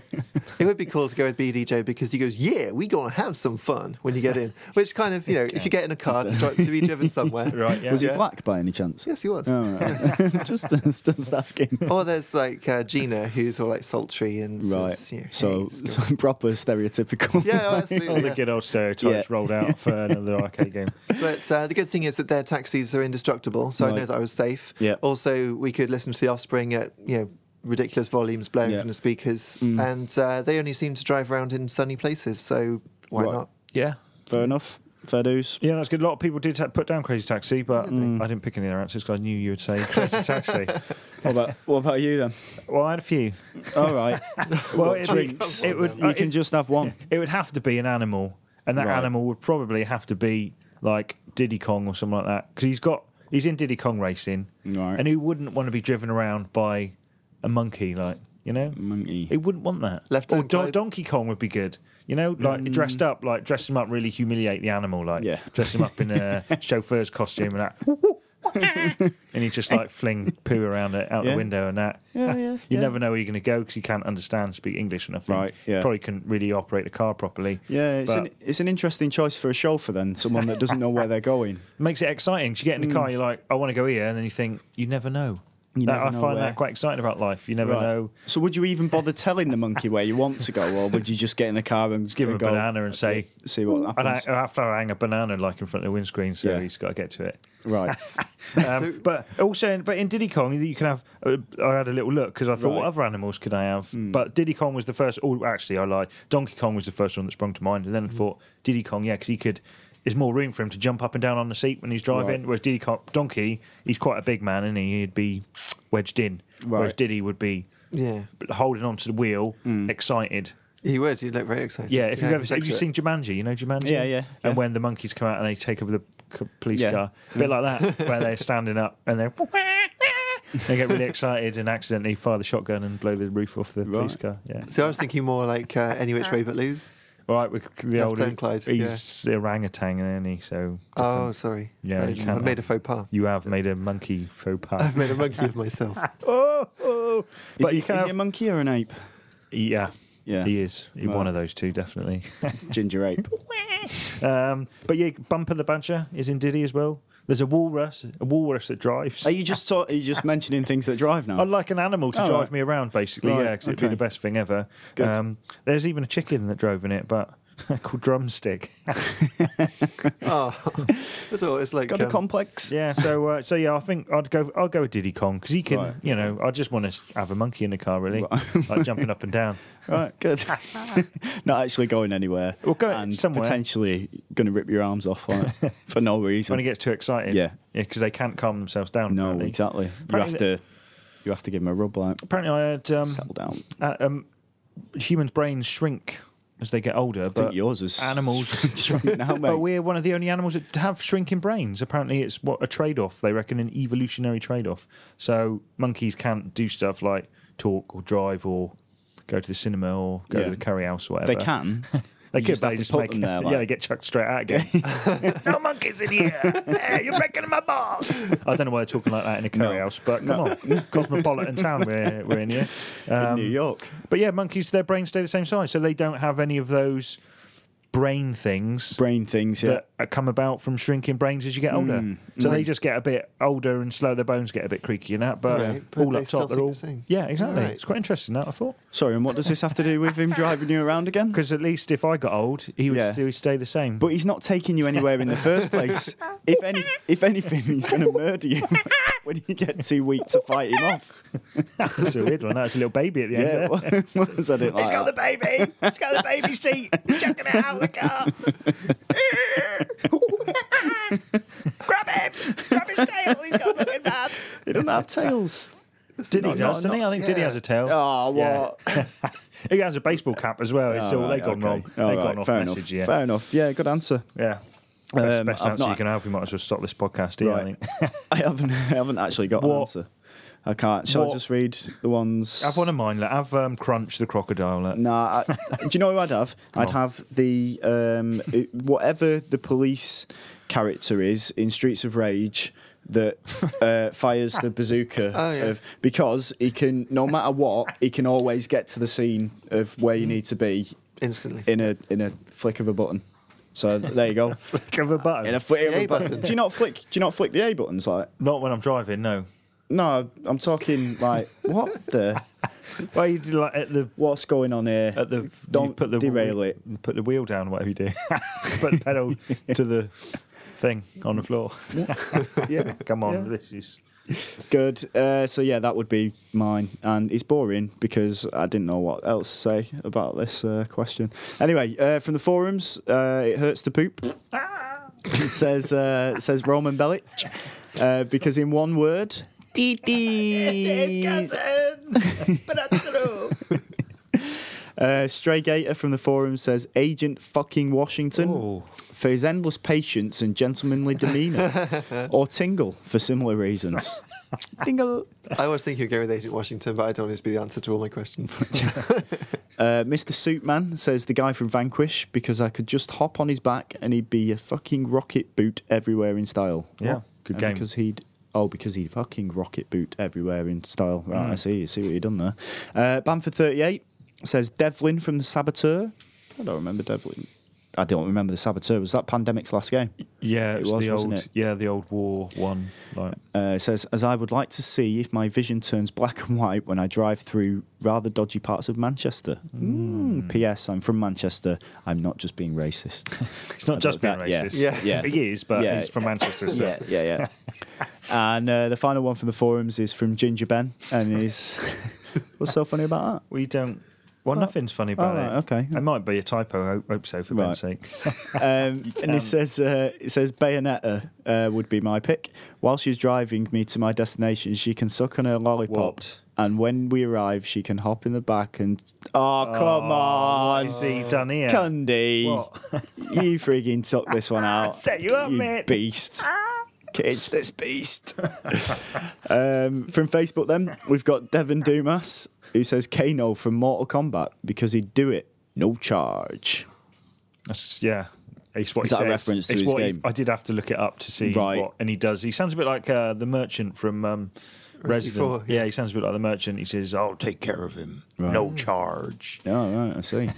S3: It would be cool to go with BD Joe because he goes, "Yeah, we gonna have some fun when you get in." Which kind of you know, if you get in a car to, dri- to be driven somewhere,
S2: Right. Yeah.
S1: Was
S3: Yeah.
S1: he black by any chance?
S3: Yes, he was.
S1: Oh, right. *laughs* just, just asking.
S3: Or there's like uh, Gina, who's all like sultry and
S1: Right.
S3: says, you know, "Hey,
S1: So,
S3: it's good."
S1: so *laughs* proper stereotypical.
S3: yeah,
S2: *laughs*
S3: no,
S2: All
S3: absolutely.
S2: Oh, the
S3: yeah.
S2: good old stereotypes
S1: Yeah.
S2: rolled out
S1: *laughs*
S2: for another arcade game.
S3: But uh, the good thing is that their taxis are indestructible, so I know
S1: Right.
S3: that I was safe.
S1: Yeah.
S3: Also, we could listen to the offspring at you know ridiculous volumes blowing
S1: Yeah.
S3: from the speakers,
S2: Mm.
S3: and uh, they only seem to drive around in sunny places. So why
S1: Right.
S3: not?
S2: Yeah.
S1: *laughs* Fair enough. Fair dues.
S2: Yeah, that's good. A lot of people did ta- put down Crazy Taxi, but I didn't pick any of their answers because I knew you would say Crazy
S1: *laughs*
S2: Taxi.
S1: What about, what about you then?
S2: Well, I had a few.
S1: All *laughs* right.
S2: Well, it'd be-
S1: drinks?
S2: it would uh,
S1: You
S2: it-
S1: can just have one.
S2: it would have to be an animal, and that
S1: Right.
S2: animal would probably have to be like Diddy Kong or something like that because he's got he's in Diddy Kong racing,
S1: Right.
S2: and he wouldn't want to be driven around by a monkey, like you know. He
S1: Monkey.
S2: wouldn't want that.
S3: Left
S2: or
S3: hand
S2: Don-
S3: guide.
S2: Donkey Kong would be good. You know, like dressed up, like dress him up, really humiliate the animal, like
S1: Mm. Yeah.
S2: dress him up
S1: *laughs*
S2: in a chauffeur's costume and that. and you just like fling poo around it out
S1: Yeah.
S2: the window and that.
S1: Yeah, yeah,
S2: *laughs* you
S1: yeah.
S2: never know where you're going to go because you can't understand, speak English or nothing.
S1: Right, yeah.
S2: Probably couldn't really operate the car properly.
S1: Yeah, it's
S2: but
S1: an, it's an interesting choice for a chauffeur then, someone that doesn't know where they're
S2: *laughs*
S1: going.
S2: makes it exciting. 'cause You get in the car, you're like, I want to go here, and then you think, you never know.
S1: Mm. You
S2: That-
S1: never
S2: I
S1: know
S2: find
S1: where.
S2: that quite exciting about life. You never
S1: Right.
S2: know.
S1: So would you even bother telling the monkey where you want to go, or would you just get in the car and
S2: Give him a
S1: go,
S2: banana and say,
S1: see what
S2: And I,
S1: happens?
S2: I have to hang a banana like in front of the windscreen, so
S1: Yeah.
S2: he's got to get to
S1: *laughs*
S2: it. *laughs*
S1: right.
S3: So-
S2: Um, but also, in- but in Diddy Kong, you can have. Uh, I had a little look because I thought, what
S1: Right. Hmm.
S2: other animals could I have? But Diddy Kong was the first. Oh, actually, I lied. Donkey Kong was the first one that sprung to mind, and
S1: Hmm.
S2: then I thought Diddy Kong, yeah, because he could. There's more room for him to jump up and down on the seat when he's driving.
S1: Right.
S2: Whereas Diddy Kong, Donkey, he's quite a big man, and he? he'd be wedged in. Whereas
S1: Right. Hmm.
S2: Diddy would be
S3: Yeah,
S2: holding onto the wheel, excited.
S3: he would. He'd look very excited.
S2: Yeah, if you've ever
S3: I can
S2: have you
S3: picture
S2: seen Jumanji, you know Jumanji.
S1: Yeah, yeah, yeah.
S2: And when the monkeys come out and they take over the c- police
S1: Yeah.
S2: car, a bit like
S1: *laughs*
S2: that, where they're standing up and they're *laughs* they get really excited and accidentally fire the shotgun and blow the roof off the police
S1: Right.
S2: car. Yeah.
S3: it. So I was thinking more like uh, any which way but lose.
S2: All right, with the old
S3: Lieutenant Clyde,
S2: he's orangutan, isn't he? So
S3: Oh, sorry.
S2: Yeah,
S3: I,
S2: you
S3: I
S2: can't
S3: made a
S2: have-
S3: faux pas.
S2: you have
S1: Uh,
S2: made a monkey faux pas.
S3: *laughs* I've made a monkey of myself.
S2: *laughs* oh, oh.
S1: Is,
S2: but
S1: he,
S2: you can
S1: is he a
S2: have-
S1: monkey or an ape?
S2: yeah,
S1: Yeah.
S2: he is He's
S1: Well.
S2: one of those two definitely. *laughs*
S1: Ginger ape.
S2: um, but yeah, Bumper the Badger is in Diddy as well. There's a walrus, a walrus that
S1: *laughs*
S2: drives.
S1: Are you just ta- are you just mentioning things that drive now?
S2: I'd like an animal to
S1: Oh,
S2: drive
S1: right.
S2: me around, basically.
S1: Right,
S2: yeah, because it'd be
S1: okay.
S2: the best thing ever.
S1: Good.
S2: Um, there's even a chicken that drove in it, but *laughs* called Drumstick. *laughs*
S3: Oh, *laughs* it's, all, it's like
S1: Got a
S3: um,
S1: complex.
S2: yeah. So uh, so yeah, I think I'd go. I'll go with Diddy Kong because he can.
S1: Right.
S2: You know, I just want to have a monkey in the car, really, *laughs* like jumping up
S1: *laughs*
S2: and down.
S1: Right, good. Not actually going anywhere.
S2: Well, go
S1: and
S2: somewhere.
S1: potentially going to rip your arms off like, for no reason.
S2: *laughs* When he gets too excited,
S1: Yeah.
S2: because they can't calm themselves down.
S1: no,
S2: apparently.
S1: exactly. You
S2: Apparently
S1: have to, you have to give him a rub like
S2: Apparently, I heard um,
S1: settle down.
S2: uh, um, humans' brains shrink as they get older,
S1: I think
S2: but
S1: yours is *laughs*
S2: animals.
S1: shrunk now, mate.
S2: But we're one of the only animals that have shrinking brains. Apparently, it's what a trade-off. They reckon an evolutionary trade-off. So monkeys can't do stuff like talk or drive or go to the cinema or go
S1: Yeah.
S2: to the curry house or whatever.
S1: they
S2: *laughs*
S1: can.
S2: They
S1: You
S2: could.
S1: just have
S2: they
S1: to
S2: just
S1: put
S2: make
S1: them there,
S2: *laughs* Yeah,
S1: like-
S2: they get chucked straight out again.
S1: *laughs*
S2: no monkeys in here. Hey, you're breaking my balls. I don't know why they're talking like that in a curry
S1: No.
S2: house, but come on, cosmopolitan town we're, we're in here.
S1: in
S2: Um,
S1: New York.
S2: But yeah, monkeys, their brains stay the same size, so they don't have any of those brain things
S1: Brain things, yeah. Hmm.
S2: that uh, come about from shrinking brains as you get older. so they just get a bit older and slow. Their bones get a bit creaky and that. But
S3: Right, but
S2: all
S3: they
S2: up
S3: still
S2: top, they're
S3: think
S2: all
S3: the same.
S2: yeah, exactly.
S3: Right.
S2: It's quite interesting that I thought
S1: Sorry, and what does this have to do with him driving you around
S2: *laughs*
S1: again?
S2: because at least if I got old, he would
S1: Yeah.
S2: still stay the same.
S1: But he's not taking you anywhere in the first place. If any, if anything, he's going to murder you *laughs* when you get too weak to fight him
S2: *laughs*
S1: off.
S2: *laughs* That's a weird one. That's a little baby at
S1: *laughs*
S2: the
S1: Yeah,
S2: end.
S1: well, I didn't like that.
S2: baby. He's got the baby seat. He's chucking it out of the car. *laughs* Grab him. Grab his tail. He's got looking bad.
S1: They don't
S2: *laughs*
S1: have tails.
S2: Diddy
S1: Not-
S2: does, doesn't
S1: not-
S2: he? I think Diddy
S3: yeah.
S2: has a tail.
S1: Oh, what?
S2: He has a baseball cap as well. Ah, It's all,
S1: Alright,
S2: they gone
S1: okay.
S2: wrong. They've
S1: Alright,
S2: gone off
S1: fair
S2: message,
S1: enough.
S2: yeah.
S1: Fair enough. Yeah, good answer.
S2: Yeah. That's
S1: Um,
S2: the best
S1: I've
S2: answer
S1: not-
S2: you can have. We might as well stop this podcast here, I
S1: Right.
S2: think.
S1: *laughs* I haven't, I haven't actually got an
S2: What-
S1: answer. I can't. Shall I
S2: what-
S1: just read the ones?
S2: Have one of mine. Let, have um, Crunch the crocodile. Let.
S1: Nah.
S2: *laughs*
S1: I, do you know who I'd have? I'd
S2: on.
S1: have the um, it- whatever the police character is in Streets of Rage that
S2: *laughs*
S1: uh, fires the bazooka
S3: Oh, yeah.
S1: of, because he can no matter what he can always get to the scene of where
S2: Hmm.
S1: you need to be
S3: instantly.
S1: in a in a flick of a button. So there you
S2: *laughs*
S1: go.
S2: Click of a button.
S1: in a flick of
S3: The
S1: a
S3: A
S1: button.
S3: button.
S1: Do you not flick? Do you not flick the A buttons like?
S2: Not when I'm driving, no.
S1: No, I'm talking like what the
S2: Well, you do like at the
S1: what's going on here?
S2: at the you
S1: Don't
S2: put the
S1: derail it.
S2: you Put the wheel down, whatever you do. *laughs* put the
S1: *laughs*
S2: pedal to the thing on the floor.
S1: Yeah,
S2: Come on, this is
S1: good. Uh, so yeah, that would be mine, and it's boring because I didn't know what else to say about this uh, question. Anyway, uh, from the forums, uh, it hurts to poop. *laughs* says uh, says Roman Belic, uh, because in one word, Titi. Uh, Stray Gator from the forum says Agent fucking Washington
S2: Ooh.
S1: for his endless patience and gentlemanly demeanour, or Tingle for similar reasons. Tingle.
S3: I was thinking of going with Agent Washington, but I don't want it to be the answer to all
S2: *laughs*
S3: my questions.
S1: Uh, Mr. Suitman says the guy from Vanquish because I could just hop on his back and he'd be a fucking rocket boot everywhere in style.
S2: Yeah,
S1: What?
S2: good
S1: And
S2: game.
S1: Because he'd oh, because he'd fucking rocket boot everywhere in style. Right,
S2: Mm.
S1: I see. You see what you done there. Uh, Bamford thirty eight says Devlin from the Saboteur. I don't remember Devlin. I don't remember the Saboteur. Was that Pandemic's last game?
S2: yeah. It was,
S1: was,
S2: the
S1: wasn't
S2: old
S1: it?
S2: yeah the old war one. Like
S1: Uh, it says, as I would like to see if my vision turns black and white when I drive through rather dodgy parts of Manchester.
S2: Hmm.
S1: Mm. P.S. I'm from Manchester. I'm not just being
S2: *laughs*
S1: racist.
S2: it's not just being
S1: About that, yeah.
S2: racist.
S3: Yeah.
S1: Yeah.
S2: *laughs* he is, but
S1: Yeah.
S2: he's from Manchester. So.
S1: yeah, yeah,
S2: *laughs*
S1: yeah. and uh, the final one from the forums is from Ginger Ben, and is *laughs* what's so funny about
S2: We don't. Well, nothing's funny about
S1: Oh. right,
S2: it.
S1: okay.
S2: It might be a typo. I hope- hope so, for Ben's
S1: Right. *laughs*
S2: sake.
S1: that? Um, and it says, uh, it says Bayonetta uh, would be my pick. While she's driving me to my destination, she can suck on her lollipop.
S2: What?
S1: And when we arrive, she can hop in the back and oh come on,
S2: What is he done here?
S1: Cundy,
S2: What?
S1: you frigging took this one out.
S2: *laughs* Set you up, mate. Ah.
S1: Beast. Cage this beast. *laughs* um, from Facebook, then, we've got Devin Dumas, who says Kano from Mortal Kombat because he'd do it, no charge.
S2: That's, yeah. It's what
S1: Is that
S2: he
S1: a
S2: says.
S1: reference to
S2: It's
S1: his
S2: what he-
S1: game?
S2: I did have to look it up to see
S1: Right.
S2: what, and he does. He sounds a bit like uh, the merchant from um, Resident.
S3: Evil,
S2: yeah. Mm. he sounds a bit like the merchant. He says, "I'll take care of him, no charge."
S1: Oh, right, I see.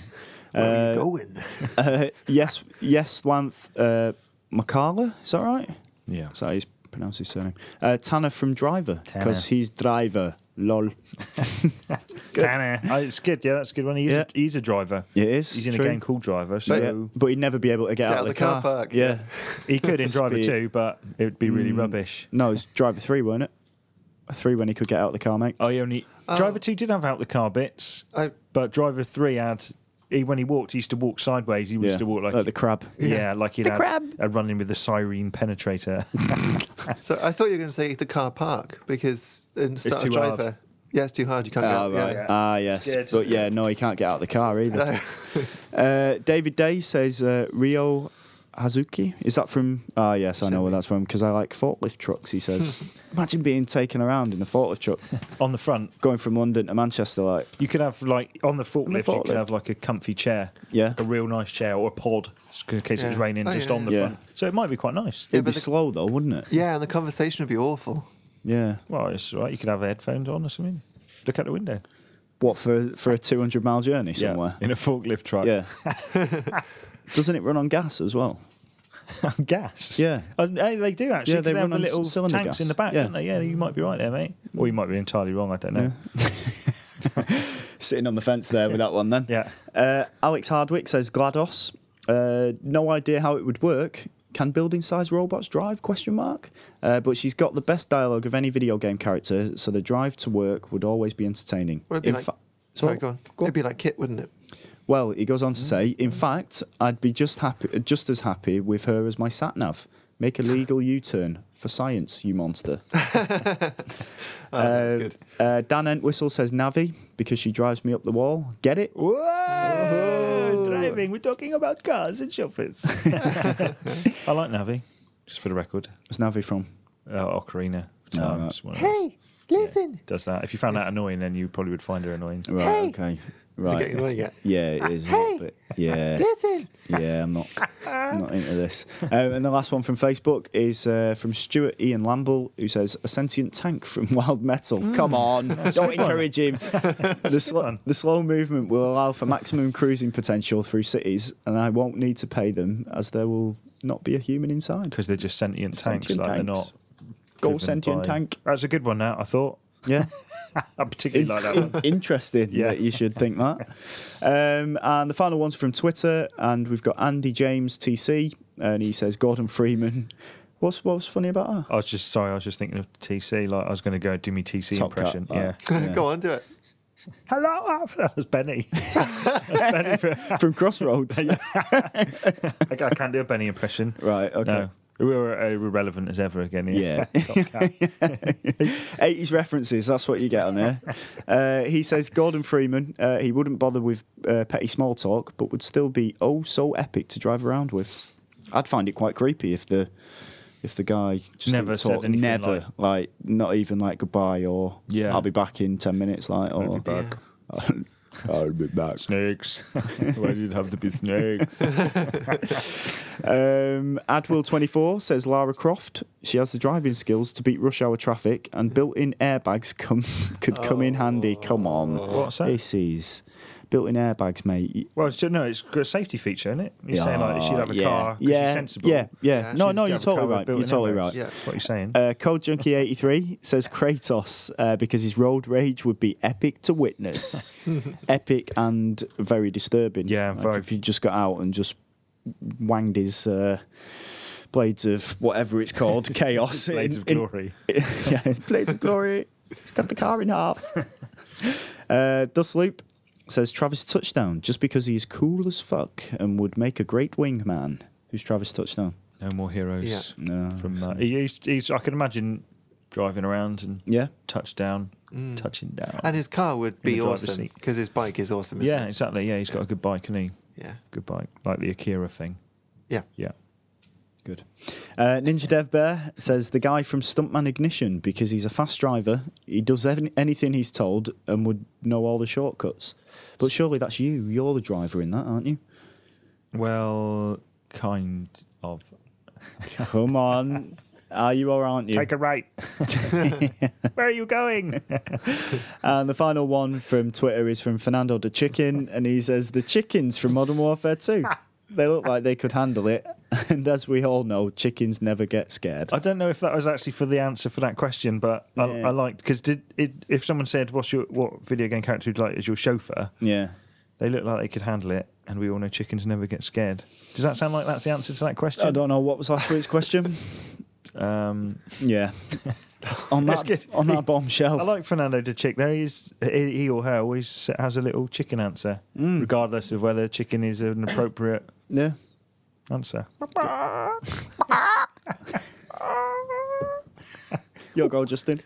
S3: Where are you going?
S1: *laughs* uh, yes, yes, Wanth uh, Makala, is that right?
S2: Yeah.
S1: Is that how you pronounce his surname? Uh, Tanner from Driver
S2: Tanner.
S1: because he's Driver, lol.
S2: Tanner. Oh, it's good. Yeah, that's a good one. He's,
S1: Yeah.
S2: a, he's a driver.
S1: It is,
S2: He's in
S1: true.
S2: a game called Driver, so
S1: Yeah, but he'd never be able to get, out, of the car,
S3: park,
S1: Yeah.
S2: he could
S1: *laughs*
S2: in
S1: Just
S2: Driver
S1: be- Mm.
S2: 2, but it would be really rubbish.
S1: No, it's driver three, weren't it? A three when he could get out of the car, mate.
S2: Oh, he only Driver 2 did have out the car bits,
S3: I-
S2: but Driver 3 had. He, when he walked, he used to walk sideways. He used to walk like,
S1: the crab.
S2: yeah, like he'd
S1: The
S2: had
S1: crab.
S2: a running with the sirene penetrator. *laughs*
S3: So I thought you were going to say the car park because in Star
S2: too
S3: Driver,
S2: hard.
S3: yeah, it's too hard. You can't
S1: Ah,
S3: get out.
S1: right.
S3: Yeah, yeah.
S1: Ah, yes.
S2: Scared.
S1: But yeah, no, he can't get out of the car either. *laughs* uh, David Day says uh, Rio Hazuki. Is that from? Ah, yes, I know where that's from because I like forklift trucks. He
S3: *laughs*
S1: says, imagine being taken around in a forklift truck
S2: on the front,
S1: going from London to Manchester. Like,
S2: you could have like on the forklift, you
S1: forklift.
S2: could have like a comfy chair,
S1: Yeah.
S2: like a real nice chair or a pod, just in case it was
S3: Yeah.
S2: raining,
S3: Oh,
S2: just
S3: yeah,
S2: on the
S1: yeah.
S2: front. So it might be quite nice.
S1: it'd be
S3: but the-
S1: slow though, wouldn't it?
S3: and the conversation would be awful.
S1: Yeah.
S2: Well, it's all right. You could have headphones on or something. Look out the window.
S1: What for? For a two hundred mile journey somewhere.
S2: in a forklift truck.
S3: *laughs*
S1: Yeah. Doesn't it run on gas as well?
S2: *laughs* gas.
S1: Yeah.
S2: Uh, hey, they do actually.
S1: Yeah,
S2: 'cause
S1: they
S2: they have
S1: run
S2: the
S1: on
S2: little
S1: c- cylinder
S2: tanks
S1: gas.
S2: in the back,
S1: Yeah.
S2: don't they? Yeah, you might be right there, mate. Or you might be entirely wrong. I don't know.
S1: Sitting on the fence there with that one then.
S2: Yeah.
S1: Uh, Alex Hardwick says GLaDOS. Uh, no idea how it would work. Can building size robots drive? Question mark. Uh, but she's got the best dialogue of any video game character, so the drive to work would always be entertaining.
S3: Well, it'd be
S1: In
S3: like-
S1: fa-
S3: Sorry,
S1: So-
S3: go on. It'd be like Kit, wouldn't it? *laughs*
S1: Well, he goes on to say, in fact, I'd be just happy, just as happy with her as my sat nav. Make a
S3: *laughs*
S1: legal U-turn for science, you monster.
S3: that's Oh, good.
S1: Uh, Dan Entwistle says Navi because she drives me up the wall. Get it?
S2: Whoa! Driving. We're talking about cars
S1: *laughs*
S2: and chauffeurs. I like Navi, just for the record.
S1: Where's Navi from?
S2: Uh, Ocarina. of Time,
S1: Oh, right.
S2: it's one of those-
S3: listen.
S2: Does that. If you found that annoying, then you probably would find her annoying.
S1: Right.
S3: Hey.
S1: Okay.
S3: Is it
S1: Right.
S3: getting annoying yet?
S1: Yeah, it is. a little bit.
S2: *laughs*
S1: Yeah.
S3: Listen.
S1: Yeah, I'm not not into this. Um, and the last one from Facebook is uh, from Stuart Ian Lamble, who says a sentient tank from *laughs* Wild Metal.
S2: Hmm.
S1: Come on, don't encourage
S2: *laughs*
S1: him. the, sl-
S2: one.
S1: the slow movement will allow for maximum cruising potential through cities, and I won't need to pay them as there will not be a human inside.
S2: Because they're just sentient tanks.
S1: Sentient
S2: like they're
S1: tanks.
S2: not.
S1: Go
S2: driven
S1: sentient
S2: by-
S1: tank.
S2: That's a good one. Now I thought.
S1: Yeah. *laughs*
S2: I particularly like that one.
S1: Interesting
S2: Yeah.
S1: that you should think that. Um, and the final one's from Twitter, and we've got Andy James TC, and he says Gordon Freeman. What's what's funny about that?
S2: I was just sorry. I was just thinking of TC. Like I was going to go do me TC
S1: Top Cut,
S2: impression.
S1: like.
S2: yeah.
S3: go on, do it.
S2: Hello, *laughs* that
S1: *laughs*
S2: was Benny. That's Benny.
S1: from
S2: *laughs*
S1: Crossroads.
S2: I ca- I can't do a Benny impression.
S1: Right, okay.
S2: No. We were uh, irrelevant as ever again.
S1: Yeah.
S2: Yeah. *laughs* Top cat.
S1: *laughs* 80s references, that's what you get on here. Uh, he says Gordon Freeman, uh, he wouldn't bother with uh, petty small talk, but would still be oh so epic to drive around with. I'd find it quite creepy if the if the guy just
S2: Never
S1: didn't
S2: said
S1: talk,
S2: anything
S1: never like, not even like goodbye or
S2: Yeah.
S1: I'll be back in ten minutes like or I'll be
S3: back.
S1: *laughs* I'll be back. *laughs*
S2: snakes. *laughs* Why did it have to be snakes?
S1: Um, Adwill24 says Lara Croft. She has the driving skills to beat rush hour traffic, and built-in airbags come *laughs* could come in handy. Come on,
S2: What's that?
S1: This is built-in airbags, mate.
S2: *laughs* well, it's, no, it's got a safety feature, isn't it? You're saying like she'd have a
S1: yeah,
S2: car 'cause
S1: yeah,
S2: she's sensible.
S1: Yeah, yeah.
S3: Yeah,
S1: no,
S3: she'd
S1: no,
S2: She'd
S1: you're
S2: have a car
S1: totally
S2: with
S1: right. You're
S2: built-in
S1: totally
S2: airbags.
S1: right.
S3: Yeah.
S2: That's What are you saying?
S1: Uh, Code Junkie 83 says Kratos uh, because his road rage would be epic to witness. epic and very disturbing.
S2: Yeah,
S1: Like
S2: very-
S1: If you just got out and just wanged his uh, blades of whatever it's
S2: *laughs*
S1: called, chaos.
S2: Blades
S1: in-
S2: of
S1: in-
S2: glory.
S1: *laughs* yeah, Blades of Glory. It's got the car in
S2: *laughs*
S1: half. Uh, Dust Loop says Travis Touchdown just because he is cool as fuck and would make a great wingman. Who's Travis Touchdown?
S2: no more heroes.
S3: Yeah.
S1: No,
S2: From that. He- he's, he's, I can imagine driving around and
S1: Yeah.
S2: touchdown, touching down.
S3: And his car would
S2: the
S3: be
S2: driver's
S3: awesome
S2: seat.
S3: because his bike is awesome. Isn't
S2: yeah, exactly. Yeah, he's got a good bike, and he
S3: It? Yeah.
S2: good bike, like the Akira thing.
S3: Yeah.
S2: Yeah.
S1: Good. Uh, Ninja Dev Bear says the guy from Stuntman Ignition because he's a fast driver. He does ev- anything he's told and would know all the shortcuts. But surely that's you. You're the driver in that, aren't you?
S2: Well, kind of.
S1: Come on. Are you or aren't you?
S2: Take
S1: *laughs*
S2: a right. Where are you going?
S1: And the final one from Twitter is from Fernando the Chicken, and he says the chickens from Modern Warfare 2. They look like they could handle it *laughs* and as we all know, chickens never get
S2: *laughs*
S1: scared.
S2: I don't know if that was actually for the answer for that question, but I,
S1: Yeah.
S2: I liked because did it, if someone said what's your what video game character you'd like as your chauffeur,
S1: yeah.
S2: they look like they could handle it, and we all know chickens never get scared. Does that sound like that's the answer to that question?
S1: I don't know what was last week's question.
S2: Um, *laughs*
S1: yeah. on
S2: That's
S1: that
S2: good.
S1: on
S2: *laughs*
S1: that
S2: I
S1: bombshell.
S2: like Fernando de Chick though. He's he he or her always has a little chicken answer,
S1: Mm.
S2: regardless of whether chicken is an appropriate
S1: yeah. *coughs*
S2: answer.
S1: Your goal, Justin.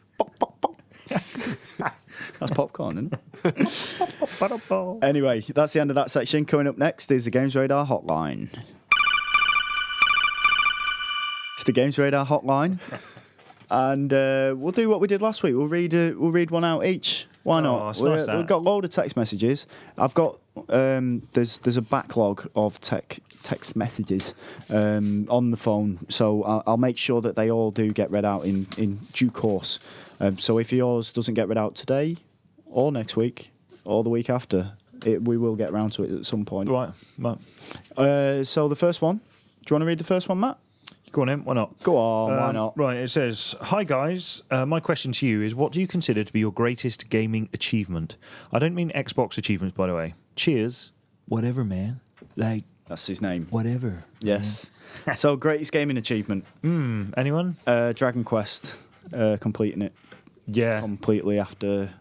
S1: *laughs* That's popcorn, isn't it?
S2: *laughs*
S1: Anyway, that's the end of that section. Coming up next is the Games Radar Hotline. It's the Games Radar Hotline, and uh, we'll do what we did last week. We'll read uh, we'll read one out each. Why
S2: Oh,
S1: not? uh,
S2: it's nice,
S1: We're-
S2: that.
S1: we've got a load of text messages. I've got um, there's there's a backlog of tech text messages um, on the phone, so I'll, I'll make sure that they all do get read out in in due course. Um, so if yours doesn't get read out today, or next week, or the week after, it, we will get round to it at some point.
S2: Right, right.
S1: Uh, so the first one, do you want to read the first one, Matt?
S2: Go on in. Why not?
S1: Go on, why
S2: Um,
S1: not?
S2: Right, it says, Hi guys, uh, my question to you is what do you consider to be your greatest gaming achievement? I don't mean Xbox achievements, by the way. Cheers. Whatever, man. Like,
S1: That's his name.
S2: whatever. *laughs*
S1: Yes. so greatest gaming achievement,
S2: Anyone?
S1: uh, Dragon Quest, uh, completing it *laughs*
S2: Yeah.
S1: completely after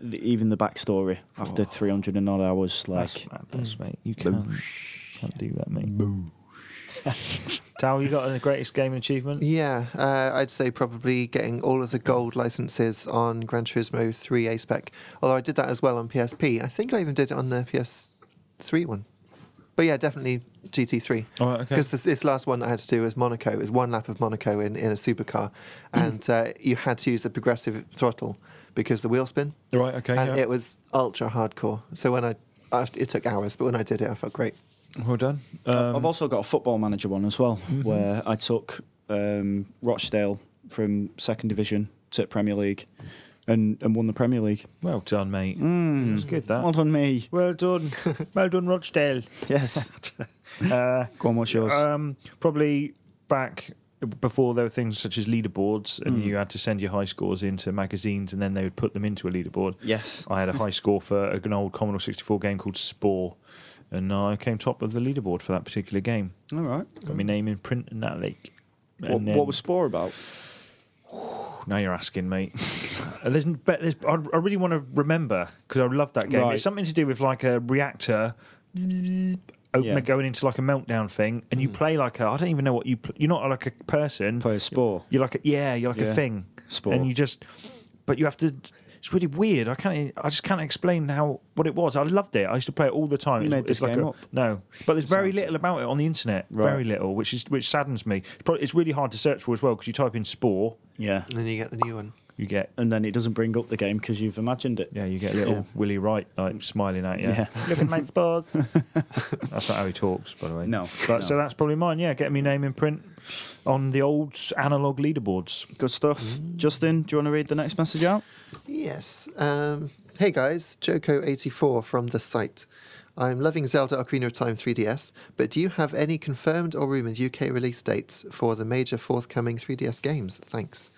S1: the, even the backstory after
S2: Oh.
S1: 300 and odd hours. Like,
S2: That's madness, mate. You can't, can't do that, mate. Tal, you got the greatest gaming achievement?
S3: Yeah, uh, I'd say probably getting all of the gold licenses on Gran Turismo 3 A spec. Although I did that as well on PSP. I think I even did it on the PS3 one. But yeah, definitely GT3.
S2: All right, okay.
S3: Because this, this last one I had to do was Monaco. It was one lap of Monaco in, in
S2: *clears throat*
S3: a supercar. And uh, you had to use the progressive throttle because the wheel spin.
S2: Right, okay.
S1: Uh,
S3: And it was ultra hardcore. So when I, I, it took hours, but when I did it, I felt great.
S2: Well done. Um, Mhm.
S1: I've also got a football manager one as well, where I took um, Rochdale from second division to Premier League and, and won the Premier League.
S2: well done, mate. It was good, that.
S1: Mm. Well done, me. *laughs*
S2: Well done. well done, Rochdale. *laughs*
S1: Yes.
S2: Uh,
S1: Go on, what's yours?
S2: Um, probably back before there were things such as leaderboards,
S1: Hmm.
S2: and you had to send your high scores into magazines, and then they would put them into a leaderboard.
S1: yes.
S2: I had a high score for an old Commodore 64 game called Spore, and I came top of the leaderboard for that particular game.
S1: All right.
S2: Got my name in print in that league.
S1: Hmm. What,
S2: And then-
S1: what was Spore about?
S2: now you're asking, mate. Uh, *laughs* there's, but there's, I, I really want to remember because I love that game.
S1: Right.
S2: It's something to do with like a reactor bzz, bzz, bzz, open,
S1: Yeah. Hmm.
S2: going into like a meltdown thing, and you play like a. I don't even know what you. Pl- you're not like a person.
S1: Play a Spore.
S2: You're like a yeah. You're like
S1: Yeah.
S2: a thing.
S1: Spore.
S2: And you just, but you have to. It's really weird. I can't. I just can't explain how what it was. I loved it. I used to play it all the time.
S1: You
S2: it's,
S1: made this
S2: it's like
S1: game
S2: a,
S1: up?
S2: No, but there's very
S1: sounds-
S2: little about it on the internet.
S1: Right.
S2: Very little, which is which saddens me. It's, probably, it's really hard to search for as well because you type in spore,
S1: Yeah.
S3: And then you get the new one.
S2: you get
S1: And then it doesn't bring up the game because you've imagined it.
S2: Yeah, you get little Willie Wright like smiling at you. *laughs*
S1: Yeah.
S2: Look at my spars. that's not how he talks, by the way.
S1: No,
S2: But,
S1: no.
S2: So that's probably mine. Yeah, getting my name in print on the old analog leaderboards.
S1: Good stuff.
S2: Mm.
S1: Justin, do you want to read the next message out?
S3: Yes. Um, hey guys, Joko84 from the site. I'm loving Zelda Ocarina of Time 3DS, but do you have any confirmed or rumored UK release dates for the major forthcoming 3DS games? Thanks.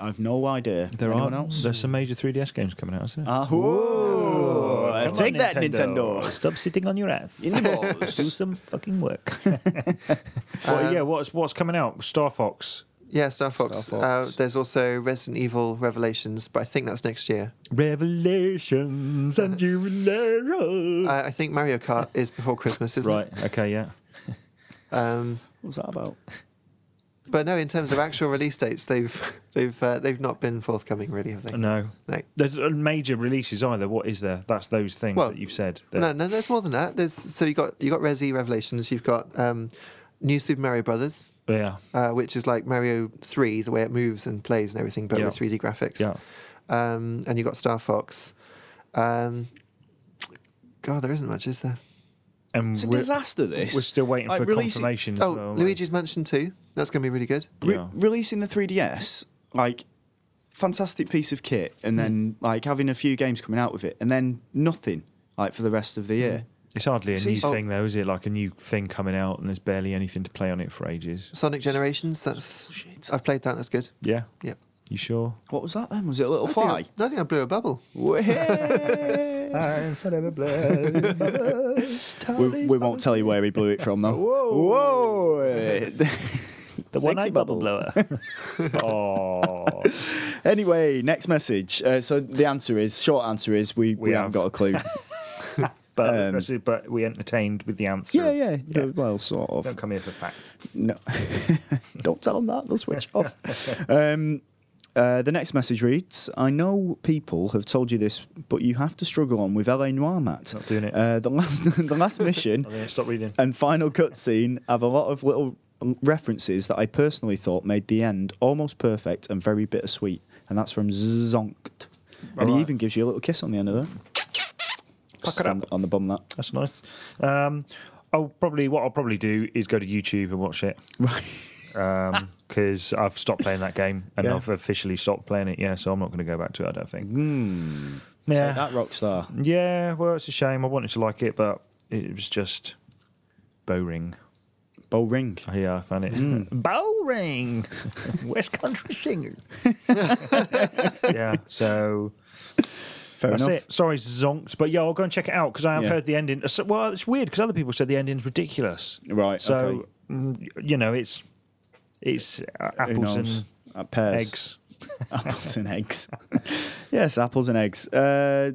S1: I've no idea.
S2: There
S1: Anyone
S2: are
S1: else?
S2: there's some major 3DS games coming out, isn't there?
S1: Ah, whoa.
S2: Come on,
S1: Take that, Nintendo.
S2: Stop sitting on your ass. Do
S1: Animals.
S2: some
S1: *laughs*
S2: fucking work. *laughs* well, yeah, what's what's coming out? Star Fox.
S3: Yeah, Star Fox.
S1: Star
S3: Uh,
S1: Fox.
S3: there's also Resident Evil Revelations, but I think that's next year.
S2: Revelations
S1: *laughs*
S2: and
S1: Hmm.
S2: Jubilees.
S3: I, I think Mario Kart is before Christmas, isn't
S2: Right. Okay. Yeah.
S3: it? Um,
S1: What's that about?
S3: but no, in terms of actual release dates, they've *laughs* they've uh, they've not been forthcoming, really, have they?
S2: No.
S3: No.
S2: There's uh, major releases either. What is there? That's those things
S3: Well,
S2: that you've said. that-
S3: No, no, there's more than that. There's so you got you got Resi Revelations, you've got um, New Super Mario Brothers,
S2: Yeah.
S3: uh, which is like Mario Three, the way it moves and plays and everything, but
S2: Yeah.
S3: with 3D graphics.
S2: Yeah.
S3: Um, and you got Star Fox. Um, God, there isn't much, is there?
S2: And
S1: *laughs* It's a
S2: we're,
S1: disaster, this.
S2: we're still waiting
S1: Like,
S2: for
S1: releasing-
S2: confirmation. as
S3: Oh,
S2: well, like-
S3: Luigi's Mansion Two. That's going to be really good.
S1: Re-
S2: Yeah.
S1: releasing the 3DS, like, fantastic piece of
S2: Mm.
S1: kit, and then, like, having a few games coming out with it, and then nothing, like, for the rest of the year.
S2: It's hardly a
S1: See,
S2: new
S1: so-
S2: thing, though, is it? Like a new thing coming out, and there's barely anything to play on it for ages.
S3: Sonic Generations. That's
S1: Shit.
S3: I've played that. That's good.
S2: Yeah.
S3: Yep.
S2: You sure?
S1: What was that then? Was it a little
S3: I think I-
S1: fly?
S3: I think I blew a bubble.
S1: Way-
S2: *laughs*
S1: we, we won't tell you where he blew it from though. Whoa! Whoa! *laughs*
S2: The one eyed bubble blower.
S1: *laughs*
S2: oh.
S1: Anyway, next message. Uh, so the answer is short answer is we, we,
S2: We
S1: haven't
S2: have.
S1: got a
S2: *laughs*
S1: clue.
S2: But,
S1: Um,
S2: that's it, but we entertained with the answer.
S1: yeah, yeah,
S2: Yeah.
S1: Well, sort of.
S2: Don't come here for fact.
S1: No, *laughs* don't tell them that. They'll switch
S2: *laughs*
S1: off. Um, uh, the next message reads: I know people have told you this, but you have to struggle on with La Noir, Matt.
S2: Not doing it.
S1: Uh, the last, *laughs* the last mission
S2: I'm going to stop reading.
S1: and final cutscene have a lot of little references that I personally thought made the end almost perfect and very bittersweet. And that's from Zonked. And he
S2: Alright.
S1: even gives you a little kiss on the end of that.
S2: Pucker
S1: on, on the bum that.
S2: That's nice. Um, I'll probably what I'll probably do is go to YouTube and watch it
S1: *laughs* Right.
S2: because I've stopped playing that game and
S1: Yeah.
S2: I've officially stopped playing it. Yeah, so I'm not going to go back to it. I don't think.
S1: Take
S2: Yeah,
S1: Hmm. that rock star.
S2: yeah. Well, it's a shame. I wanted to like it, but it was just boring.
S1: Bow ring.
S2: Yeah, I found it
S1: Hmm.
S2: *laughs* boring. *laughs* West Country
S1: *laughs*
S2: singer. *laughs* yeah. So
S1: Fair
S2: That's
S1: enough.
S2: it. Sorry, zonked. But yeah, I'll go and check it out because I have
S1: Yeah.
S2: heard the ending. so- Well, it's weird because other people said the ending's ridiculous.
S1: Right,
S2: So
S1: okay.
S2: mm, you know, it's it's uh,
S1: Who
S2: apples
S1: knows?
S2: and
S1: Uh, pears.
S2: eggs.
S1: apples and eggs. *laughs* yes, apples and eggs. Uh,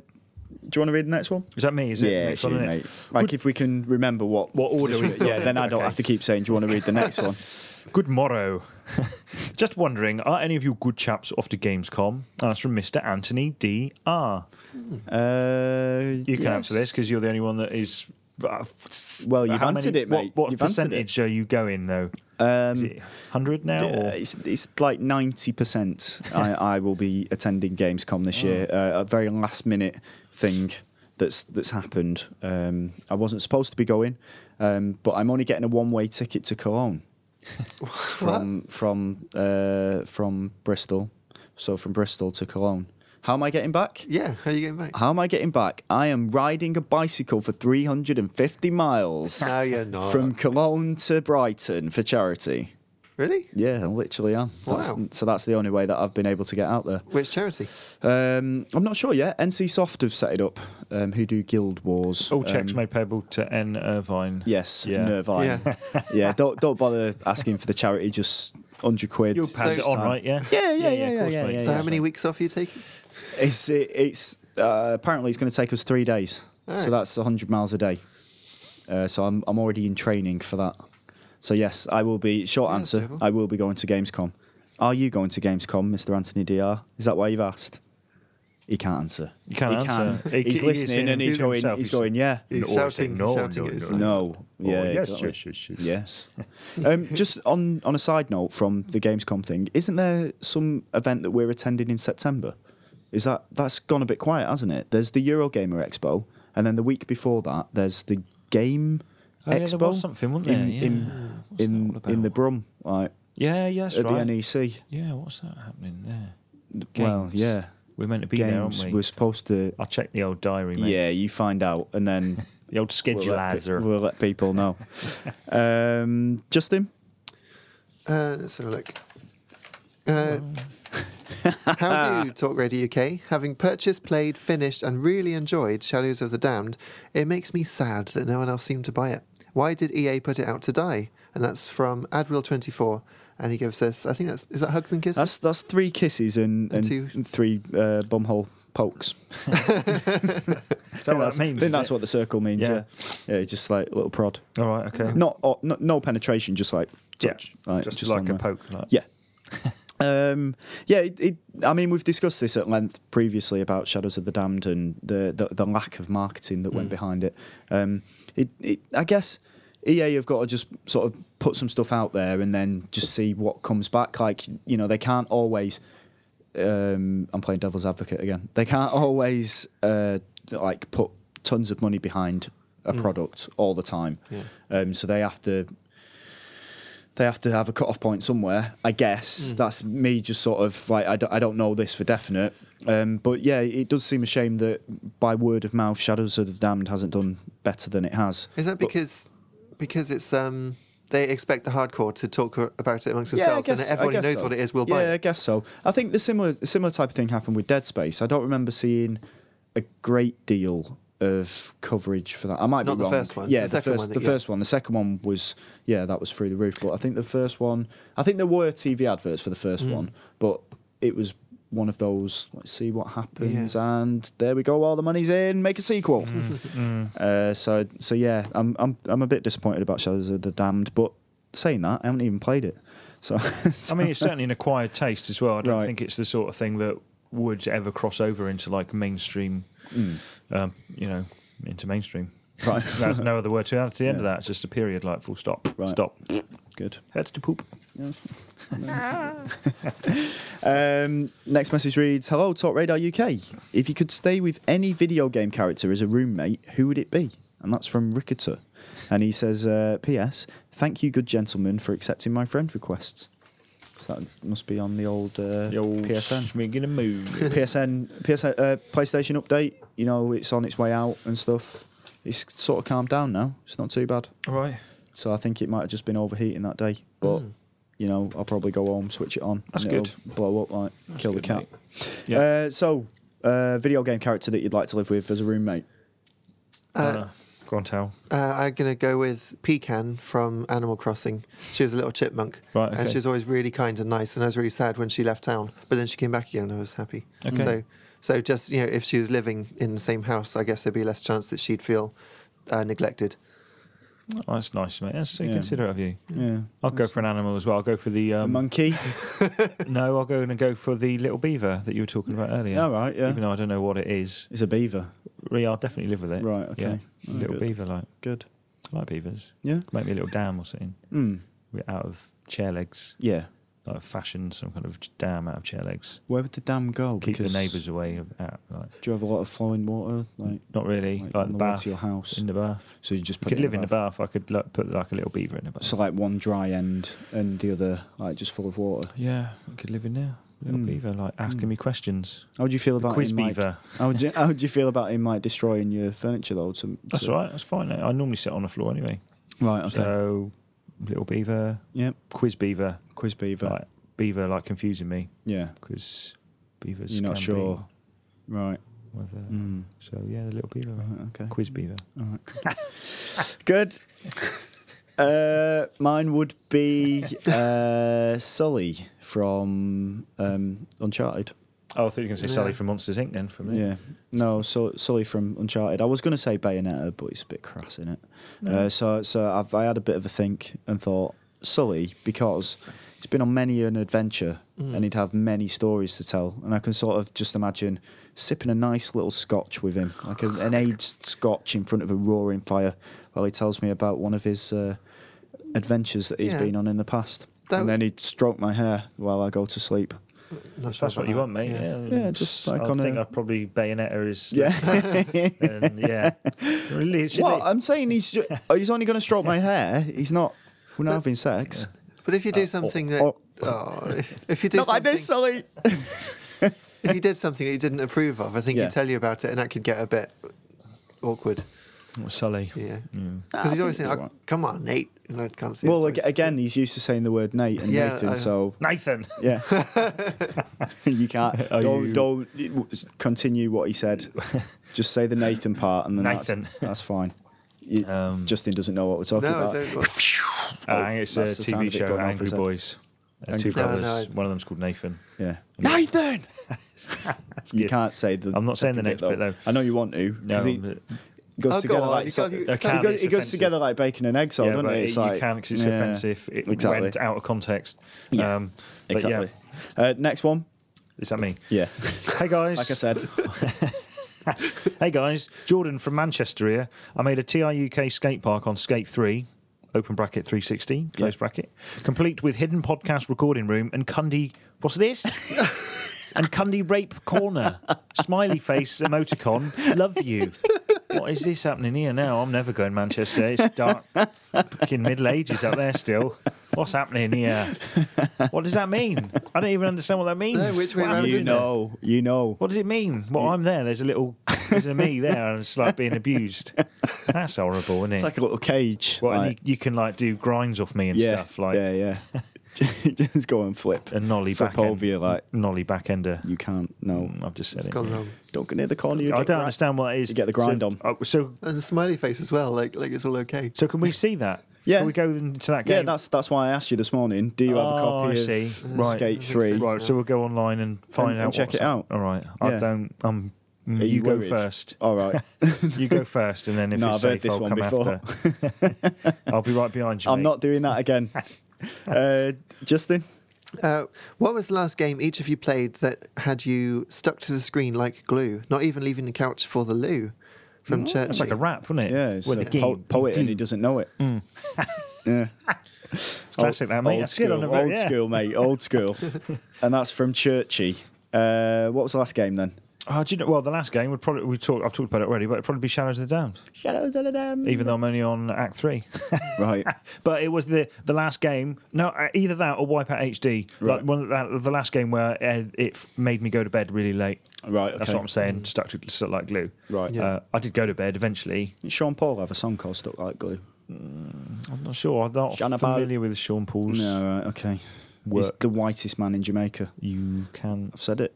S1: do you want to read the next one?
S2: Is that me? Is it?
S1: yeah,
S2: Next
S1: shoot,
S2: one, innit?
S1: mate. Like if we can remember what
S2: What order we-
S1: position- *laughs* yeah, then I don't
S2: Okay.
S1: have to keep saying. Do you want to read the next
S2: *laughs*
S1: one?
S2: Good morrow. *laughs* Just wondering, are any of you good chaps off to Gamescom? And that's from Mr. Anthony D R.
S1: Uh,
S2: You can
S1: yes.
S2: answer this because you're the only one that is. uh,
S1: Well, you've
S2: How
S1: answered it, mate.
S2: What, what
S1: You've answered it.
S2: percentage are you going though? is
S1: Um,
S2: it 100 now?
S1: uh,
S2: or?
S1: it's, it's like 90%
S3: *laughs*
S1: I, I will be attending Gamescom this year.
S3: Oh.
S1: Uh, a very last minute thing that's that's happened. Um, I wasn't supposed to be going, um, but I'm only getting a one way ticket to
S3: *laughs*
S1: Cologne from from uh, from Bristol. So from Bristol to Cologne. How am I getting back?
S3: Yeah. How are you getting back?
S1: How am I getting back? I am riding a bicycle for 350 miles.
S3: No, you're not.
S1: From Cologne to Brighton for charity.
S3: Really?
S1: Yeah, I literally am. That's,
S3: Wow.
S1: So that's the only way that I've been able to get out there.
S3: Which charity?
S1: Um, I'm not sure yet. NC Soft have set it up, um, who do Guild Wars.
S2: All checks
S1: um,
S2: made payable to N Irvine.
S1: Yes,
S2: Oh, Yeah.
S1: Nervine. *laughs* Yeah. don't don't bother asking for the charity. Just hundred quid.
S2: You'll pass
S3: So-
S2: it on, right? Yeah.
S1: Yeah, yeah, yeah,
S2: of
S1: yeah,
S2: course,
S1: yeah,
S2: mate.
S1: yeah,
S3: So
S1: yeah.
S3: how many weeks off are you taking?
S1: It's it, it's uh, apparently it's going to take us three days. So
S3: Alright.
S1: that's hundred miles a day. Uh, so I'm I'm already in training for that. So yes, I will be. Short
S3: that's
S1: answer:
S3: doable.
S1: I will be going to Gamescom. Are you going to Gamescom, Mr. Anthony Dr? Is that why you've asked? He can't answer.
S2: You can't answer. He-
S1: he's
S2: he- he's
S1: listening
S2: saying
S1: and he's
S2: to
S1: going.
S2: himself,
S1: he's
S2: he's-
S1: going. Yeah.
S3: He's
S2: Or say
S3: shouting- shouting at his-
S1: No. Yeah.
S2: Or yes,
S1: exactly.
S2: yes, yes, yes.
S1: Yes. *laughs* um, just on on a side note from the Gamescom thing, isn't there some event that we're attending in September? Is that that's gone a bit quiet, hasn't it? There's the Eurogamer Expo, and then the week before that, there's the Game
S2: Oh, yeah, there
S1: Expo.
S2: was something, wasn't there?
S1: In
S2: Yeah.
S1: in
S2: What's that
S1: in,
S2: all
S1: in the
S2: about?
S1: Brum, like
S2: Yeah, yeah, that's
S1: at
S2: right.
S1: the NEC.
S2: Yeah, what's that happening there?
S1: Well,
S2: Games.
S1: yeah.
S2: We're meant to be there,
S1: Games
S2: aren't we?
S1: we're supposed to.
S2: I'll check the old diary, mate.
S1: Yeah, you find out, and
S2: *laughs*
S1: then
S2: The old
S1: we'll, let, pe-
S2: schedulizer.
S1: we'll let people
S2: *laughs*
S1: know. um, Justin,
S3: Uh, let's have a look. Uh,
S1: *laughs*
S3: how do Talk Radio UK? Having purchased, played, finished, and really enjoyed Shadows of the Damned, it makes me sad that no one else seemed to buy it. Why did EA put it out to die? And that's from Adwil24, and he gives us, I think that's, is that Hugs and Kisses?
S1: That's that's three kisses and, and,
S3: two-
S1: three uh, bumhole pokes.
S2: Is that what
S1: *laughs*
S2: that
S1: I
S2: means?
S1: think
S2: is
S1: that's
S2: it?
S1: what the circle means. Yeah,
S2: Yeah.
S1: yeah, just like little prod.
S2: All right, okay.
S1: Not or, no, no penetration, just like
S2: Yeah,
S1: touch,
S2: just like
S1: on
S2: a
S1: the-
S2: poke, like-
S1: Yeah. *laughs* um, yeah, it, it, I mean, we've discussed this at length previously about Shadows of the Damned and the the, the lack of marketing that
S2: Mm.
S1: went behind it. Um, it, it. I guess EA have got to just sort of put some stuff out there and then just see what comes back. Like you know, they can't always. Um, I'm playing devil's advocate again. They can't always uh, like put tons of money behind a product all the time.
S3: Yeah.
S1: Um, so they have to they have to have a cut-off point somewhere. I guess that's me just sort of like I don't, I don't know this for definite. Um, but yeah, it does seem a shame that by word of mouth, Shadows of the Damned hasn't done better than it has.
S3: Is that because because it's um they expect the hardcore to talk a- about it amongst themselves and everybody knows what it is will
S1: yeah,
S3: buy
S1: I
S3: it.
S1: guess so. I think the similar similar type of thing happened with Dead Space. I don't remember seeing a great deal of coverage for that. I might
S3: Not
S1: be
S3: the
S1: wrong.
S3: first one,
S1: Yeah,
S3: the
S1: the,
S3: second
S1: first
S3: one that-
S1: the
S3: yeah.
S1: first one. The second one was yeah, that was through the roof. But I think the first one, I think there were TV adverts for the
S3: Hmm.
S1: first one, but it was one of those. Let's see what happens, and there we go. All the money's in. Make a sequel.
S3: Hmm.
S1: Uh, so so yeah, I'm I'm I'm a bit disappointed about Shadows of the Damned, but saying that, I haven't even played it. So, *laughs*
S2: I mean, it's certainly an acquired taste as well. I don't
S1: Right.
S2: think it's the sort of thing that would ever cross over into like mainstream, um, you know, into mainstream.
S1: Hmm.
S2: *laughs*
S1: Right.
S2: So There's no other word to add to the end of that. It's just a period, like full stop,
S1: Right.
S2: stop,
S1: good.
S2: heads to poop.
S1: Um, next message reads Hello, Talk Radar UK. If you could stay with any video game character as a roommate, who would it be? And that's from Ricketer. And he says, uh, P.S. Thank you, good gentlemen, for accepting my friend requests. So that must be on the old, uh, PSN.
S2: making a move.
S1: PSN, PSN uh, PlayStation update. You know, it's on its way out and stuff. It's sort of calmed down now. It's not too bad.
S2: *laughs* right.
S1: So I think it might have just been overheating that day. But you know, I'll probably go home, switch it on,
S2: That's
S1: and it'll
S2: good.
S1: blow up like kill the
S2: good,
S1: cat.
S2: Yeah.
S1: Uh, so, uh, video game character that you'd like to live with as a roommate.
S3: Uh,
S2: Go on, tell.
S3: uh, I'm gonna go with Pecan from Animal Crossing. She was a little chipmunk,
S2: Right,
S3: and
S2: okay.
S3: she was always really kind and nice. And I was really sad when she left town, but then she came back again, and I was happy.
S2: Okay.
S3: So, so just you know, if she was living in the same house, I guess there'd be less chance that she'd feel uh, neglected.
S2: Oh, that's nice, mate. That's so
S1: Yeah.
S2: considerate of you.
S1: Yeah,
S2: I'll go for an animal as well. I'll go for the
S1: a
S2: um,
S1: monkey.
S2: *laughs* no. I'll go and go for the little beaver that you were talking about earlier.
S1: All right, Oh, yeah.
S2: Even though I don't know what it is,
S1: It's a beaver.
S2: yeah, I'll definitely live with it.
S1: Right, okay.
S2: Yeah.
S1: Oh,
S2: little
S1: good.
S2: beaver, like
S1: Good.
S2: I like beavers.
S1: Yeah.
S2: Make me a little dam or something.
S1: Mm.
S2: We're out of chair legs.
S1: Yeah.
S2: Like fashion some kind of dam out of chair legs.
S1: Where would the dam go?
S2: Keep
S1: Because
S2: the neighbours away. of- Out, like,
S1: Do you have a lot of flowing water? Like,
S2: not really.
S1: like
S2: Like,
S1: on
S2: the
S1: the way
S2: bath.
S1: to your house.
S2: In the bath.
S1: so you just
S2: I
S1: put
S2: could
S1: it
S2: live in the bath. I could like, put like a little beaver in the bath.
S1: So like one dry end and the other like just full of water.
S2: yeah, I could live in there. Little
S1: Mm.
S2: beaver, like asking me questions.
S1: How would you feel
S2: Hmm. The
S1: about
S2: quiz
S1: him, like-
S2: beaver.
S1: how would you, *laughs* how would you feel about him like destroying your furniture though? To,
S2: That's
S1: to-
S2: all right. That's fine. eh? I I normally sit on the floor anyway.
S1: Right. Okay.
S2: So, little beaver,
S1: yep.
S2: quiz beaver,
S1: Quiz beaver.
S2: like beaver, like confusing me
S1: Yeah.
S2: because beavers.
S1: You're not
S2: can be
S1: sure. Right.
S2: Whether,
S1: Mm.
S2: So yeah, the little beaver,
S1: Right,
S2: right?
S1: okay.
S2: quiz beaver.
S1: All right. Good. *laughs* Uh, mine would be uh, Sully from um, Uncharted.
S2: Oh, I thought you were going to say Sally
S3: Yeah.
S2: from Monsters Inc. Then from there.
S1: Yeah. No, so, Sully from Uncharted. I was going to say Bayonetta, but it's a bit crass, is it? Uh, so so I've, I had a bit of a think and thought Sully because he's been on many an adventure
S3: Mm.
S1: and he'd have many stories to tell. And I can sort of just imagine sipping a nice little scotch with him, like a, an aged scotch in front of a roaring fire, while he tells me about one of his uh, adventures that he's
S3: Yeah.
S1: been on in the past.
S3: That
S1: and
S3: w-
S1: then he'd stroke my hair while I go to sleep.
S3: Not sure
S2: That's what
S3: about
S2: you
S3: that.
S2: want, mate.
S3: Yeah.
S2: Yeah,
S1: Yeah, just like
S2: I
S1: on
S2: think
S1: a-
S2: I'd probably bayonetta
S1: *laughs*
S2: is. *laughs*
S1: Yeah.
S2: and, yeah. Really, should
S1: what?
S2: they-
S1: I'm saying he's
S2: *laughs*
S1: ju- he's only going to stroke my hair. He's not. We're not having sex.
S3: But if you
S2: Uh,
S3: do something that,
S1: oh.
S3: *laughs* oh, if you do
S1: Not like
S3: something,
S1: this, Sully.
S3: if you did something that you didn't approve of, I think
S1: Yeah.
S3: he'd tell you about it, and that could get a bit awkward.
S2: Or Sully.
S3: Yeah,
S2: Mm.
S1: Nah,
S3: because
S1: Ah, I
S3: he's always
S1: think
S3: saying,
S1: you're
S3: oh, "Come on, Nate," and I can't see. his
S1: Well,
S3: voice.
S1: ag- again, he's used to saying the word Nate and
S3: Yeah,
S1: Nathan,
S3: I-
S1: so *laughs*
S2: Nathan.
S1: yeah,
S2: *laughs*
S1: you can't.
S2: Are
S1: Don't,
S2: you-
S1: don't continue what he
S2: *laughs*
S1: said. Just say the Nathan part, and then
S2: Nathan. *laughs*
S1: That's, that's fine. You-
S2: Um,
S1: Justin doesn't know what we're
S3: no,
S1: talking
S3: I
S1: about.
S3: don't. want-
S2: Uh, I think it's a
S1: that's the sound
S2: TV
S1: of it
S2: show,
S1: going on for
S2: Angry
S1: a sec.
S2: Boys. They're
S1: Angry
S2: two
S1: Boys.
S2: brothers.
S3: No, no.
S2: One of them's called Nathan.
S1: Yeah, Nathan. you
S2: good.
S1: can't say the.
S2: I'm not saying the
S1: second
S2: next bit, though.
S1: I know you want to.
S2: No,
S1: 'cause it
S2: but-
S1: goes
S3: Oh, go
S1: together
S3: on,
S1: like
S3: you
S1: so-
S3: can't- you-
S1: it
S2: can't,
S1: goes,
S2: it's
S1: it goes
S2: offensive.
S1: together like bacon and egg, so
S2: yeah,
S1: doesn't
S2: but
S1: it?
S2: it-
S1: It's
S2: you
S1: like-
S2: can because it's
S1: yeah.
S2: offensive. It
S1: Exactly.
S2: went out of context.
S1: Yeah.
S2: Um, but yeah,
S1: Exactly. Uh, next one.
S2: is that me?
S1: Yeah.
S2: Hey guys.
S1: Like I said.
S2: Hey guys, Jordan from Manchester here. I made a TIUK skate park on Skate 3, open bracket 360, close
S1: Yeah.
S2: bracket, complete with hidden podcast recording room and Cundy. What's this? and Cundy Rape Corner. Smiley face emoticon. Love you. What is this happening here now? I'm never going Manchester. It's dark. Fucking middle ages up there still. What's happening here? What does that mean? I don't even understand what that means.
S3: No, which way
S2: What
S3: round
S2: happens
S1: You
S2: in
S3: is
S2: there?
S1: know, you know.
S2: What does it mean? Well, I'm there. There's a little, there's a me there, and it's like being
S1: *laughs*
S2: abused. That's horrible, isn't it?
S1: It's like a little cage.
S2: well, and
S1: like-
S2: you, you can like do grinds off me and
S1: yeah,
S2: stuff, like
S1: yeah, *laughs* yeah. Just go and flip.
S2: a nolly
S1: flip
S2: back end-
S1: over you like
S2: nolly backender. Mm,
S1: you can't. No,
S2: I've just said
S3: It's
S2: it.
S3: gone wrong.
S1: don't get near the corner. You
S2: I
S1: get
S2: don't
S1: gra-
S2: understand what it is.
S1: you get the grind
S2: so,
S1: on.
S2: oh, so,
S3: And the smiley face as well, like like it's all okay.
S2: so can we see that?
S1: *laughs* Yeah.
S2: Can we go into that game?
S1: Yeah, that's that's why I asked you this morning. Do you have a
S2: Oh,
S1: copy
S2: I
S1: of
S2: see. Right.
S1: Skate
S3: That makes
S1: Three?
S3: sense.
S2: Right, so we'll go online and find
S1: And-
S2: out.
S1: and check
S2: what's
S1: it
S2: up.
S1: out.
S2: All right. I
S1: Yeah.
S2: don't. Um, mm,
S1: Are
S2: you, go
S1: worried? *laughs*
S2: first.
S1: All
S2: *laughs*
S1: right.
S2: You go first, and then if
S1: No,
S2: it's
S1: I've heard
S2: safe,
S1: this
S2: I'll
S1: one
S2: come
S1: before.
S2: after.
S1: *laughs*
S2: I'll be right behind you.
S1: I'm
S2: mate.
S1: not doing that
S2: *laughs*
S1: again. uh, Justin,
S3: Uh, what was the last game each of you played that had you stuck to the screen like glue, not even leaving the couch for the loo? From church.
S2: That's like a rap, wasn't it?
S1: yeah, it's
S2: With
S1: a
S2: a game.
S1: po- poet and he doesn't know it. yeah.
S2: It's classic, that mate.
S1: Old
S2: That's good
S1: school,
S2: on the vote,
S1: old
S2: yeah.
S1: school, mate, old
S2: *laughs*
S1: school. and that's from Churchy. Uh, what was the last game then?
S2: Oh, do you know, well, the last game would probably we talked. I've talked about it already, but it'd probably be Shadows of the Damned,
S1: Shadows of the Dam.
S2: even though I'm only on Act Three. *laughs*
S1: Right.
S2: but it was the the last game. No, uh, either that or Wipeout HD. Like
S1: Right.
S2: one of that, the last game where uh, it f- made me go to bed really late.
S1: Right, okay.
S2: That's what I'm saying. Stuck to stuck like glue.
S1: Right. Yeah.
S2: Uh, I did go to bed eventually.
S1: Didn't Sean Paul have a song called Stuck Like Glue?
S2: I'm not sure. I'm not
S1: Shannabal.
S2: familiar with Sean Paul's.
S1: No, right, okay. He's
S2: Work.
S1: the whitest man in Jamaica.
S2: You can.
S1: I've said it.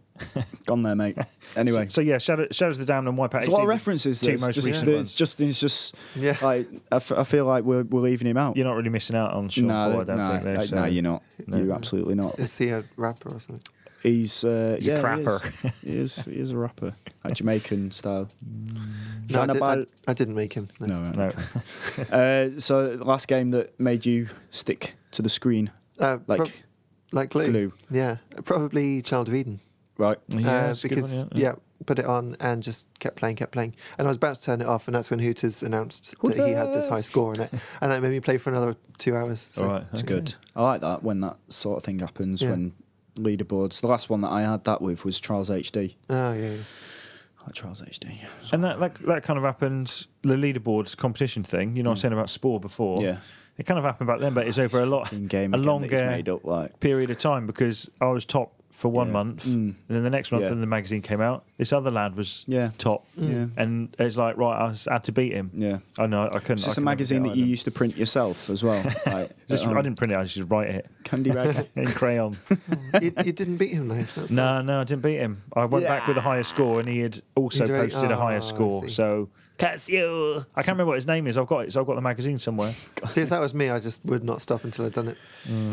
S1: Gone there,
S2: *laughs*
S1: mate. Anyway.
S2: So, so yeah, Shadow, Shadows of the Damned and Wipeout.
S1: There's
S2: HD,
S1: a lot
S2: the
S1: of references.
S2: Two
S1: There's
S2: most
S1: just,
S2: recent
S1: there's
S2: ones.
S1: just, it's just,
S3: Yeah.
S1: like, I, f- I feel like we're, we're leaving him out.
S2: You're not really missing out on Sean
S1: No,
S2: Paul. I
S1: no,
S2: don't think. There,
S1: no,
S2: so.
S1: you're not.
S2: No.
S1: You're absolutely
S2: *laughs*
S1: not.
S3: Is he a rapper or something?
S1: He's uh,
S2: He's a
S1: yeah, he is.
S2: crapper.
S1: He is, he is. a rapper, like Jamaican style.
S3: No, I, did,
S1: Janabal-
S3: not make him. No.
S1: No, right.
S2: No.
S1: Uh, so the last game that made you stick to the screen,
S3: Uh,
S1: like
S3: prob- like glue.
S1: glue.
S3: Yeah, probably Child of Eden.
S1: right?
S3: Uh,
S2: Oh, Yeah, it's a good
S3: because
S2: one,
S3: yeah, put it on and just kept playing, kept playing. And I was about to turn it off, and that's when Hooters announced that he had this high
S1: Hooters!
S3: score in it, and that made me play for another two hours. So.
S2: All right,
S1: It's
S2: okay.
S1: good. I like that when that sort of thing happens
S3: Yeah.
S1: when leaderboards. The last one that I had that with was Trials HD.
S3: Oh yeah. yeah.
S1: I like Trials HD.
S2: And that, that that kind of happened. The leaderboard competition thing. You know, I was saying about Spore before.
S1: Hmm. Yeah.
S2: it kind of happened back then, but it's over a lot,
S1: In game
S2: a
S1: again that he's
S2: longer
S1: made up like.
S2: period of time because I was top for one
S1: Yeah.
S2: month,
S1: Mm.
S2: and then the next month,
S1: Yeah.
S2: and the magazine came out. This other lad was
S1: Yeah.
S2: top,
S1: Yeah.
S2: and it's like right, I was- had to beat him.
S1: Yeah.
S2: I know I couldn't.
S1: Is this
S2: I
S1: a
S2: couldn't
S1: magazine
S2: get
S1: that you
S2: either.
S1: used to print yourself as
S2: *laughs*
S1: well? Like,
S2: Just,
S1: um,
S2: I didn't print it. I just write it
S1: Candy Rag. *laughs*
S2: in crayon.
S3: you, you didn't beat him though. That's
S2: no, no, I didn't beat him. I went back with a higher score, and he had also
S3: He'd already-
S2: posted a
S3: Oh, I
S2: higher score.
S3: see.
S2: So that's you. I can't remember what his name is. I've got it. So I've got the magazine somewhere.
S3: See, if that was me, I just would not stop until I'd done it.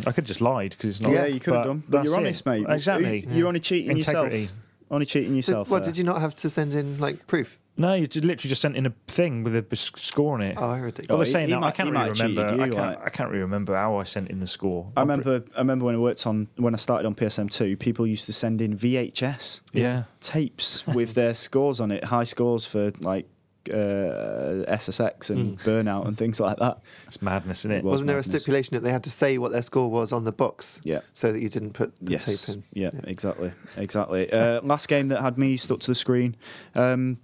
S2: I could just lied because it's not.
S1: yeah, you could have done. But
S2: that's
S1: you're
S2: it.
S1: honest, mate.
S2: Exactly.
S1: You- You're only cheating
S2: Integrity.
S1: yourself. Only cheating
S3: So,
S1: yourself.
S3: what
S1: there.
S3: did you not have to send in like proof?
S2: No, you just literally just sent in a thing with a b- s- score on it.
S3: Oh,
S2: Oh,
S3: ridiculous.
S1: Oh,
S2: Although
S1: he-
S2: saying
S1: he
S2: that, I
S1: might-
S2: can't
S1: he might
S2: really
S1: have
S2: remember.
S1: cheated
S2: I,
S1: you,
S2: can't,
S1: like-
S2: I can't really remember how I sent in the score.
S1: I remember. I remember when I worked on when I started on PSM2. People used to send in VHS
S2: Yeah.
S1: tapes with their scores on it, high scores for like uh, SSX and Burnout and things like that.
S2: It's madness, isn't it?
S1: It was.
S3: Wasn't there a
S1: madness.
S3: stipulation that they had to say what their score was on the box?
S1: Yeah.
S3: So that you didn't put the tape in.
S1: Yeah, exactly, exactly. Uh, last game that had me stuck to the screen. Um,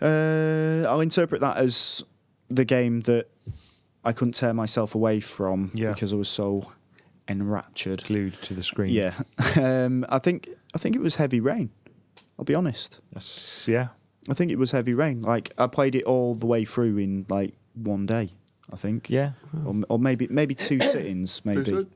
S1: uh, I'll interpret that as the game that I couldn't tear myself away from
S2: Yeah.
S1: because I was so enraptured.
S2: Glued to the screen.
S1: Yeah, *laughs*
S2: Mm.
S1: um, I think I think it was heavy rain. I'll be honest.
S2: That's- yeah.
S1: I think it was heavy rain. Like I played it all the way through in like one day. I think.
S2: Yeah.
S1: Or, or maybe maybe
S2: *coughs*
S1: two sittings. Maybe.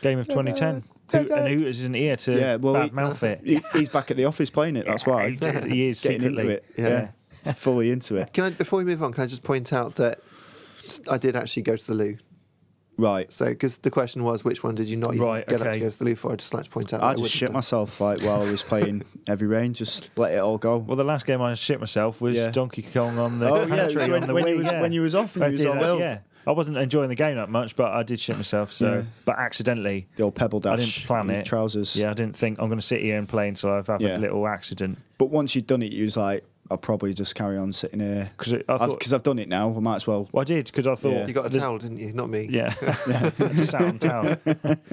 S2: Game of 2010.
S1: Yeah,
S2: Who, and who is an ear to
S1: Yeah, well,
S2: bad
S1: he- *laughs*
S2: mouth it?
S1: He, he's back at the office playing it. That's why.
S2: *laughs* He, did- he is
S1: getting
S2: secretly.
S1: into it. Yeah. He's fully into it.
S2: *laughs*
S3: Can I, before we move on, can I just point out that I did actually go to the loo.
S1: Right.
S3: So, because the question was, which one did you not even
S2: Right,
S3: get up to
S2: okay.
S3: go to the loo for? I just like to point out. that
S1: I just
S3: wouldn't
S1: shit
S3: have.
S1: myself like while I was playing Heavy Rain. Just let it all go.
S2: Well, the last game I shit myself was
S1: Yeah.
S2: Donkey Kong on the
S1: Oh, yeah, it
S2: country
S1: was
S2: on
S1: when-
S2: the
S1: when he
S2: Wii,
S1: was-
S2: yeah.
S1: when he was off and
S2: I
S1: he was
S2: did
S1: all
S2: that,
S1: well.
S2: Yeah, I wasn't enjoying the game that much, but I did shit myself. So,
S1: Yeah.
S2: but accidentally,
S1: The old pebble dash.
S2: I didn't plan
S1: in
S2: it.
S1: Trousers.
S2: Yeah, I didn't think I'm going to sit here and play until I've had
S1: Yeah.
S2: a little accident.
S1: But once you'd done it, you was like, I'll probably just carry on sitting here
S2: 'Cause it- I thought-
S1: because I've done it now. I might as well.
S2: Well, I did because I thought
S1: Yeah.
S3: You got a
S2: there's-
S3: towel, didn't you? Not me.
S2: *laughs* Yeah, *laughs* I just sat
S1: *laughs*
S2: on towel,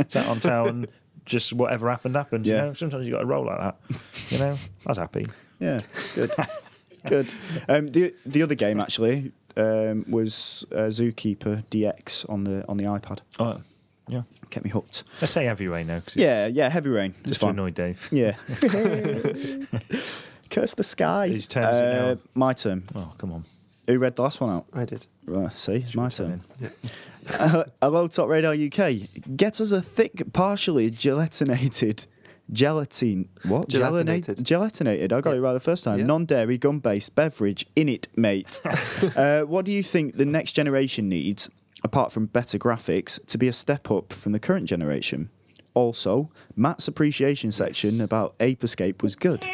S2: sat on towel, and just whatever happened happened.
S1: Yeah.
S2: You know, sometimes you got to roll like that. You know, I was happy.
S1: Yeah, good, good. Um, the the other game actually um, was uh, Zookeeper DX on the on the iPad.
S2: Oh, Yeah.
S1: Kept me hooked.
S2: Let's say heavy rain though. 'cause it's
S1: Yeah, yeah, heavy rain. It's
S2: Just to
S1: fine.
S2: annoy Dave. *laughs*
S1: Yeah. Curse the sky. Uh,
S2: Whose turn is it now?
S1: my turn.
S2: Oh, come on.
S1: Who read the last one out?
S3: I did.
S1: Right, see, it's my
S2: turn
S1: turn. Uh, hello, Top Radar UK. Get us a thick, partially gelatinated, gelatine. What? Gelatinated.
S3: Gelatinated.
S1: Gelatinated. I got it right the first time.
S3: Yeah.
S1: Non dairy, gum based beverage in it,
S3: *laughs*
S1: mate. uh, what do you think the next generation needs, apart from better graphics, to be a step up from the current generation? Also, Matt's appreciation section about Ape Escape was good.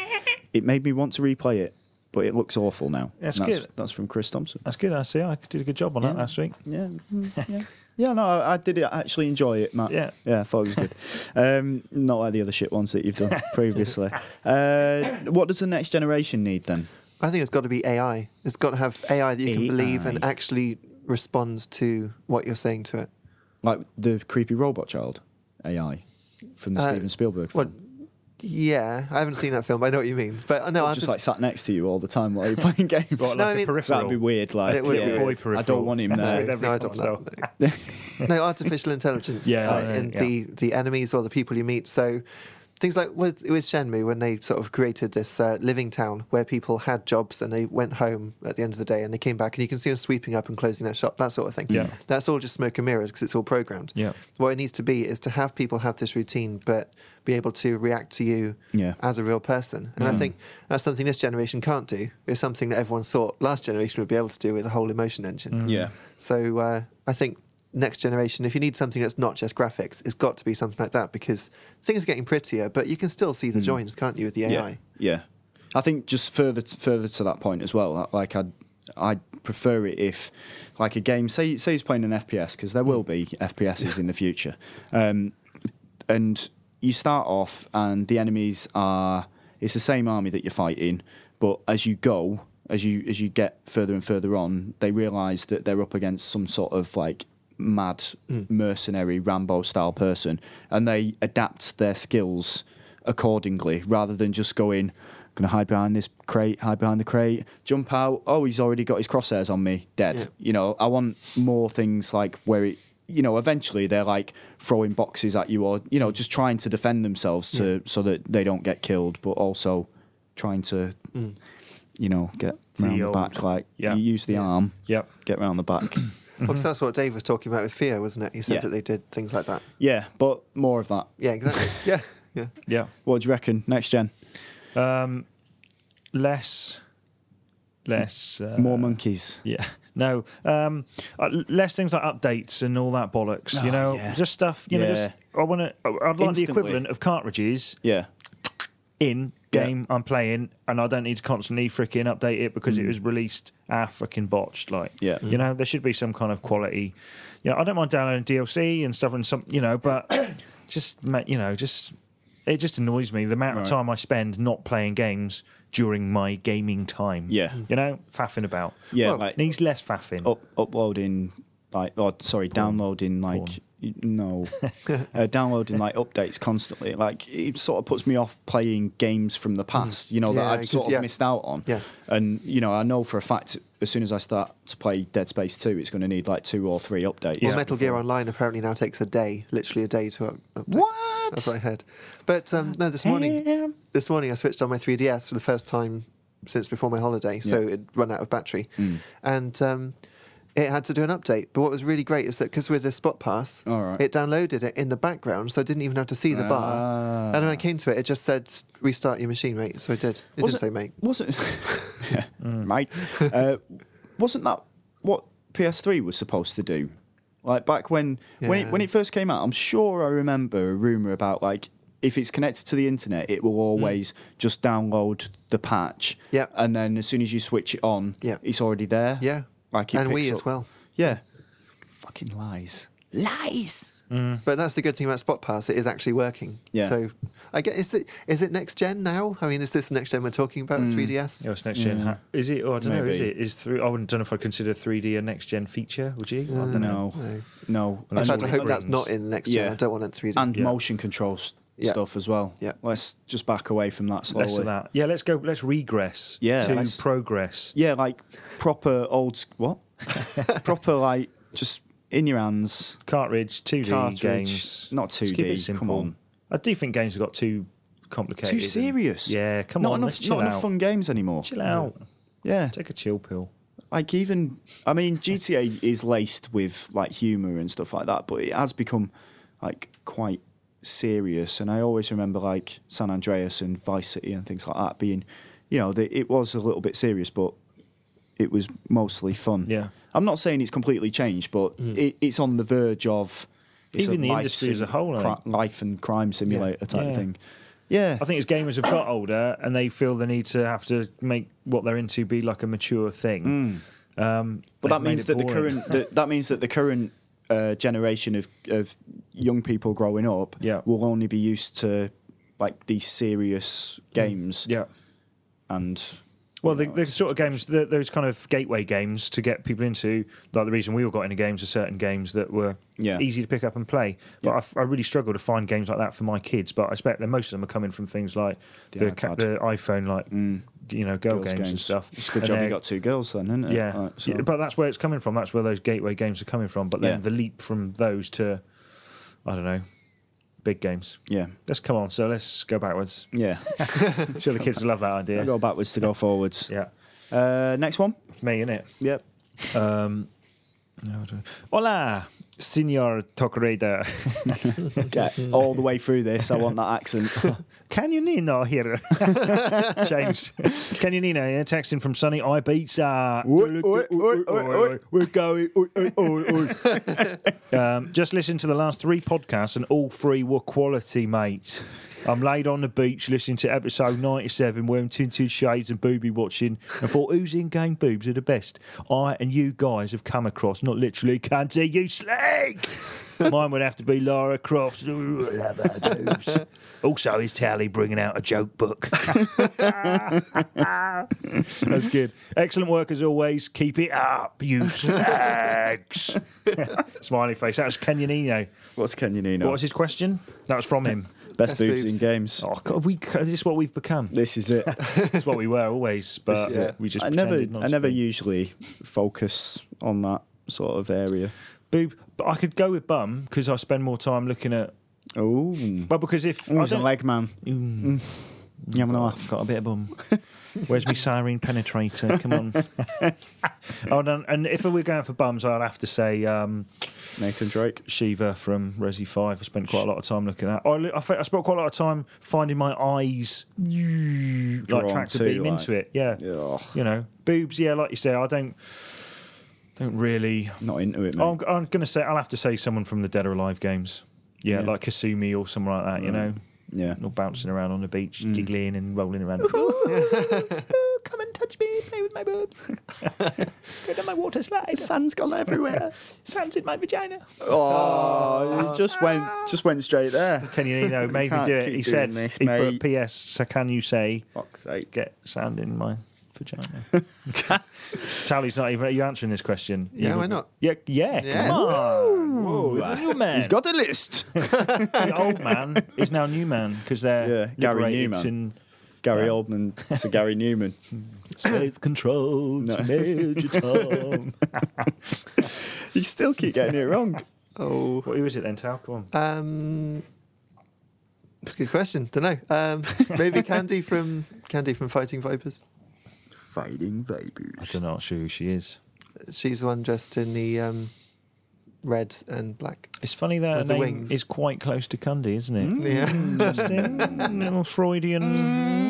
S1: It made me want to replay it, but it looks awful now.
S2: That's
S1: And
S2: good.
S1: That's from Chris Thompson.
S2: That's good. I see. I did a good job on that
S1: Yeah.
S2: last week.
S1: Yeah, mm, yeah, yeah. No, I, I did it. I actually enjoy it, Matt.
S2: Yeah.
S1: yeah. I thought it was good. um, not like the other shit ones that you've done previously. Uh, what does the next generation need then?
S3: I think it's got to be AI. It's got to have AI that you can believe and
S1: AI.
S3: actually responds to what you're saying to it.
S1: Like the creepy robot child, AI, from the
S3: Uh,
S1: Steven Spielberg
S3: Well,
S1: film.
S3: yeah, I haven't seen that film. But I know what you mean. But uh, no, I
S1: just like sat next to you all the time while you're playing
S3: *laughs*
S1: games.
S2: Got like
S3: No, I
S2: a
S1: *laughs* So that'd
S3: mean-
S2: peripheral.
S1: be weird. Like,
S3: It would be
S1: yeah,
S3: weird.
S2: Boy
S1: I don't
S2: peripheral.
S3: *laughs*
S1: want him *laughs*
S2: No,
S1: there.
S2: that'd be
S3: no, I don't
S2: console.
S3: want that.
S2: *laughs*
S3: no, artificial intelligence
S2: Yeah,
S3: uh,
S2: yeah,
S3: in
S2: yeah.
S3: the the enemies or the people you meet. So things like with, with Shenmue when they sort of created this uh, living town where people had jobs and they went home at the end of the day and they came back and you can see them sweeping up and closing their shop, that sort of thing.
S2: Yeah.
S3: that's all just smoke and mirrors because it's all programmed.
S2: Yeah.
S3: what it needs to be is to have people have this routine, but be able to react to you
S1: Yeah.
S3: as a real person.
S2: Mm.
S3: And I think that's something this generation can't do. It's something that everyone thought last generation would be able to do with the whole emotion engine.
S1: Yeah.
S3: So uh, I think next generation, if you need something that's not just graphics, it's got to be something like that because things are getting prettier, but you can still see the joins, can't you, with the AI?
S1: Hmm. Yeah, Mm-hmm. yeah. I think just further further to that point as well. Like I, I prefer it if, like a game, say say he's playing an FPS because there will be FPSs in the future, um, and you start off and the enemies are it's the same army that you're fighting, but as you go, as you as you get further and further on, they realise that they're up against some sort of like mad mercenary Rambo style person, and they adapt their skills accordingly rather than just going, gonna hide behind this crate, hide behind the crate, jump out. Oh, he's already got his crosshairs on me, dead.
S3: Yeah.
S1: You know, I want more things like where it, you know, eventually they're like throwing boxes at you or, you know, just trying to defend themselves to so that they don't get killed, but also trying to, you know, get
S2: The
S1: round the
S2: old-
S1: back. Like,
S2: yeah.
S1: you use the arm,
S2: Yep.
S1: get round the back.
S3: Because that's what Dave was talking about with Fear, wasn't it? He said
S1: Yeah.
S3: that they did things like that.
S1: yeah, but more of that. *laughs*
S3: Yeah, exactly. yeah, yeah.
S2: Yeah.
S1: What do you reckon? Next gen,
S2: Um, less. Less. Uh,
S1: more monkeys.
S2: Yeah. No. Um, uh, l- less things like updates and all that bollocks. You
S1: Oh,
S2: know,
S1: yeah.
S2: just stuff. You know,
S1: Yeah.
S2: just I want to. I'd like
S1: Instantly.
S2: the equivalent of cartridges
S1: Yeah.
S2: in
S1: Yeah.
S2: game I'm playing, and I don't need to constantly freaking update it because it was released ah freaking botched. Like,
S1: Hmm. Yeah.
S2: you know, there should be some kind of quality. You know, I don't mind downloading DLC and stuff and some, you know, but *coughs* just ma- you know, just it just annoys me the amount of
S1: Right.
S2: time I spend not playing games during my gaming time.
S1: Yeah.
S2: you know, faffing about.
S1: Yeah, Oh.
S3: Well,
S1: like
S2: needs less faffing.
S1: up, uploading like oh sorry downloading like y- no uh, downloading like updates constantly like it sort of puts me off playing games from the past you know that
S3: Yeah,
S1: i've
S3: it's
S1: sort
S3: just-
S1: of
S3: yeah.
S1: missed out on
S3: Yeah.
S1: and you know i know for a fact as soon as i start to play dead space 2 it's going to need like two or three updates
S3: Well, Metal Gear Online apparently now takes a day, literally a day to up- update.
S1: What?
S3: That's what I heard. But um, no, this morning, this morning I switched on my 3DS for the first time since before my holiday, so it run out of battery,
S1: Mm.
S3: and um, it had to do an update. But what was really great is that because with the Spot Pass,
S1: All right.
S3: it downloaded it in the background, so I didn't even have to see the bar. And when
S1: Ah.
S3: I came to it, it just said restart your machine, mate. So I did. It didn't say mate. *laughs*
S1: wasn't *laughs* mate uh, wasn't that what PS3 was supposed to do? Like back when when it,
S3: Yeah.
S1: when it first came out, I'm sure I remember a rumor about like if it's connected to the internet, it will always just download the patch.
S3: Hmm. Yeah.
S1: and then as soon as you switch it on,
S3: Yeah.
S1: it's already there.
S3: Yeah.
S1: like it
S3: And
S1: picks
S3: Wii as
S1: up-
S3: well.
S1: Yeah, fucking lies,
S3: *laughs*
S1: lies.
S3: But that's the good thing about Spot Pass; it is actually working.
S1: Mm. Yeah.
S3: So, I guess is it is it next gen now? I mean, is this the next gen we're talking about?
S1: Mm.
S3: 3DS.
S2: Yeah, it's next gen. ha Is it? Oh, I don't know. Is
S1: Maybe.
S2: it? Is three? I wouldn't- don't know if I consider 3D a next gen feature. Would you? I don't know.
S1: No, no.
S3: Hmm. In
S1: And-
S2: that's
S3: fact, I
S2: what it
S3: hope that's
S2: brings.
S3: not in next gen.
S1: Yeah.
S3: I don't want it 3D.
S1: and
S2: Yeah.
S1: motion control s-
S3: Yeah.
S1: stuff as well.
S3: Yeah.
S1: let's just back away from that slowly.
S2: Less of that. Yeah, let's go. Let's regress.
S1: Yeah,
S2: to
S1: let's-
S2: progress.
S1: *laughs* Yeah, like proper old s- what? proper like just in your hands.
S2: Cartridge, 2D
S1: Cartridge,
S2: games.
S1: not
S2: Just keep
S1: 2D,
S2: it simple.
S1: come on.
S2: I do think games have got too complicated.
S1: Too
S2: and-
S1: serious.
S2: yeah, come
S1: not
S2: on. let's
S1: Enough,
S2: chill
S1: not
S2: out.
S1: enough fun games anymore.
S2: Chill
S1: *laughs*
S2: out.
S1: Yeah.
S2: Take a chill pill.
S1: like even I mean GTA is laced with like humor and stuff like that, but it has become like quite serious. And I always remember like San Andreas and Vice City and things like that being, you know, the, it was a little bit serious, but it was mostly fun.
S2: Yeah. Hmm.
S1: I'm not saying it's completely changed, but it, it's on the verge of it's
S2: Even
S1: a
S2: the
S1: life
S2: industry as a whole, I
S1: cri- life and crime simulator type
S2: Yeah.
S1: thing. Yeah,
S2: I think as gamers have got older and they feel the need to have to make what they're into be like a mature thing. Um,
S1: But
S2: they've
S1: Hmm. that
S2: made
S1: means
S2: it
S1: that the
S2: boring.
S1: current that, that means that the current uh, generation of, of young people growing up
S2: Yeah.
S1: will only be used to like these serious games
S2: Mm. Yeah.
S1: and
S2: Well, the, the sort of games, the, those kind of gateway games to get people into, like the reason we all got into games are certain games that were
S1: Yeah.
S2: easy to pick up and play. But I f I I, really struggle to find games like that for my kids. But I expect that most of them are coming from things like
S1: The
S2: the ca-
S1: iPad. Mm.
S2: the, iPhone, like you know, girl
S1: girls
S2: games, and stuff.
S1: It's a good
S2: And
S1: job you
S2: they're-
S1: got two girls then, isn't it?
S2: Yeah,
S1: Like, so-
S2: Yeah, but that's where it's coming from. That's where those gateway games are coming from. But then
S1: Yeah.
S2: the leap from those to, I don't know, big games.
S1: yeah,
S2: Let's come on. So let's go
S1: *laughs*
S2: backwards. *laughs*
S1: yeah.
S2: I'm sure the kids will love that
S1: I
S2: idea.
S1: go backwards
S2: *laughs*
S1: to go forwards.
S2: Yeah,
S1: Uh, next one.
S2: me in it.
S1: Yep.
S2: Um, no, I don't- Hola, Senor Tokreda.
S1: Get all the way through this. I want that
S2: *laughs*
S1: accent.
S2: *laughs* Can you Nino here? *laughs* Change. Can you Nino here? Texting from Sunny Ibiza.
S1: Oi, oi, oi, oi, oi.
S2: We're going. oi, oi, oi, oi. um, just listen to the last three podcasts, and all three were quality, mate. I'm laid on the beach listening to episode 97, wearing tinted shades and booby watching, and thought whose in-game boobs are the best. I and you guys have come across, not literally, can't see you slag. Mine would have to be Lara Croft. Ooh, I love her boobs. Also, is Tally bringing out a joke book? *laughs* That's good. Excellent work as always. Keep it up, you snags. Smiley face. That was Kenyanino.
S1: What's Kenyan
S2: What
S1: Nino?
S2: was his question? That was from him.
S1: Best,
S3: Best
S1: boobs,
S3: boobs.
S1: in games.
S2: *laughs* Oh, God, we, this is what we've become.
S1: This is
S2: *laughs*
S1: it.
S2: It's what we were always, but
S3: is it.
S2: we just
S1: I never,
S2: pretended not
S1: I
S2: to
S1: never
S2: be.
S1: usually focus on that sort of area.
S2: Boob. But I could go with bum because I spend more time looking at.
S1: Oh,
S2: Well, because if I
S1: he's a
S2: don't-
S1: leg man.
S2: Mm.
S1: You having a laugh?
S2: *laughs* I've got a bit of bum. Where's my siren penetrator? Come on. *laughs* oh, no, and if we were going for bums, I'd have to say um,
S1: Nathan Drake.
S2: Shiva from Resi Five. I spent quite a lot of time looking at. That. I, li- I, fe- I spent quite a lot of time finding my eyes like
S1: Drawn
S2: tractor
S1: to,
S2: beam
S1: like-
S2: into it. Yeah.
S1: Yeah,
S2: you know, boobs. Yeah, like you say, I don't don't really.
S1: not into it, mate.
S2: I'm, I'm gonna say I'll have to say someone from the Dead or Alive games. Yeah,
S1: Yeah. Mm.
S2: like Kasumi or someone like that. You know,
S1: yeah.
S2: all bouncing around on the beach,
S1: Mm.
S2: giggling and rolling around.
S1: *laughs* Come and touch me, play with my boobs.
S2: Go down my water slide.
S1: Sand's gone
S2: *laughs*
S1: everywhere.
S2: Sounds in my vagina.
S1: oh, you just went, just went straight
S2: *laughs*
S1: there.
S2: Can you,
S1: *laughs*
S2: you know, made me
S1: Can't
S2: do it.
S1: keep doing
S2: He said,
S1: this,
S2: he put
S1: mate.
S2: P.S. So can you say,
S1: Fuck's sake.
S2: get sound in my vagina?
S3: *laughs*
S2: Tally's not even, are you answering this question?
S3: Yeah,
S2: You-
S3: why not?
S2: Yeah, yeah,
S3: Yeah.
S2: come on. Whoa, he's a new man.
S1: He's got a list.
S2: the old man is now new man because they're
S1: Yeah, Gary
S2: liberated
S1: Newman.
S2: and
S1: Gary Oldman to
S2: *laughs*
S1: Gary Newman.
S3: *clears throat*
S2: space control to Major
S3: *laughs*
S2: Tom.
S1: *laughs* You still keep getting it wrong.
S3: *laughs* Oh,
S2: *laughs* what who is it then, Tal? Come on.
S3: um, that's a good question. Don't know.
S1: *laughs*
S3: Um, maybe Candy from Candy from Fighting Vipers.
S1: Fighting
S2: I
S1: vapors.
S2: don't know sure who she is.
S3: She's the one dressed in the um, red and black.
S2: It's funny that her
S3: With the
S2: name
S3: wings. Mm.
S2: is quite close to Cundy, isn't it?
S3: *laughs* Yeah.
S2: Interesting.
S3: *laughs*
S2: Little Freudian.
S3: Mm.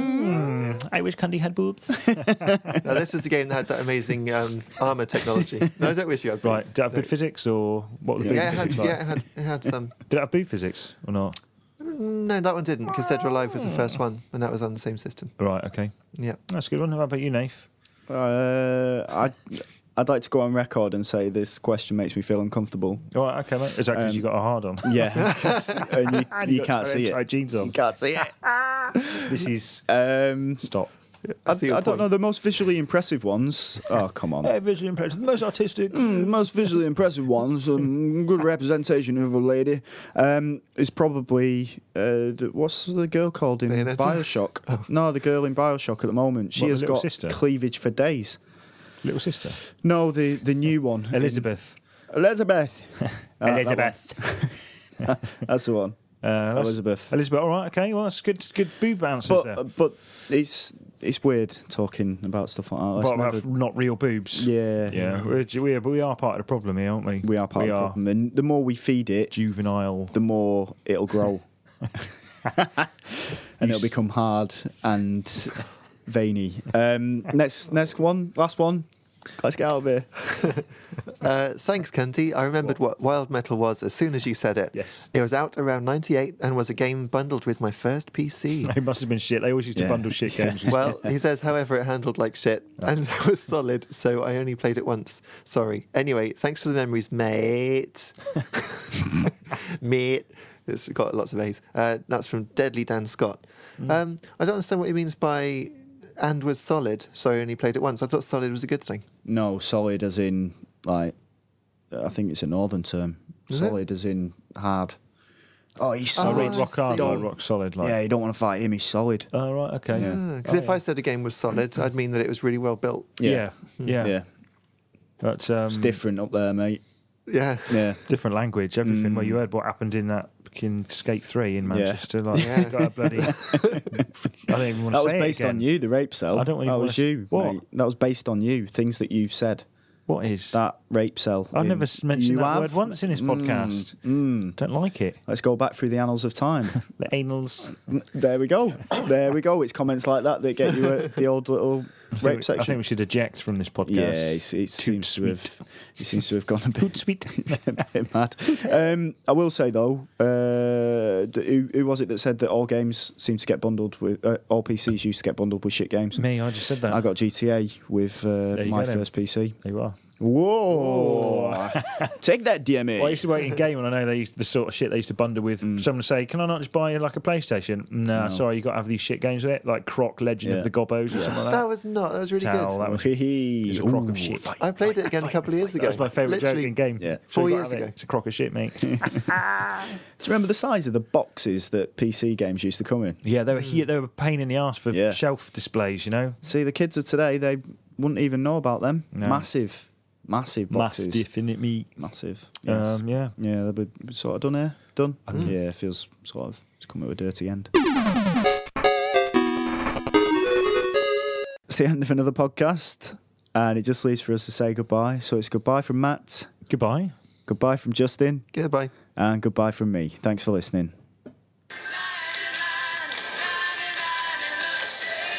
S2: I wish Candy had
S3: *laughs*
S2: boobs.
S3: Now, this is the game that had that amazing um, armor technology. No, I don't wish you had.
S2: Right.
S3: boobs.
S2: Did it have good
S3: No.
S2: physics or what were the
S3: Yeah, it
S2: boob
S3: had,
S2: physics like?
S3: yeah, it had, it had some.
S2: Did it have boob physics or not?
S3: No, that one didn't, because Dead or Alive was the first
S1: Hmm.
S3: one, and that was on the same system.
S2: Right. Okay.
S3: Yeah.
S2: That's a good one. How about you, Nath?
S1: Uh, I, I'd like to go on record and say this question makes me feel uncomfortable.
S2: All right. Okay, mate. Is that because
S1: Um,
S2: you got a hard on? *laughs*
S1: Yeah, *laughs* and you, you can't see it.
S2: Jeans on.
S1: can't see it.
S2: This is
S1: Um,
S2: stop.
S1: I,
S3: I see your
S1: I don't know
S3: point.
S1: the most visually impressive ones. Oh come on.
S2: visually impressive. The most artistic.
S1: Mm, the most visually impressive ones, um, good representation of a lady, um, is probably uh, th- what's the girl called in
S3: Bayonetta?
S1: Bioshock?
S2: *laughs*
S1: No, the girl in Bioshock at the moment. She
S2: Oh. What, the
S1: has
S2: little
S1: got
S2: sister?
S1: cleavage for days.
S2: Little sister.
S1: No, the the new one.
S2: *laughs* Elizabeth.
S1: Elizabeth.
S2: *laughs*
S1: Uh, Ah, that
S2: Elizabeth.
S1: one. That's the one.
S2: Uh, that's-
S1: Elizabeth.
S2: Elizabeth, all right, okay. Well, that's good good boo bounces there.
S1: But, uh, but it's it's weird talking about stuff like that.
S2: What
S1: That's
S2: about
S1: never-
S2: not real boobs?
S1: yeah,
S2: Yeah, we're, we, are, we are part of the problem here, aren't we?
S1: We are part of the problem. And the more we feed it,
S2: Juvenile. *laughs*
S1: the more it'll *laughs* grow. and it'll
S2: s-
S1: become hard and veiny. Um, next next one, last one. Let's get out of here.
S3: Uh, thanks, Candy. I remembered what Wild Metal was as soon as you said it.
S2: Yes.
S3: It was out around 98 and was a game bundled with my first PC.
S2: It must have been shit. They always used to
S1: Yeah.
S2: bundle shit
S1: *laughs*
S2: games.
S3: well, he says, however, it handled like shit and *laughs* it was solid, so I only played it once. Sorry. Anyway, thanks for the memories, mate. mate. It's got lots of A's. Uh, that's from Deadly Dan Scott. Um, I don't understand what he means by and was solid, so I only played it once. I thought solid was a good thing.
S1: No, solid as in like I think it's a northern term.
S3: Is it?
S1: solid as in hard. Oh, he's solid.
S2: solid Ah, rock hard,
S3: see.
S2: like rock solid. Like.
S1: yeah, you don't want to fight him. He's solid.
S2: Oh, right, okay.
S1: Yeah.
S3: Because if I said a game was solid, I'd mean that it was really well built.
S2: Yeah. Yeah.
S1: Yeah,
S2: But, um,
S1: it's different up there, mate.
S3: Yeah.
S1: Yeah,
S2: different language, everything.
S1: Mm.
S2: Well, you heard what happened in that fucking Skate 3 in Manchester. Like,
S3: Yeah.
S2: got
S1: *laughs*
S2: a bloody. I don't even want to
S1: that
S2: say
S1: was
S2: it
S1: based on
S2: again.
S1: you, the rape cell.
S2: I don't really
S1: That
S2: wanna
S1: was
S2: s-
S1: you.
S2: What?
S1: mate. That was based on you. Things that you've said.
S2: What is.
S1: That rape cell.
S2: I've
S1: in-
S2: never s- mentioned
S1: You
S2: that
S1: have? Mm. Hmm.
S2: word once in this podcast. Don't like it.
S1: Let's go back through the annals of time. *laughs*
S2: The anals.
S1: there we go. There we go. It's comments like that that get you at the old little
S2: *laughs* I think
S1: rape
S2: we- I
S1: section.
S2: think we should eject from this podcast.
S1: yeah, it's, it seems to have it seems to have gone a bit *laughs*
S2: Sweet.
S1: a bit mad. Um, I will say though, uh, d- who, who was it that said that all games seem to get bundled with uh, all PCs used to get bundled with shit games?
S2: Me, I just said that.
S1: I got GTA with uh,
S2: There you
S1: my
S2: go then.
S1: first PC.
S2: There you are.
S1: Whoa! Take that, DMA.
S2: Well, I used to work in game, and I know they used to, the sort of shit they used to bundle with.
S1: Mm.
S2: Someone would say, "Can I not just buy like a PlayStation?" Nah, sorry, you got to have these shit games with it, like Croc, Legend
S1: Yeah.
S2: of the Gobbos, or something like
S3: That
S2: that.
S3: was not. That was really
S2: Towel,
S3: good.
S2: that was,
S1: Hee-hee.
S2: it's a crock
S1: Ooh,
S2: of shit.
S1: fight.
S3: I played it again a couple of years
S2: *laughs*
S3: ago.
S2: that was my favourite joke
S3: Literally
S2: in game.
S1: Yeah.
S2: So
S3: Four
S2: you gotta
S3: years
S2: have it.
S3: ago.
S2: It's a crock of shit, mate.
S1: *laughs* Do you remember the size of the boxes that PC games used to come in?
S2: yeah, they were here. They were a pain in the ass for
S1: Yeah.
S2: shelf displays, you know.
S1: See, the kids of today, they wouldn't even know about them.
S2: No.
S1: Massive, massive boxes.
S2: Mastiff innit, me.
S1: Massive. Yes.
S2: Um, yeah.
S1: yeah, they'll be sort of done here. Done. Yeah, it feels sort of, it's come to a dirty end. It's the end of another podcast, and it just leaves for us to say goodbye. So it's goodbye from Matt,
S2: Goodbye.
S1: goodbye from Justin,
S3: Goodbye.
S1: and goodbye from me. Thanks for listening.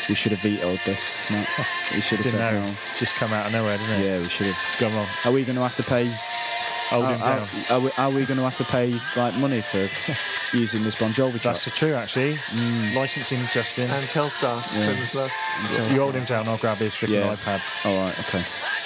S1: We should have vetoed this, Matt. We should have
S2: Didn't
S1: said
S2: know.
S1: no.
S2: It's just come out of nowhere, didn't it?
S1: Yeah, Oh, we should have.
S2: It's gone wrong.
S1: Are we going to have to pay?
S2: Hold
S1: Are,
S2: him down.
S1: are- are we, are we going to have to pay like money
S2: *laughs*
S1: for using this Bon Jovi track?
S2: That's the true, actually.
S1: Mm.
S2: Licensing, Justin.
S3: And Telstar. Famous last.
S2: You hold him down. I'll grab his freaking
S1: Yeah.
S2: iPad.
S1: All right. Okay.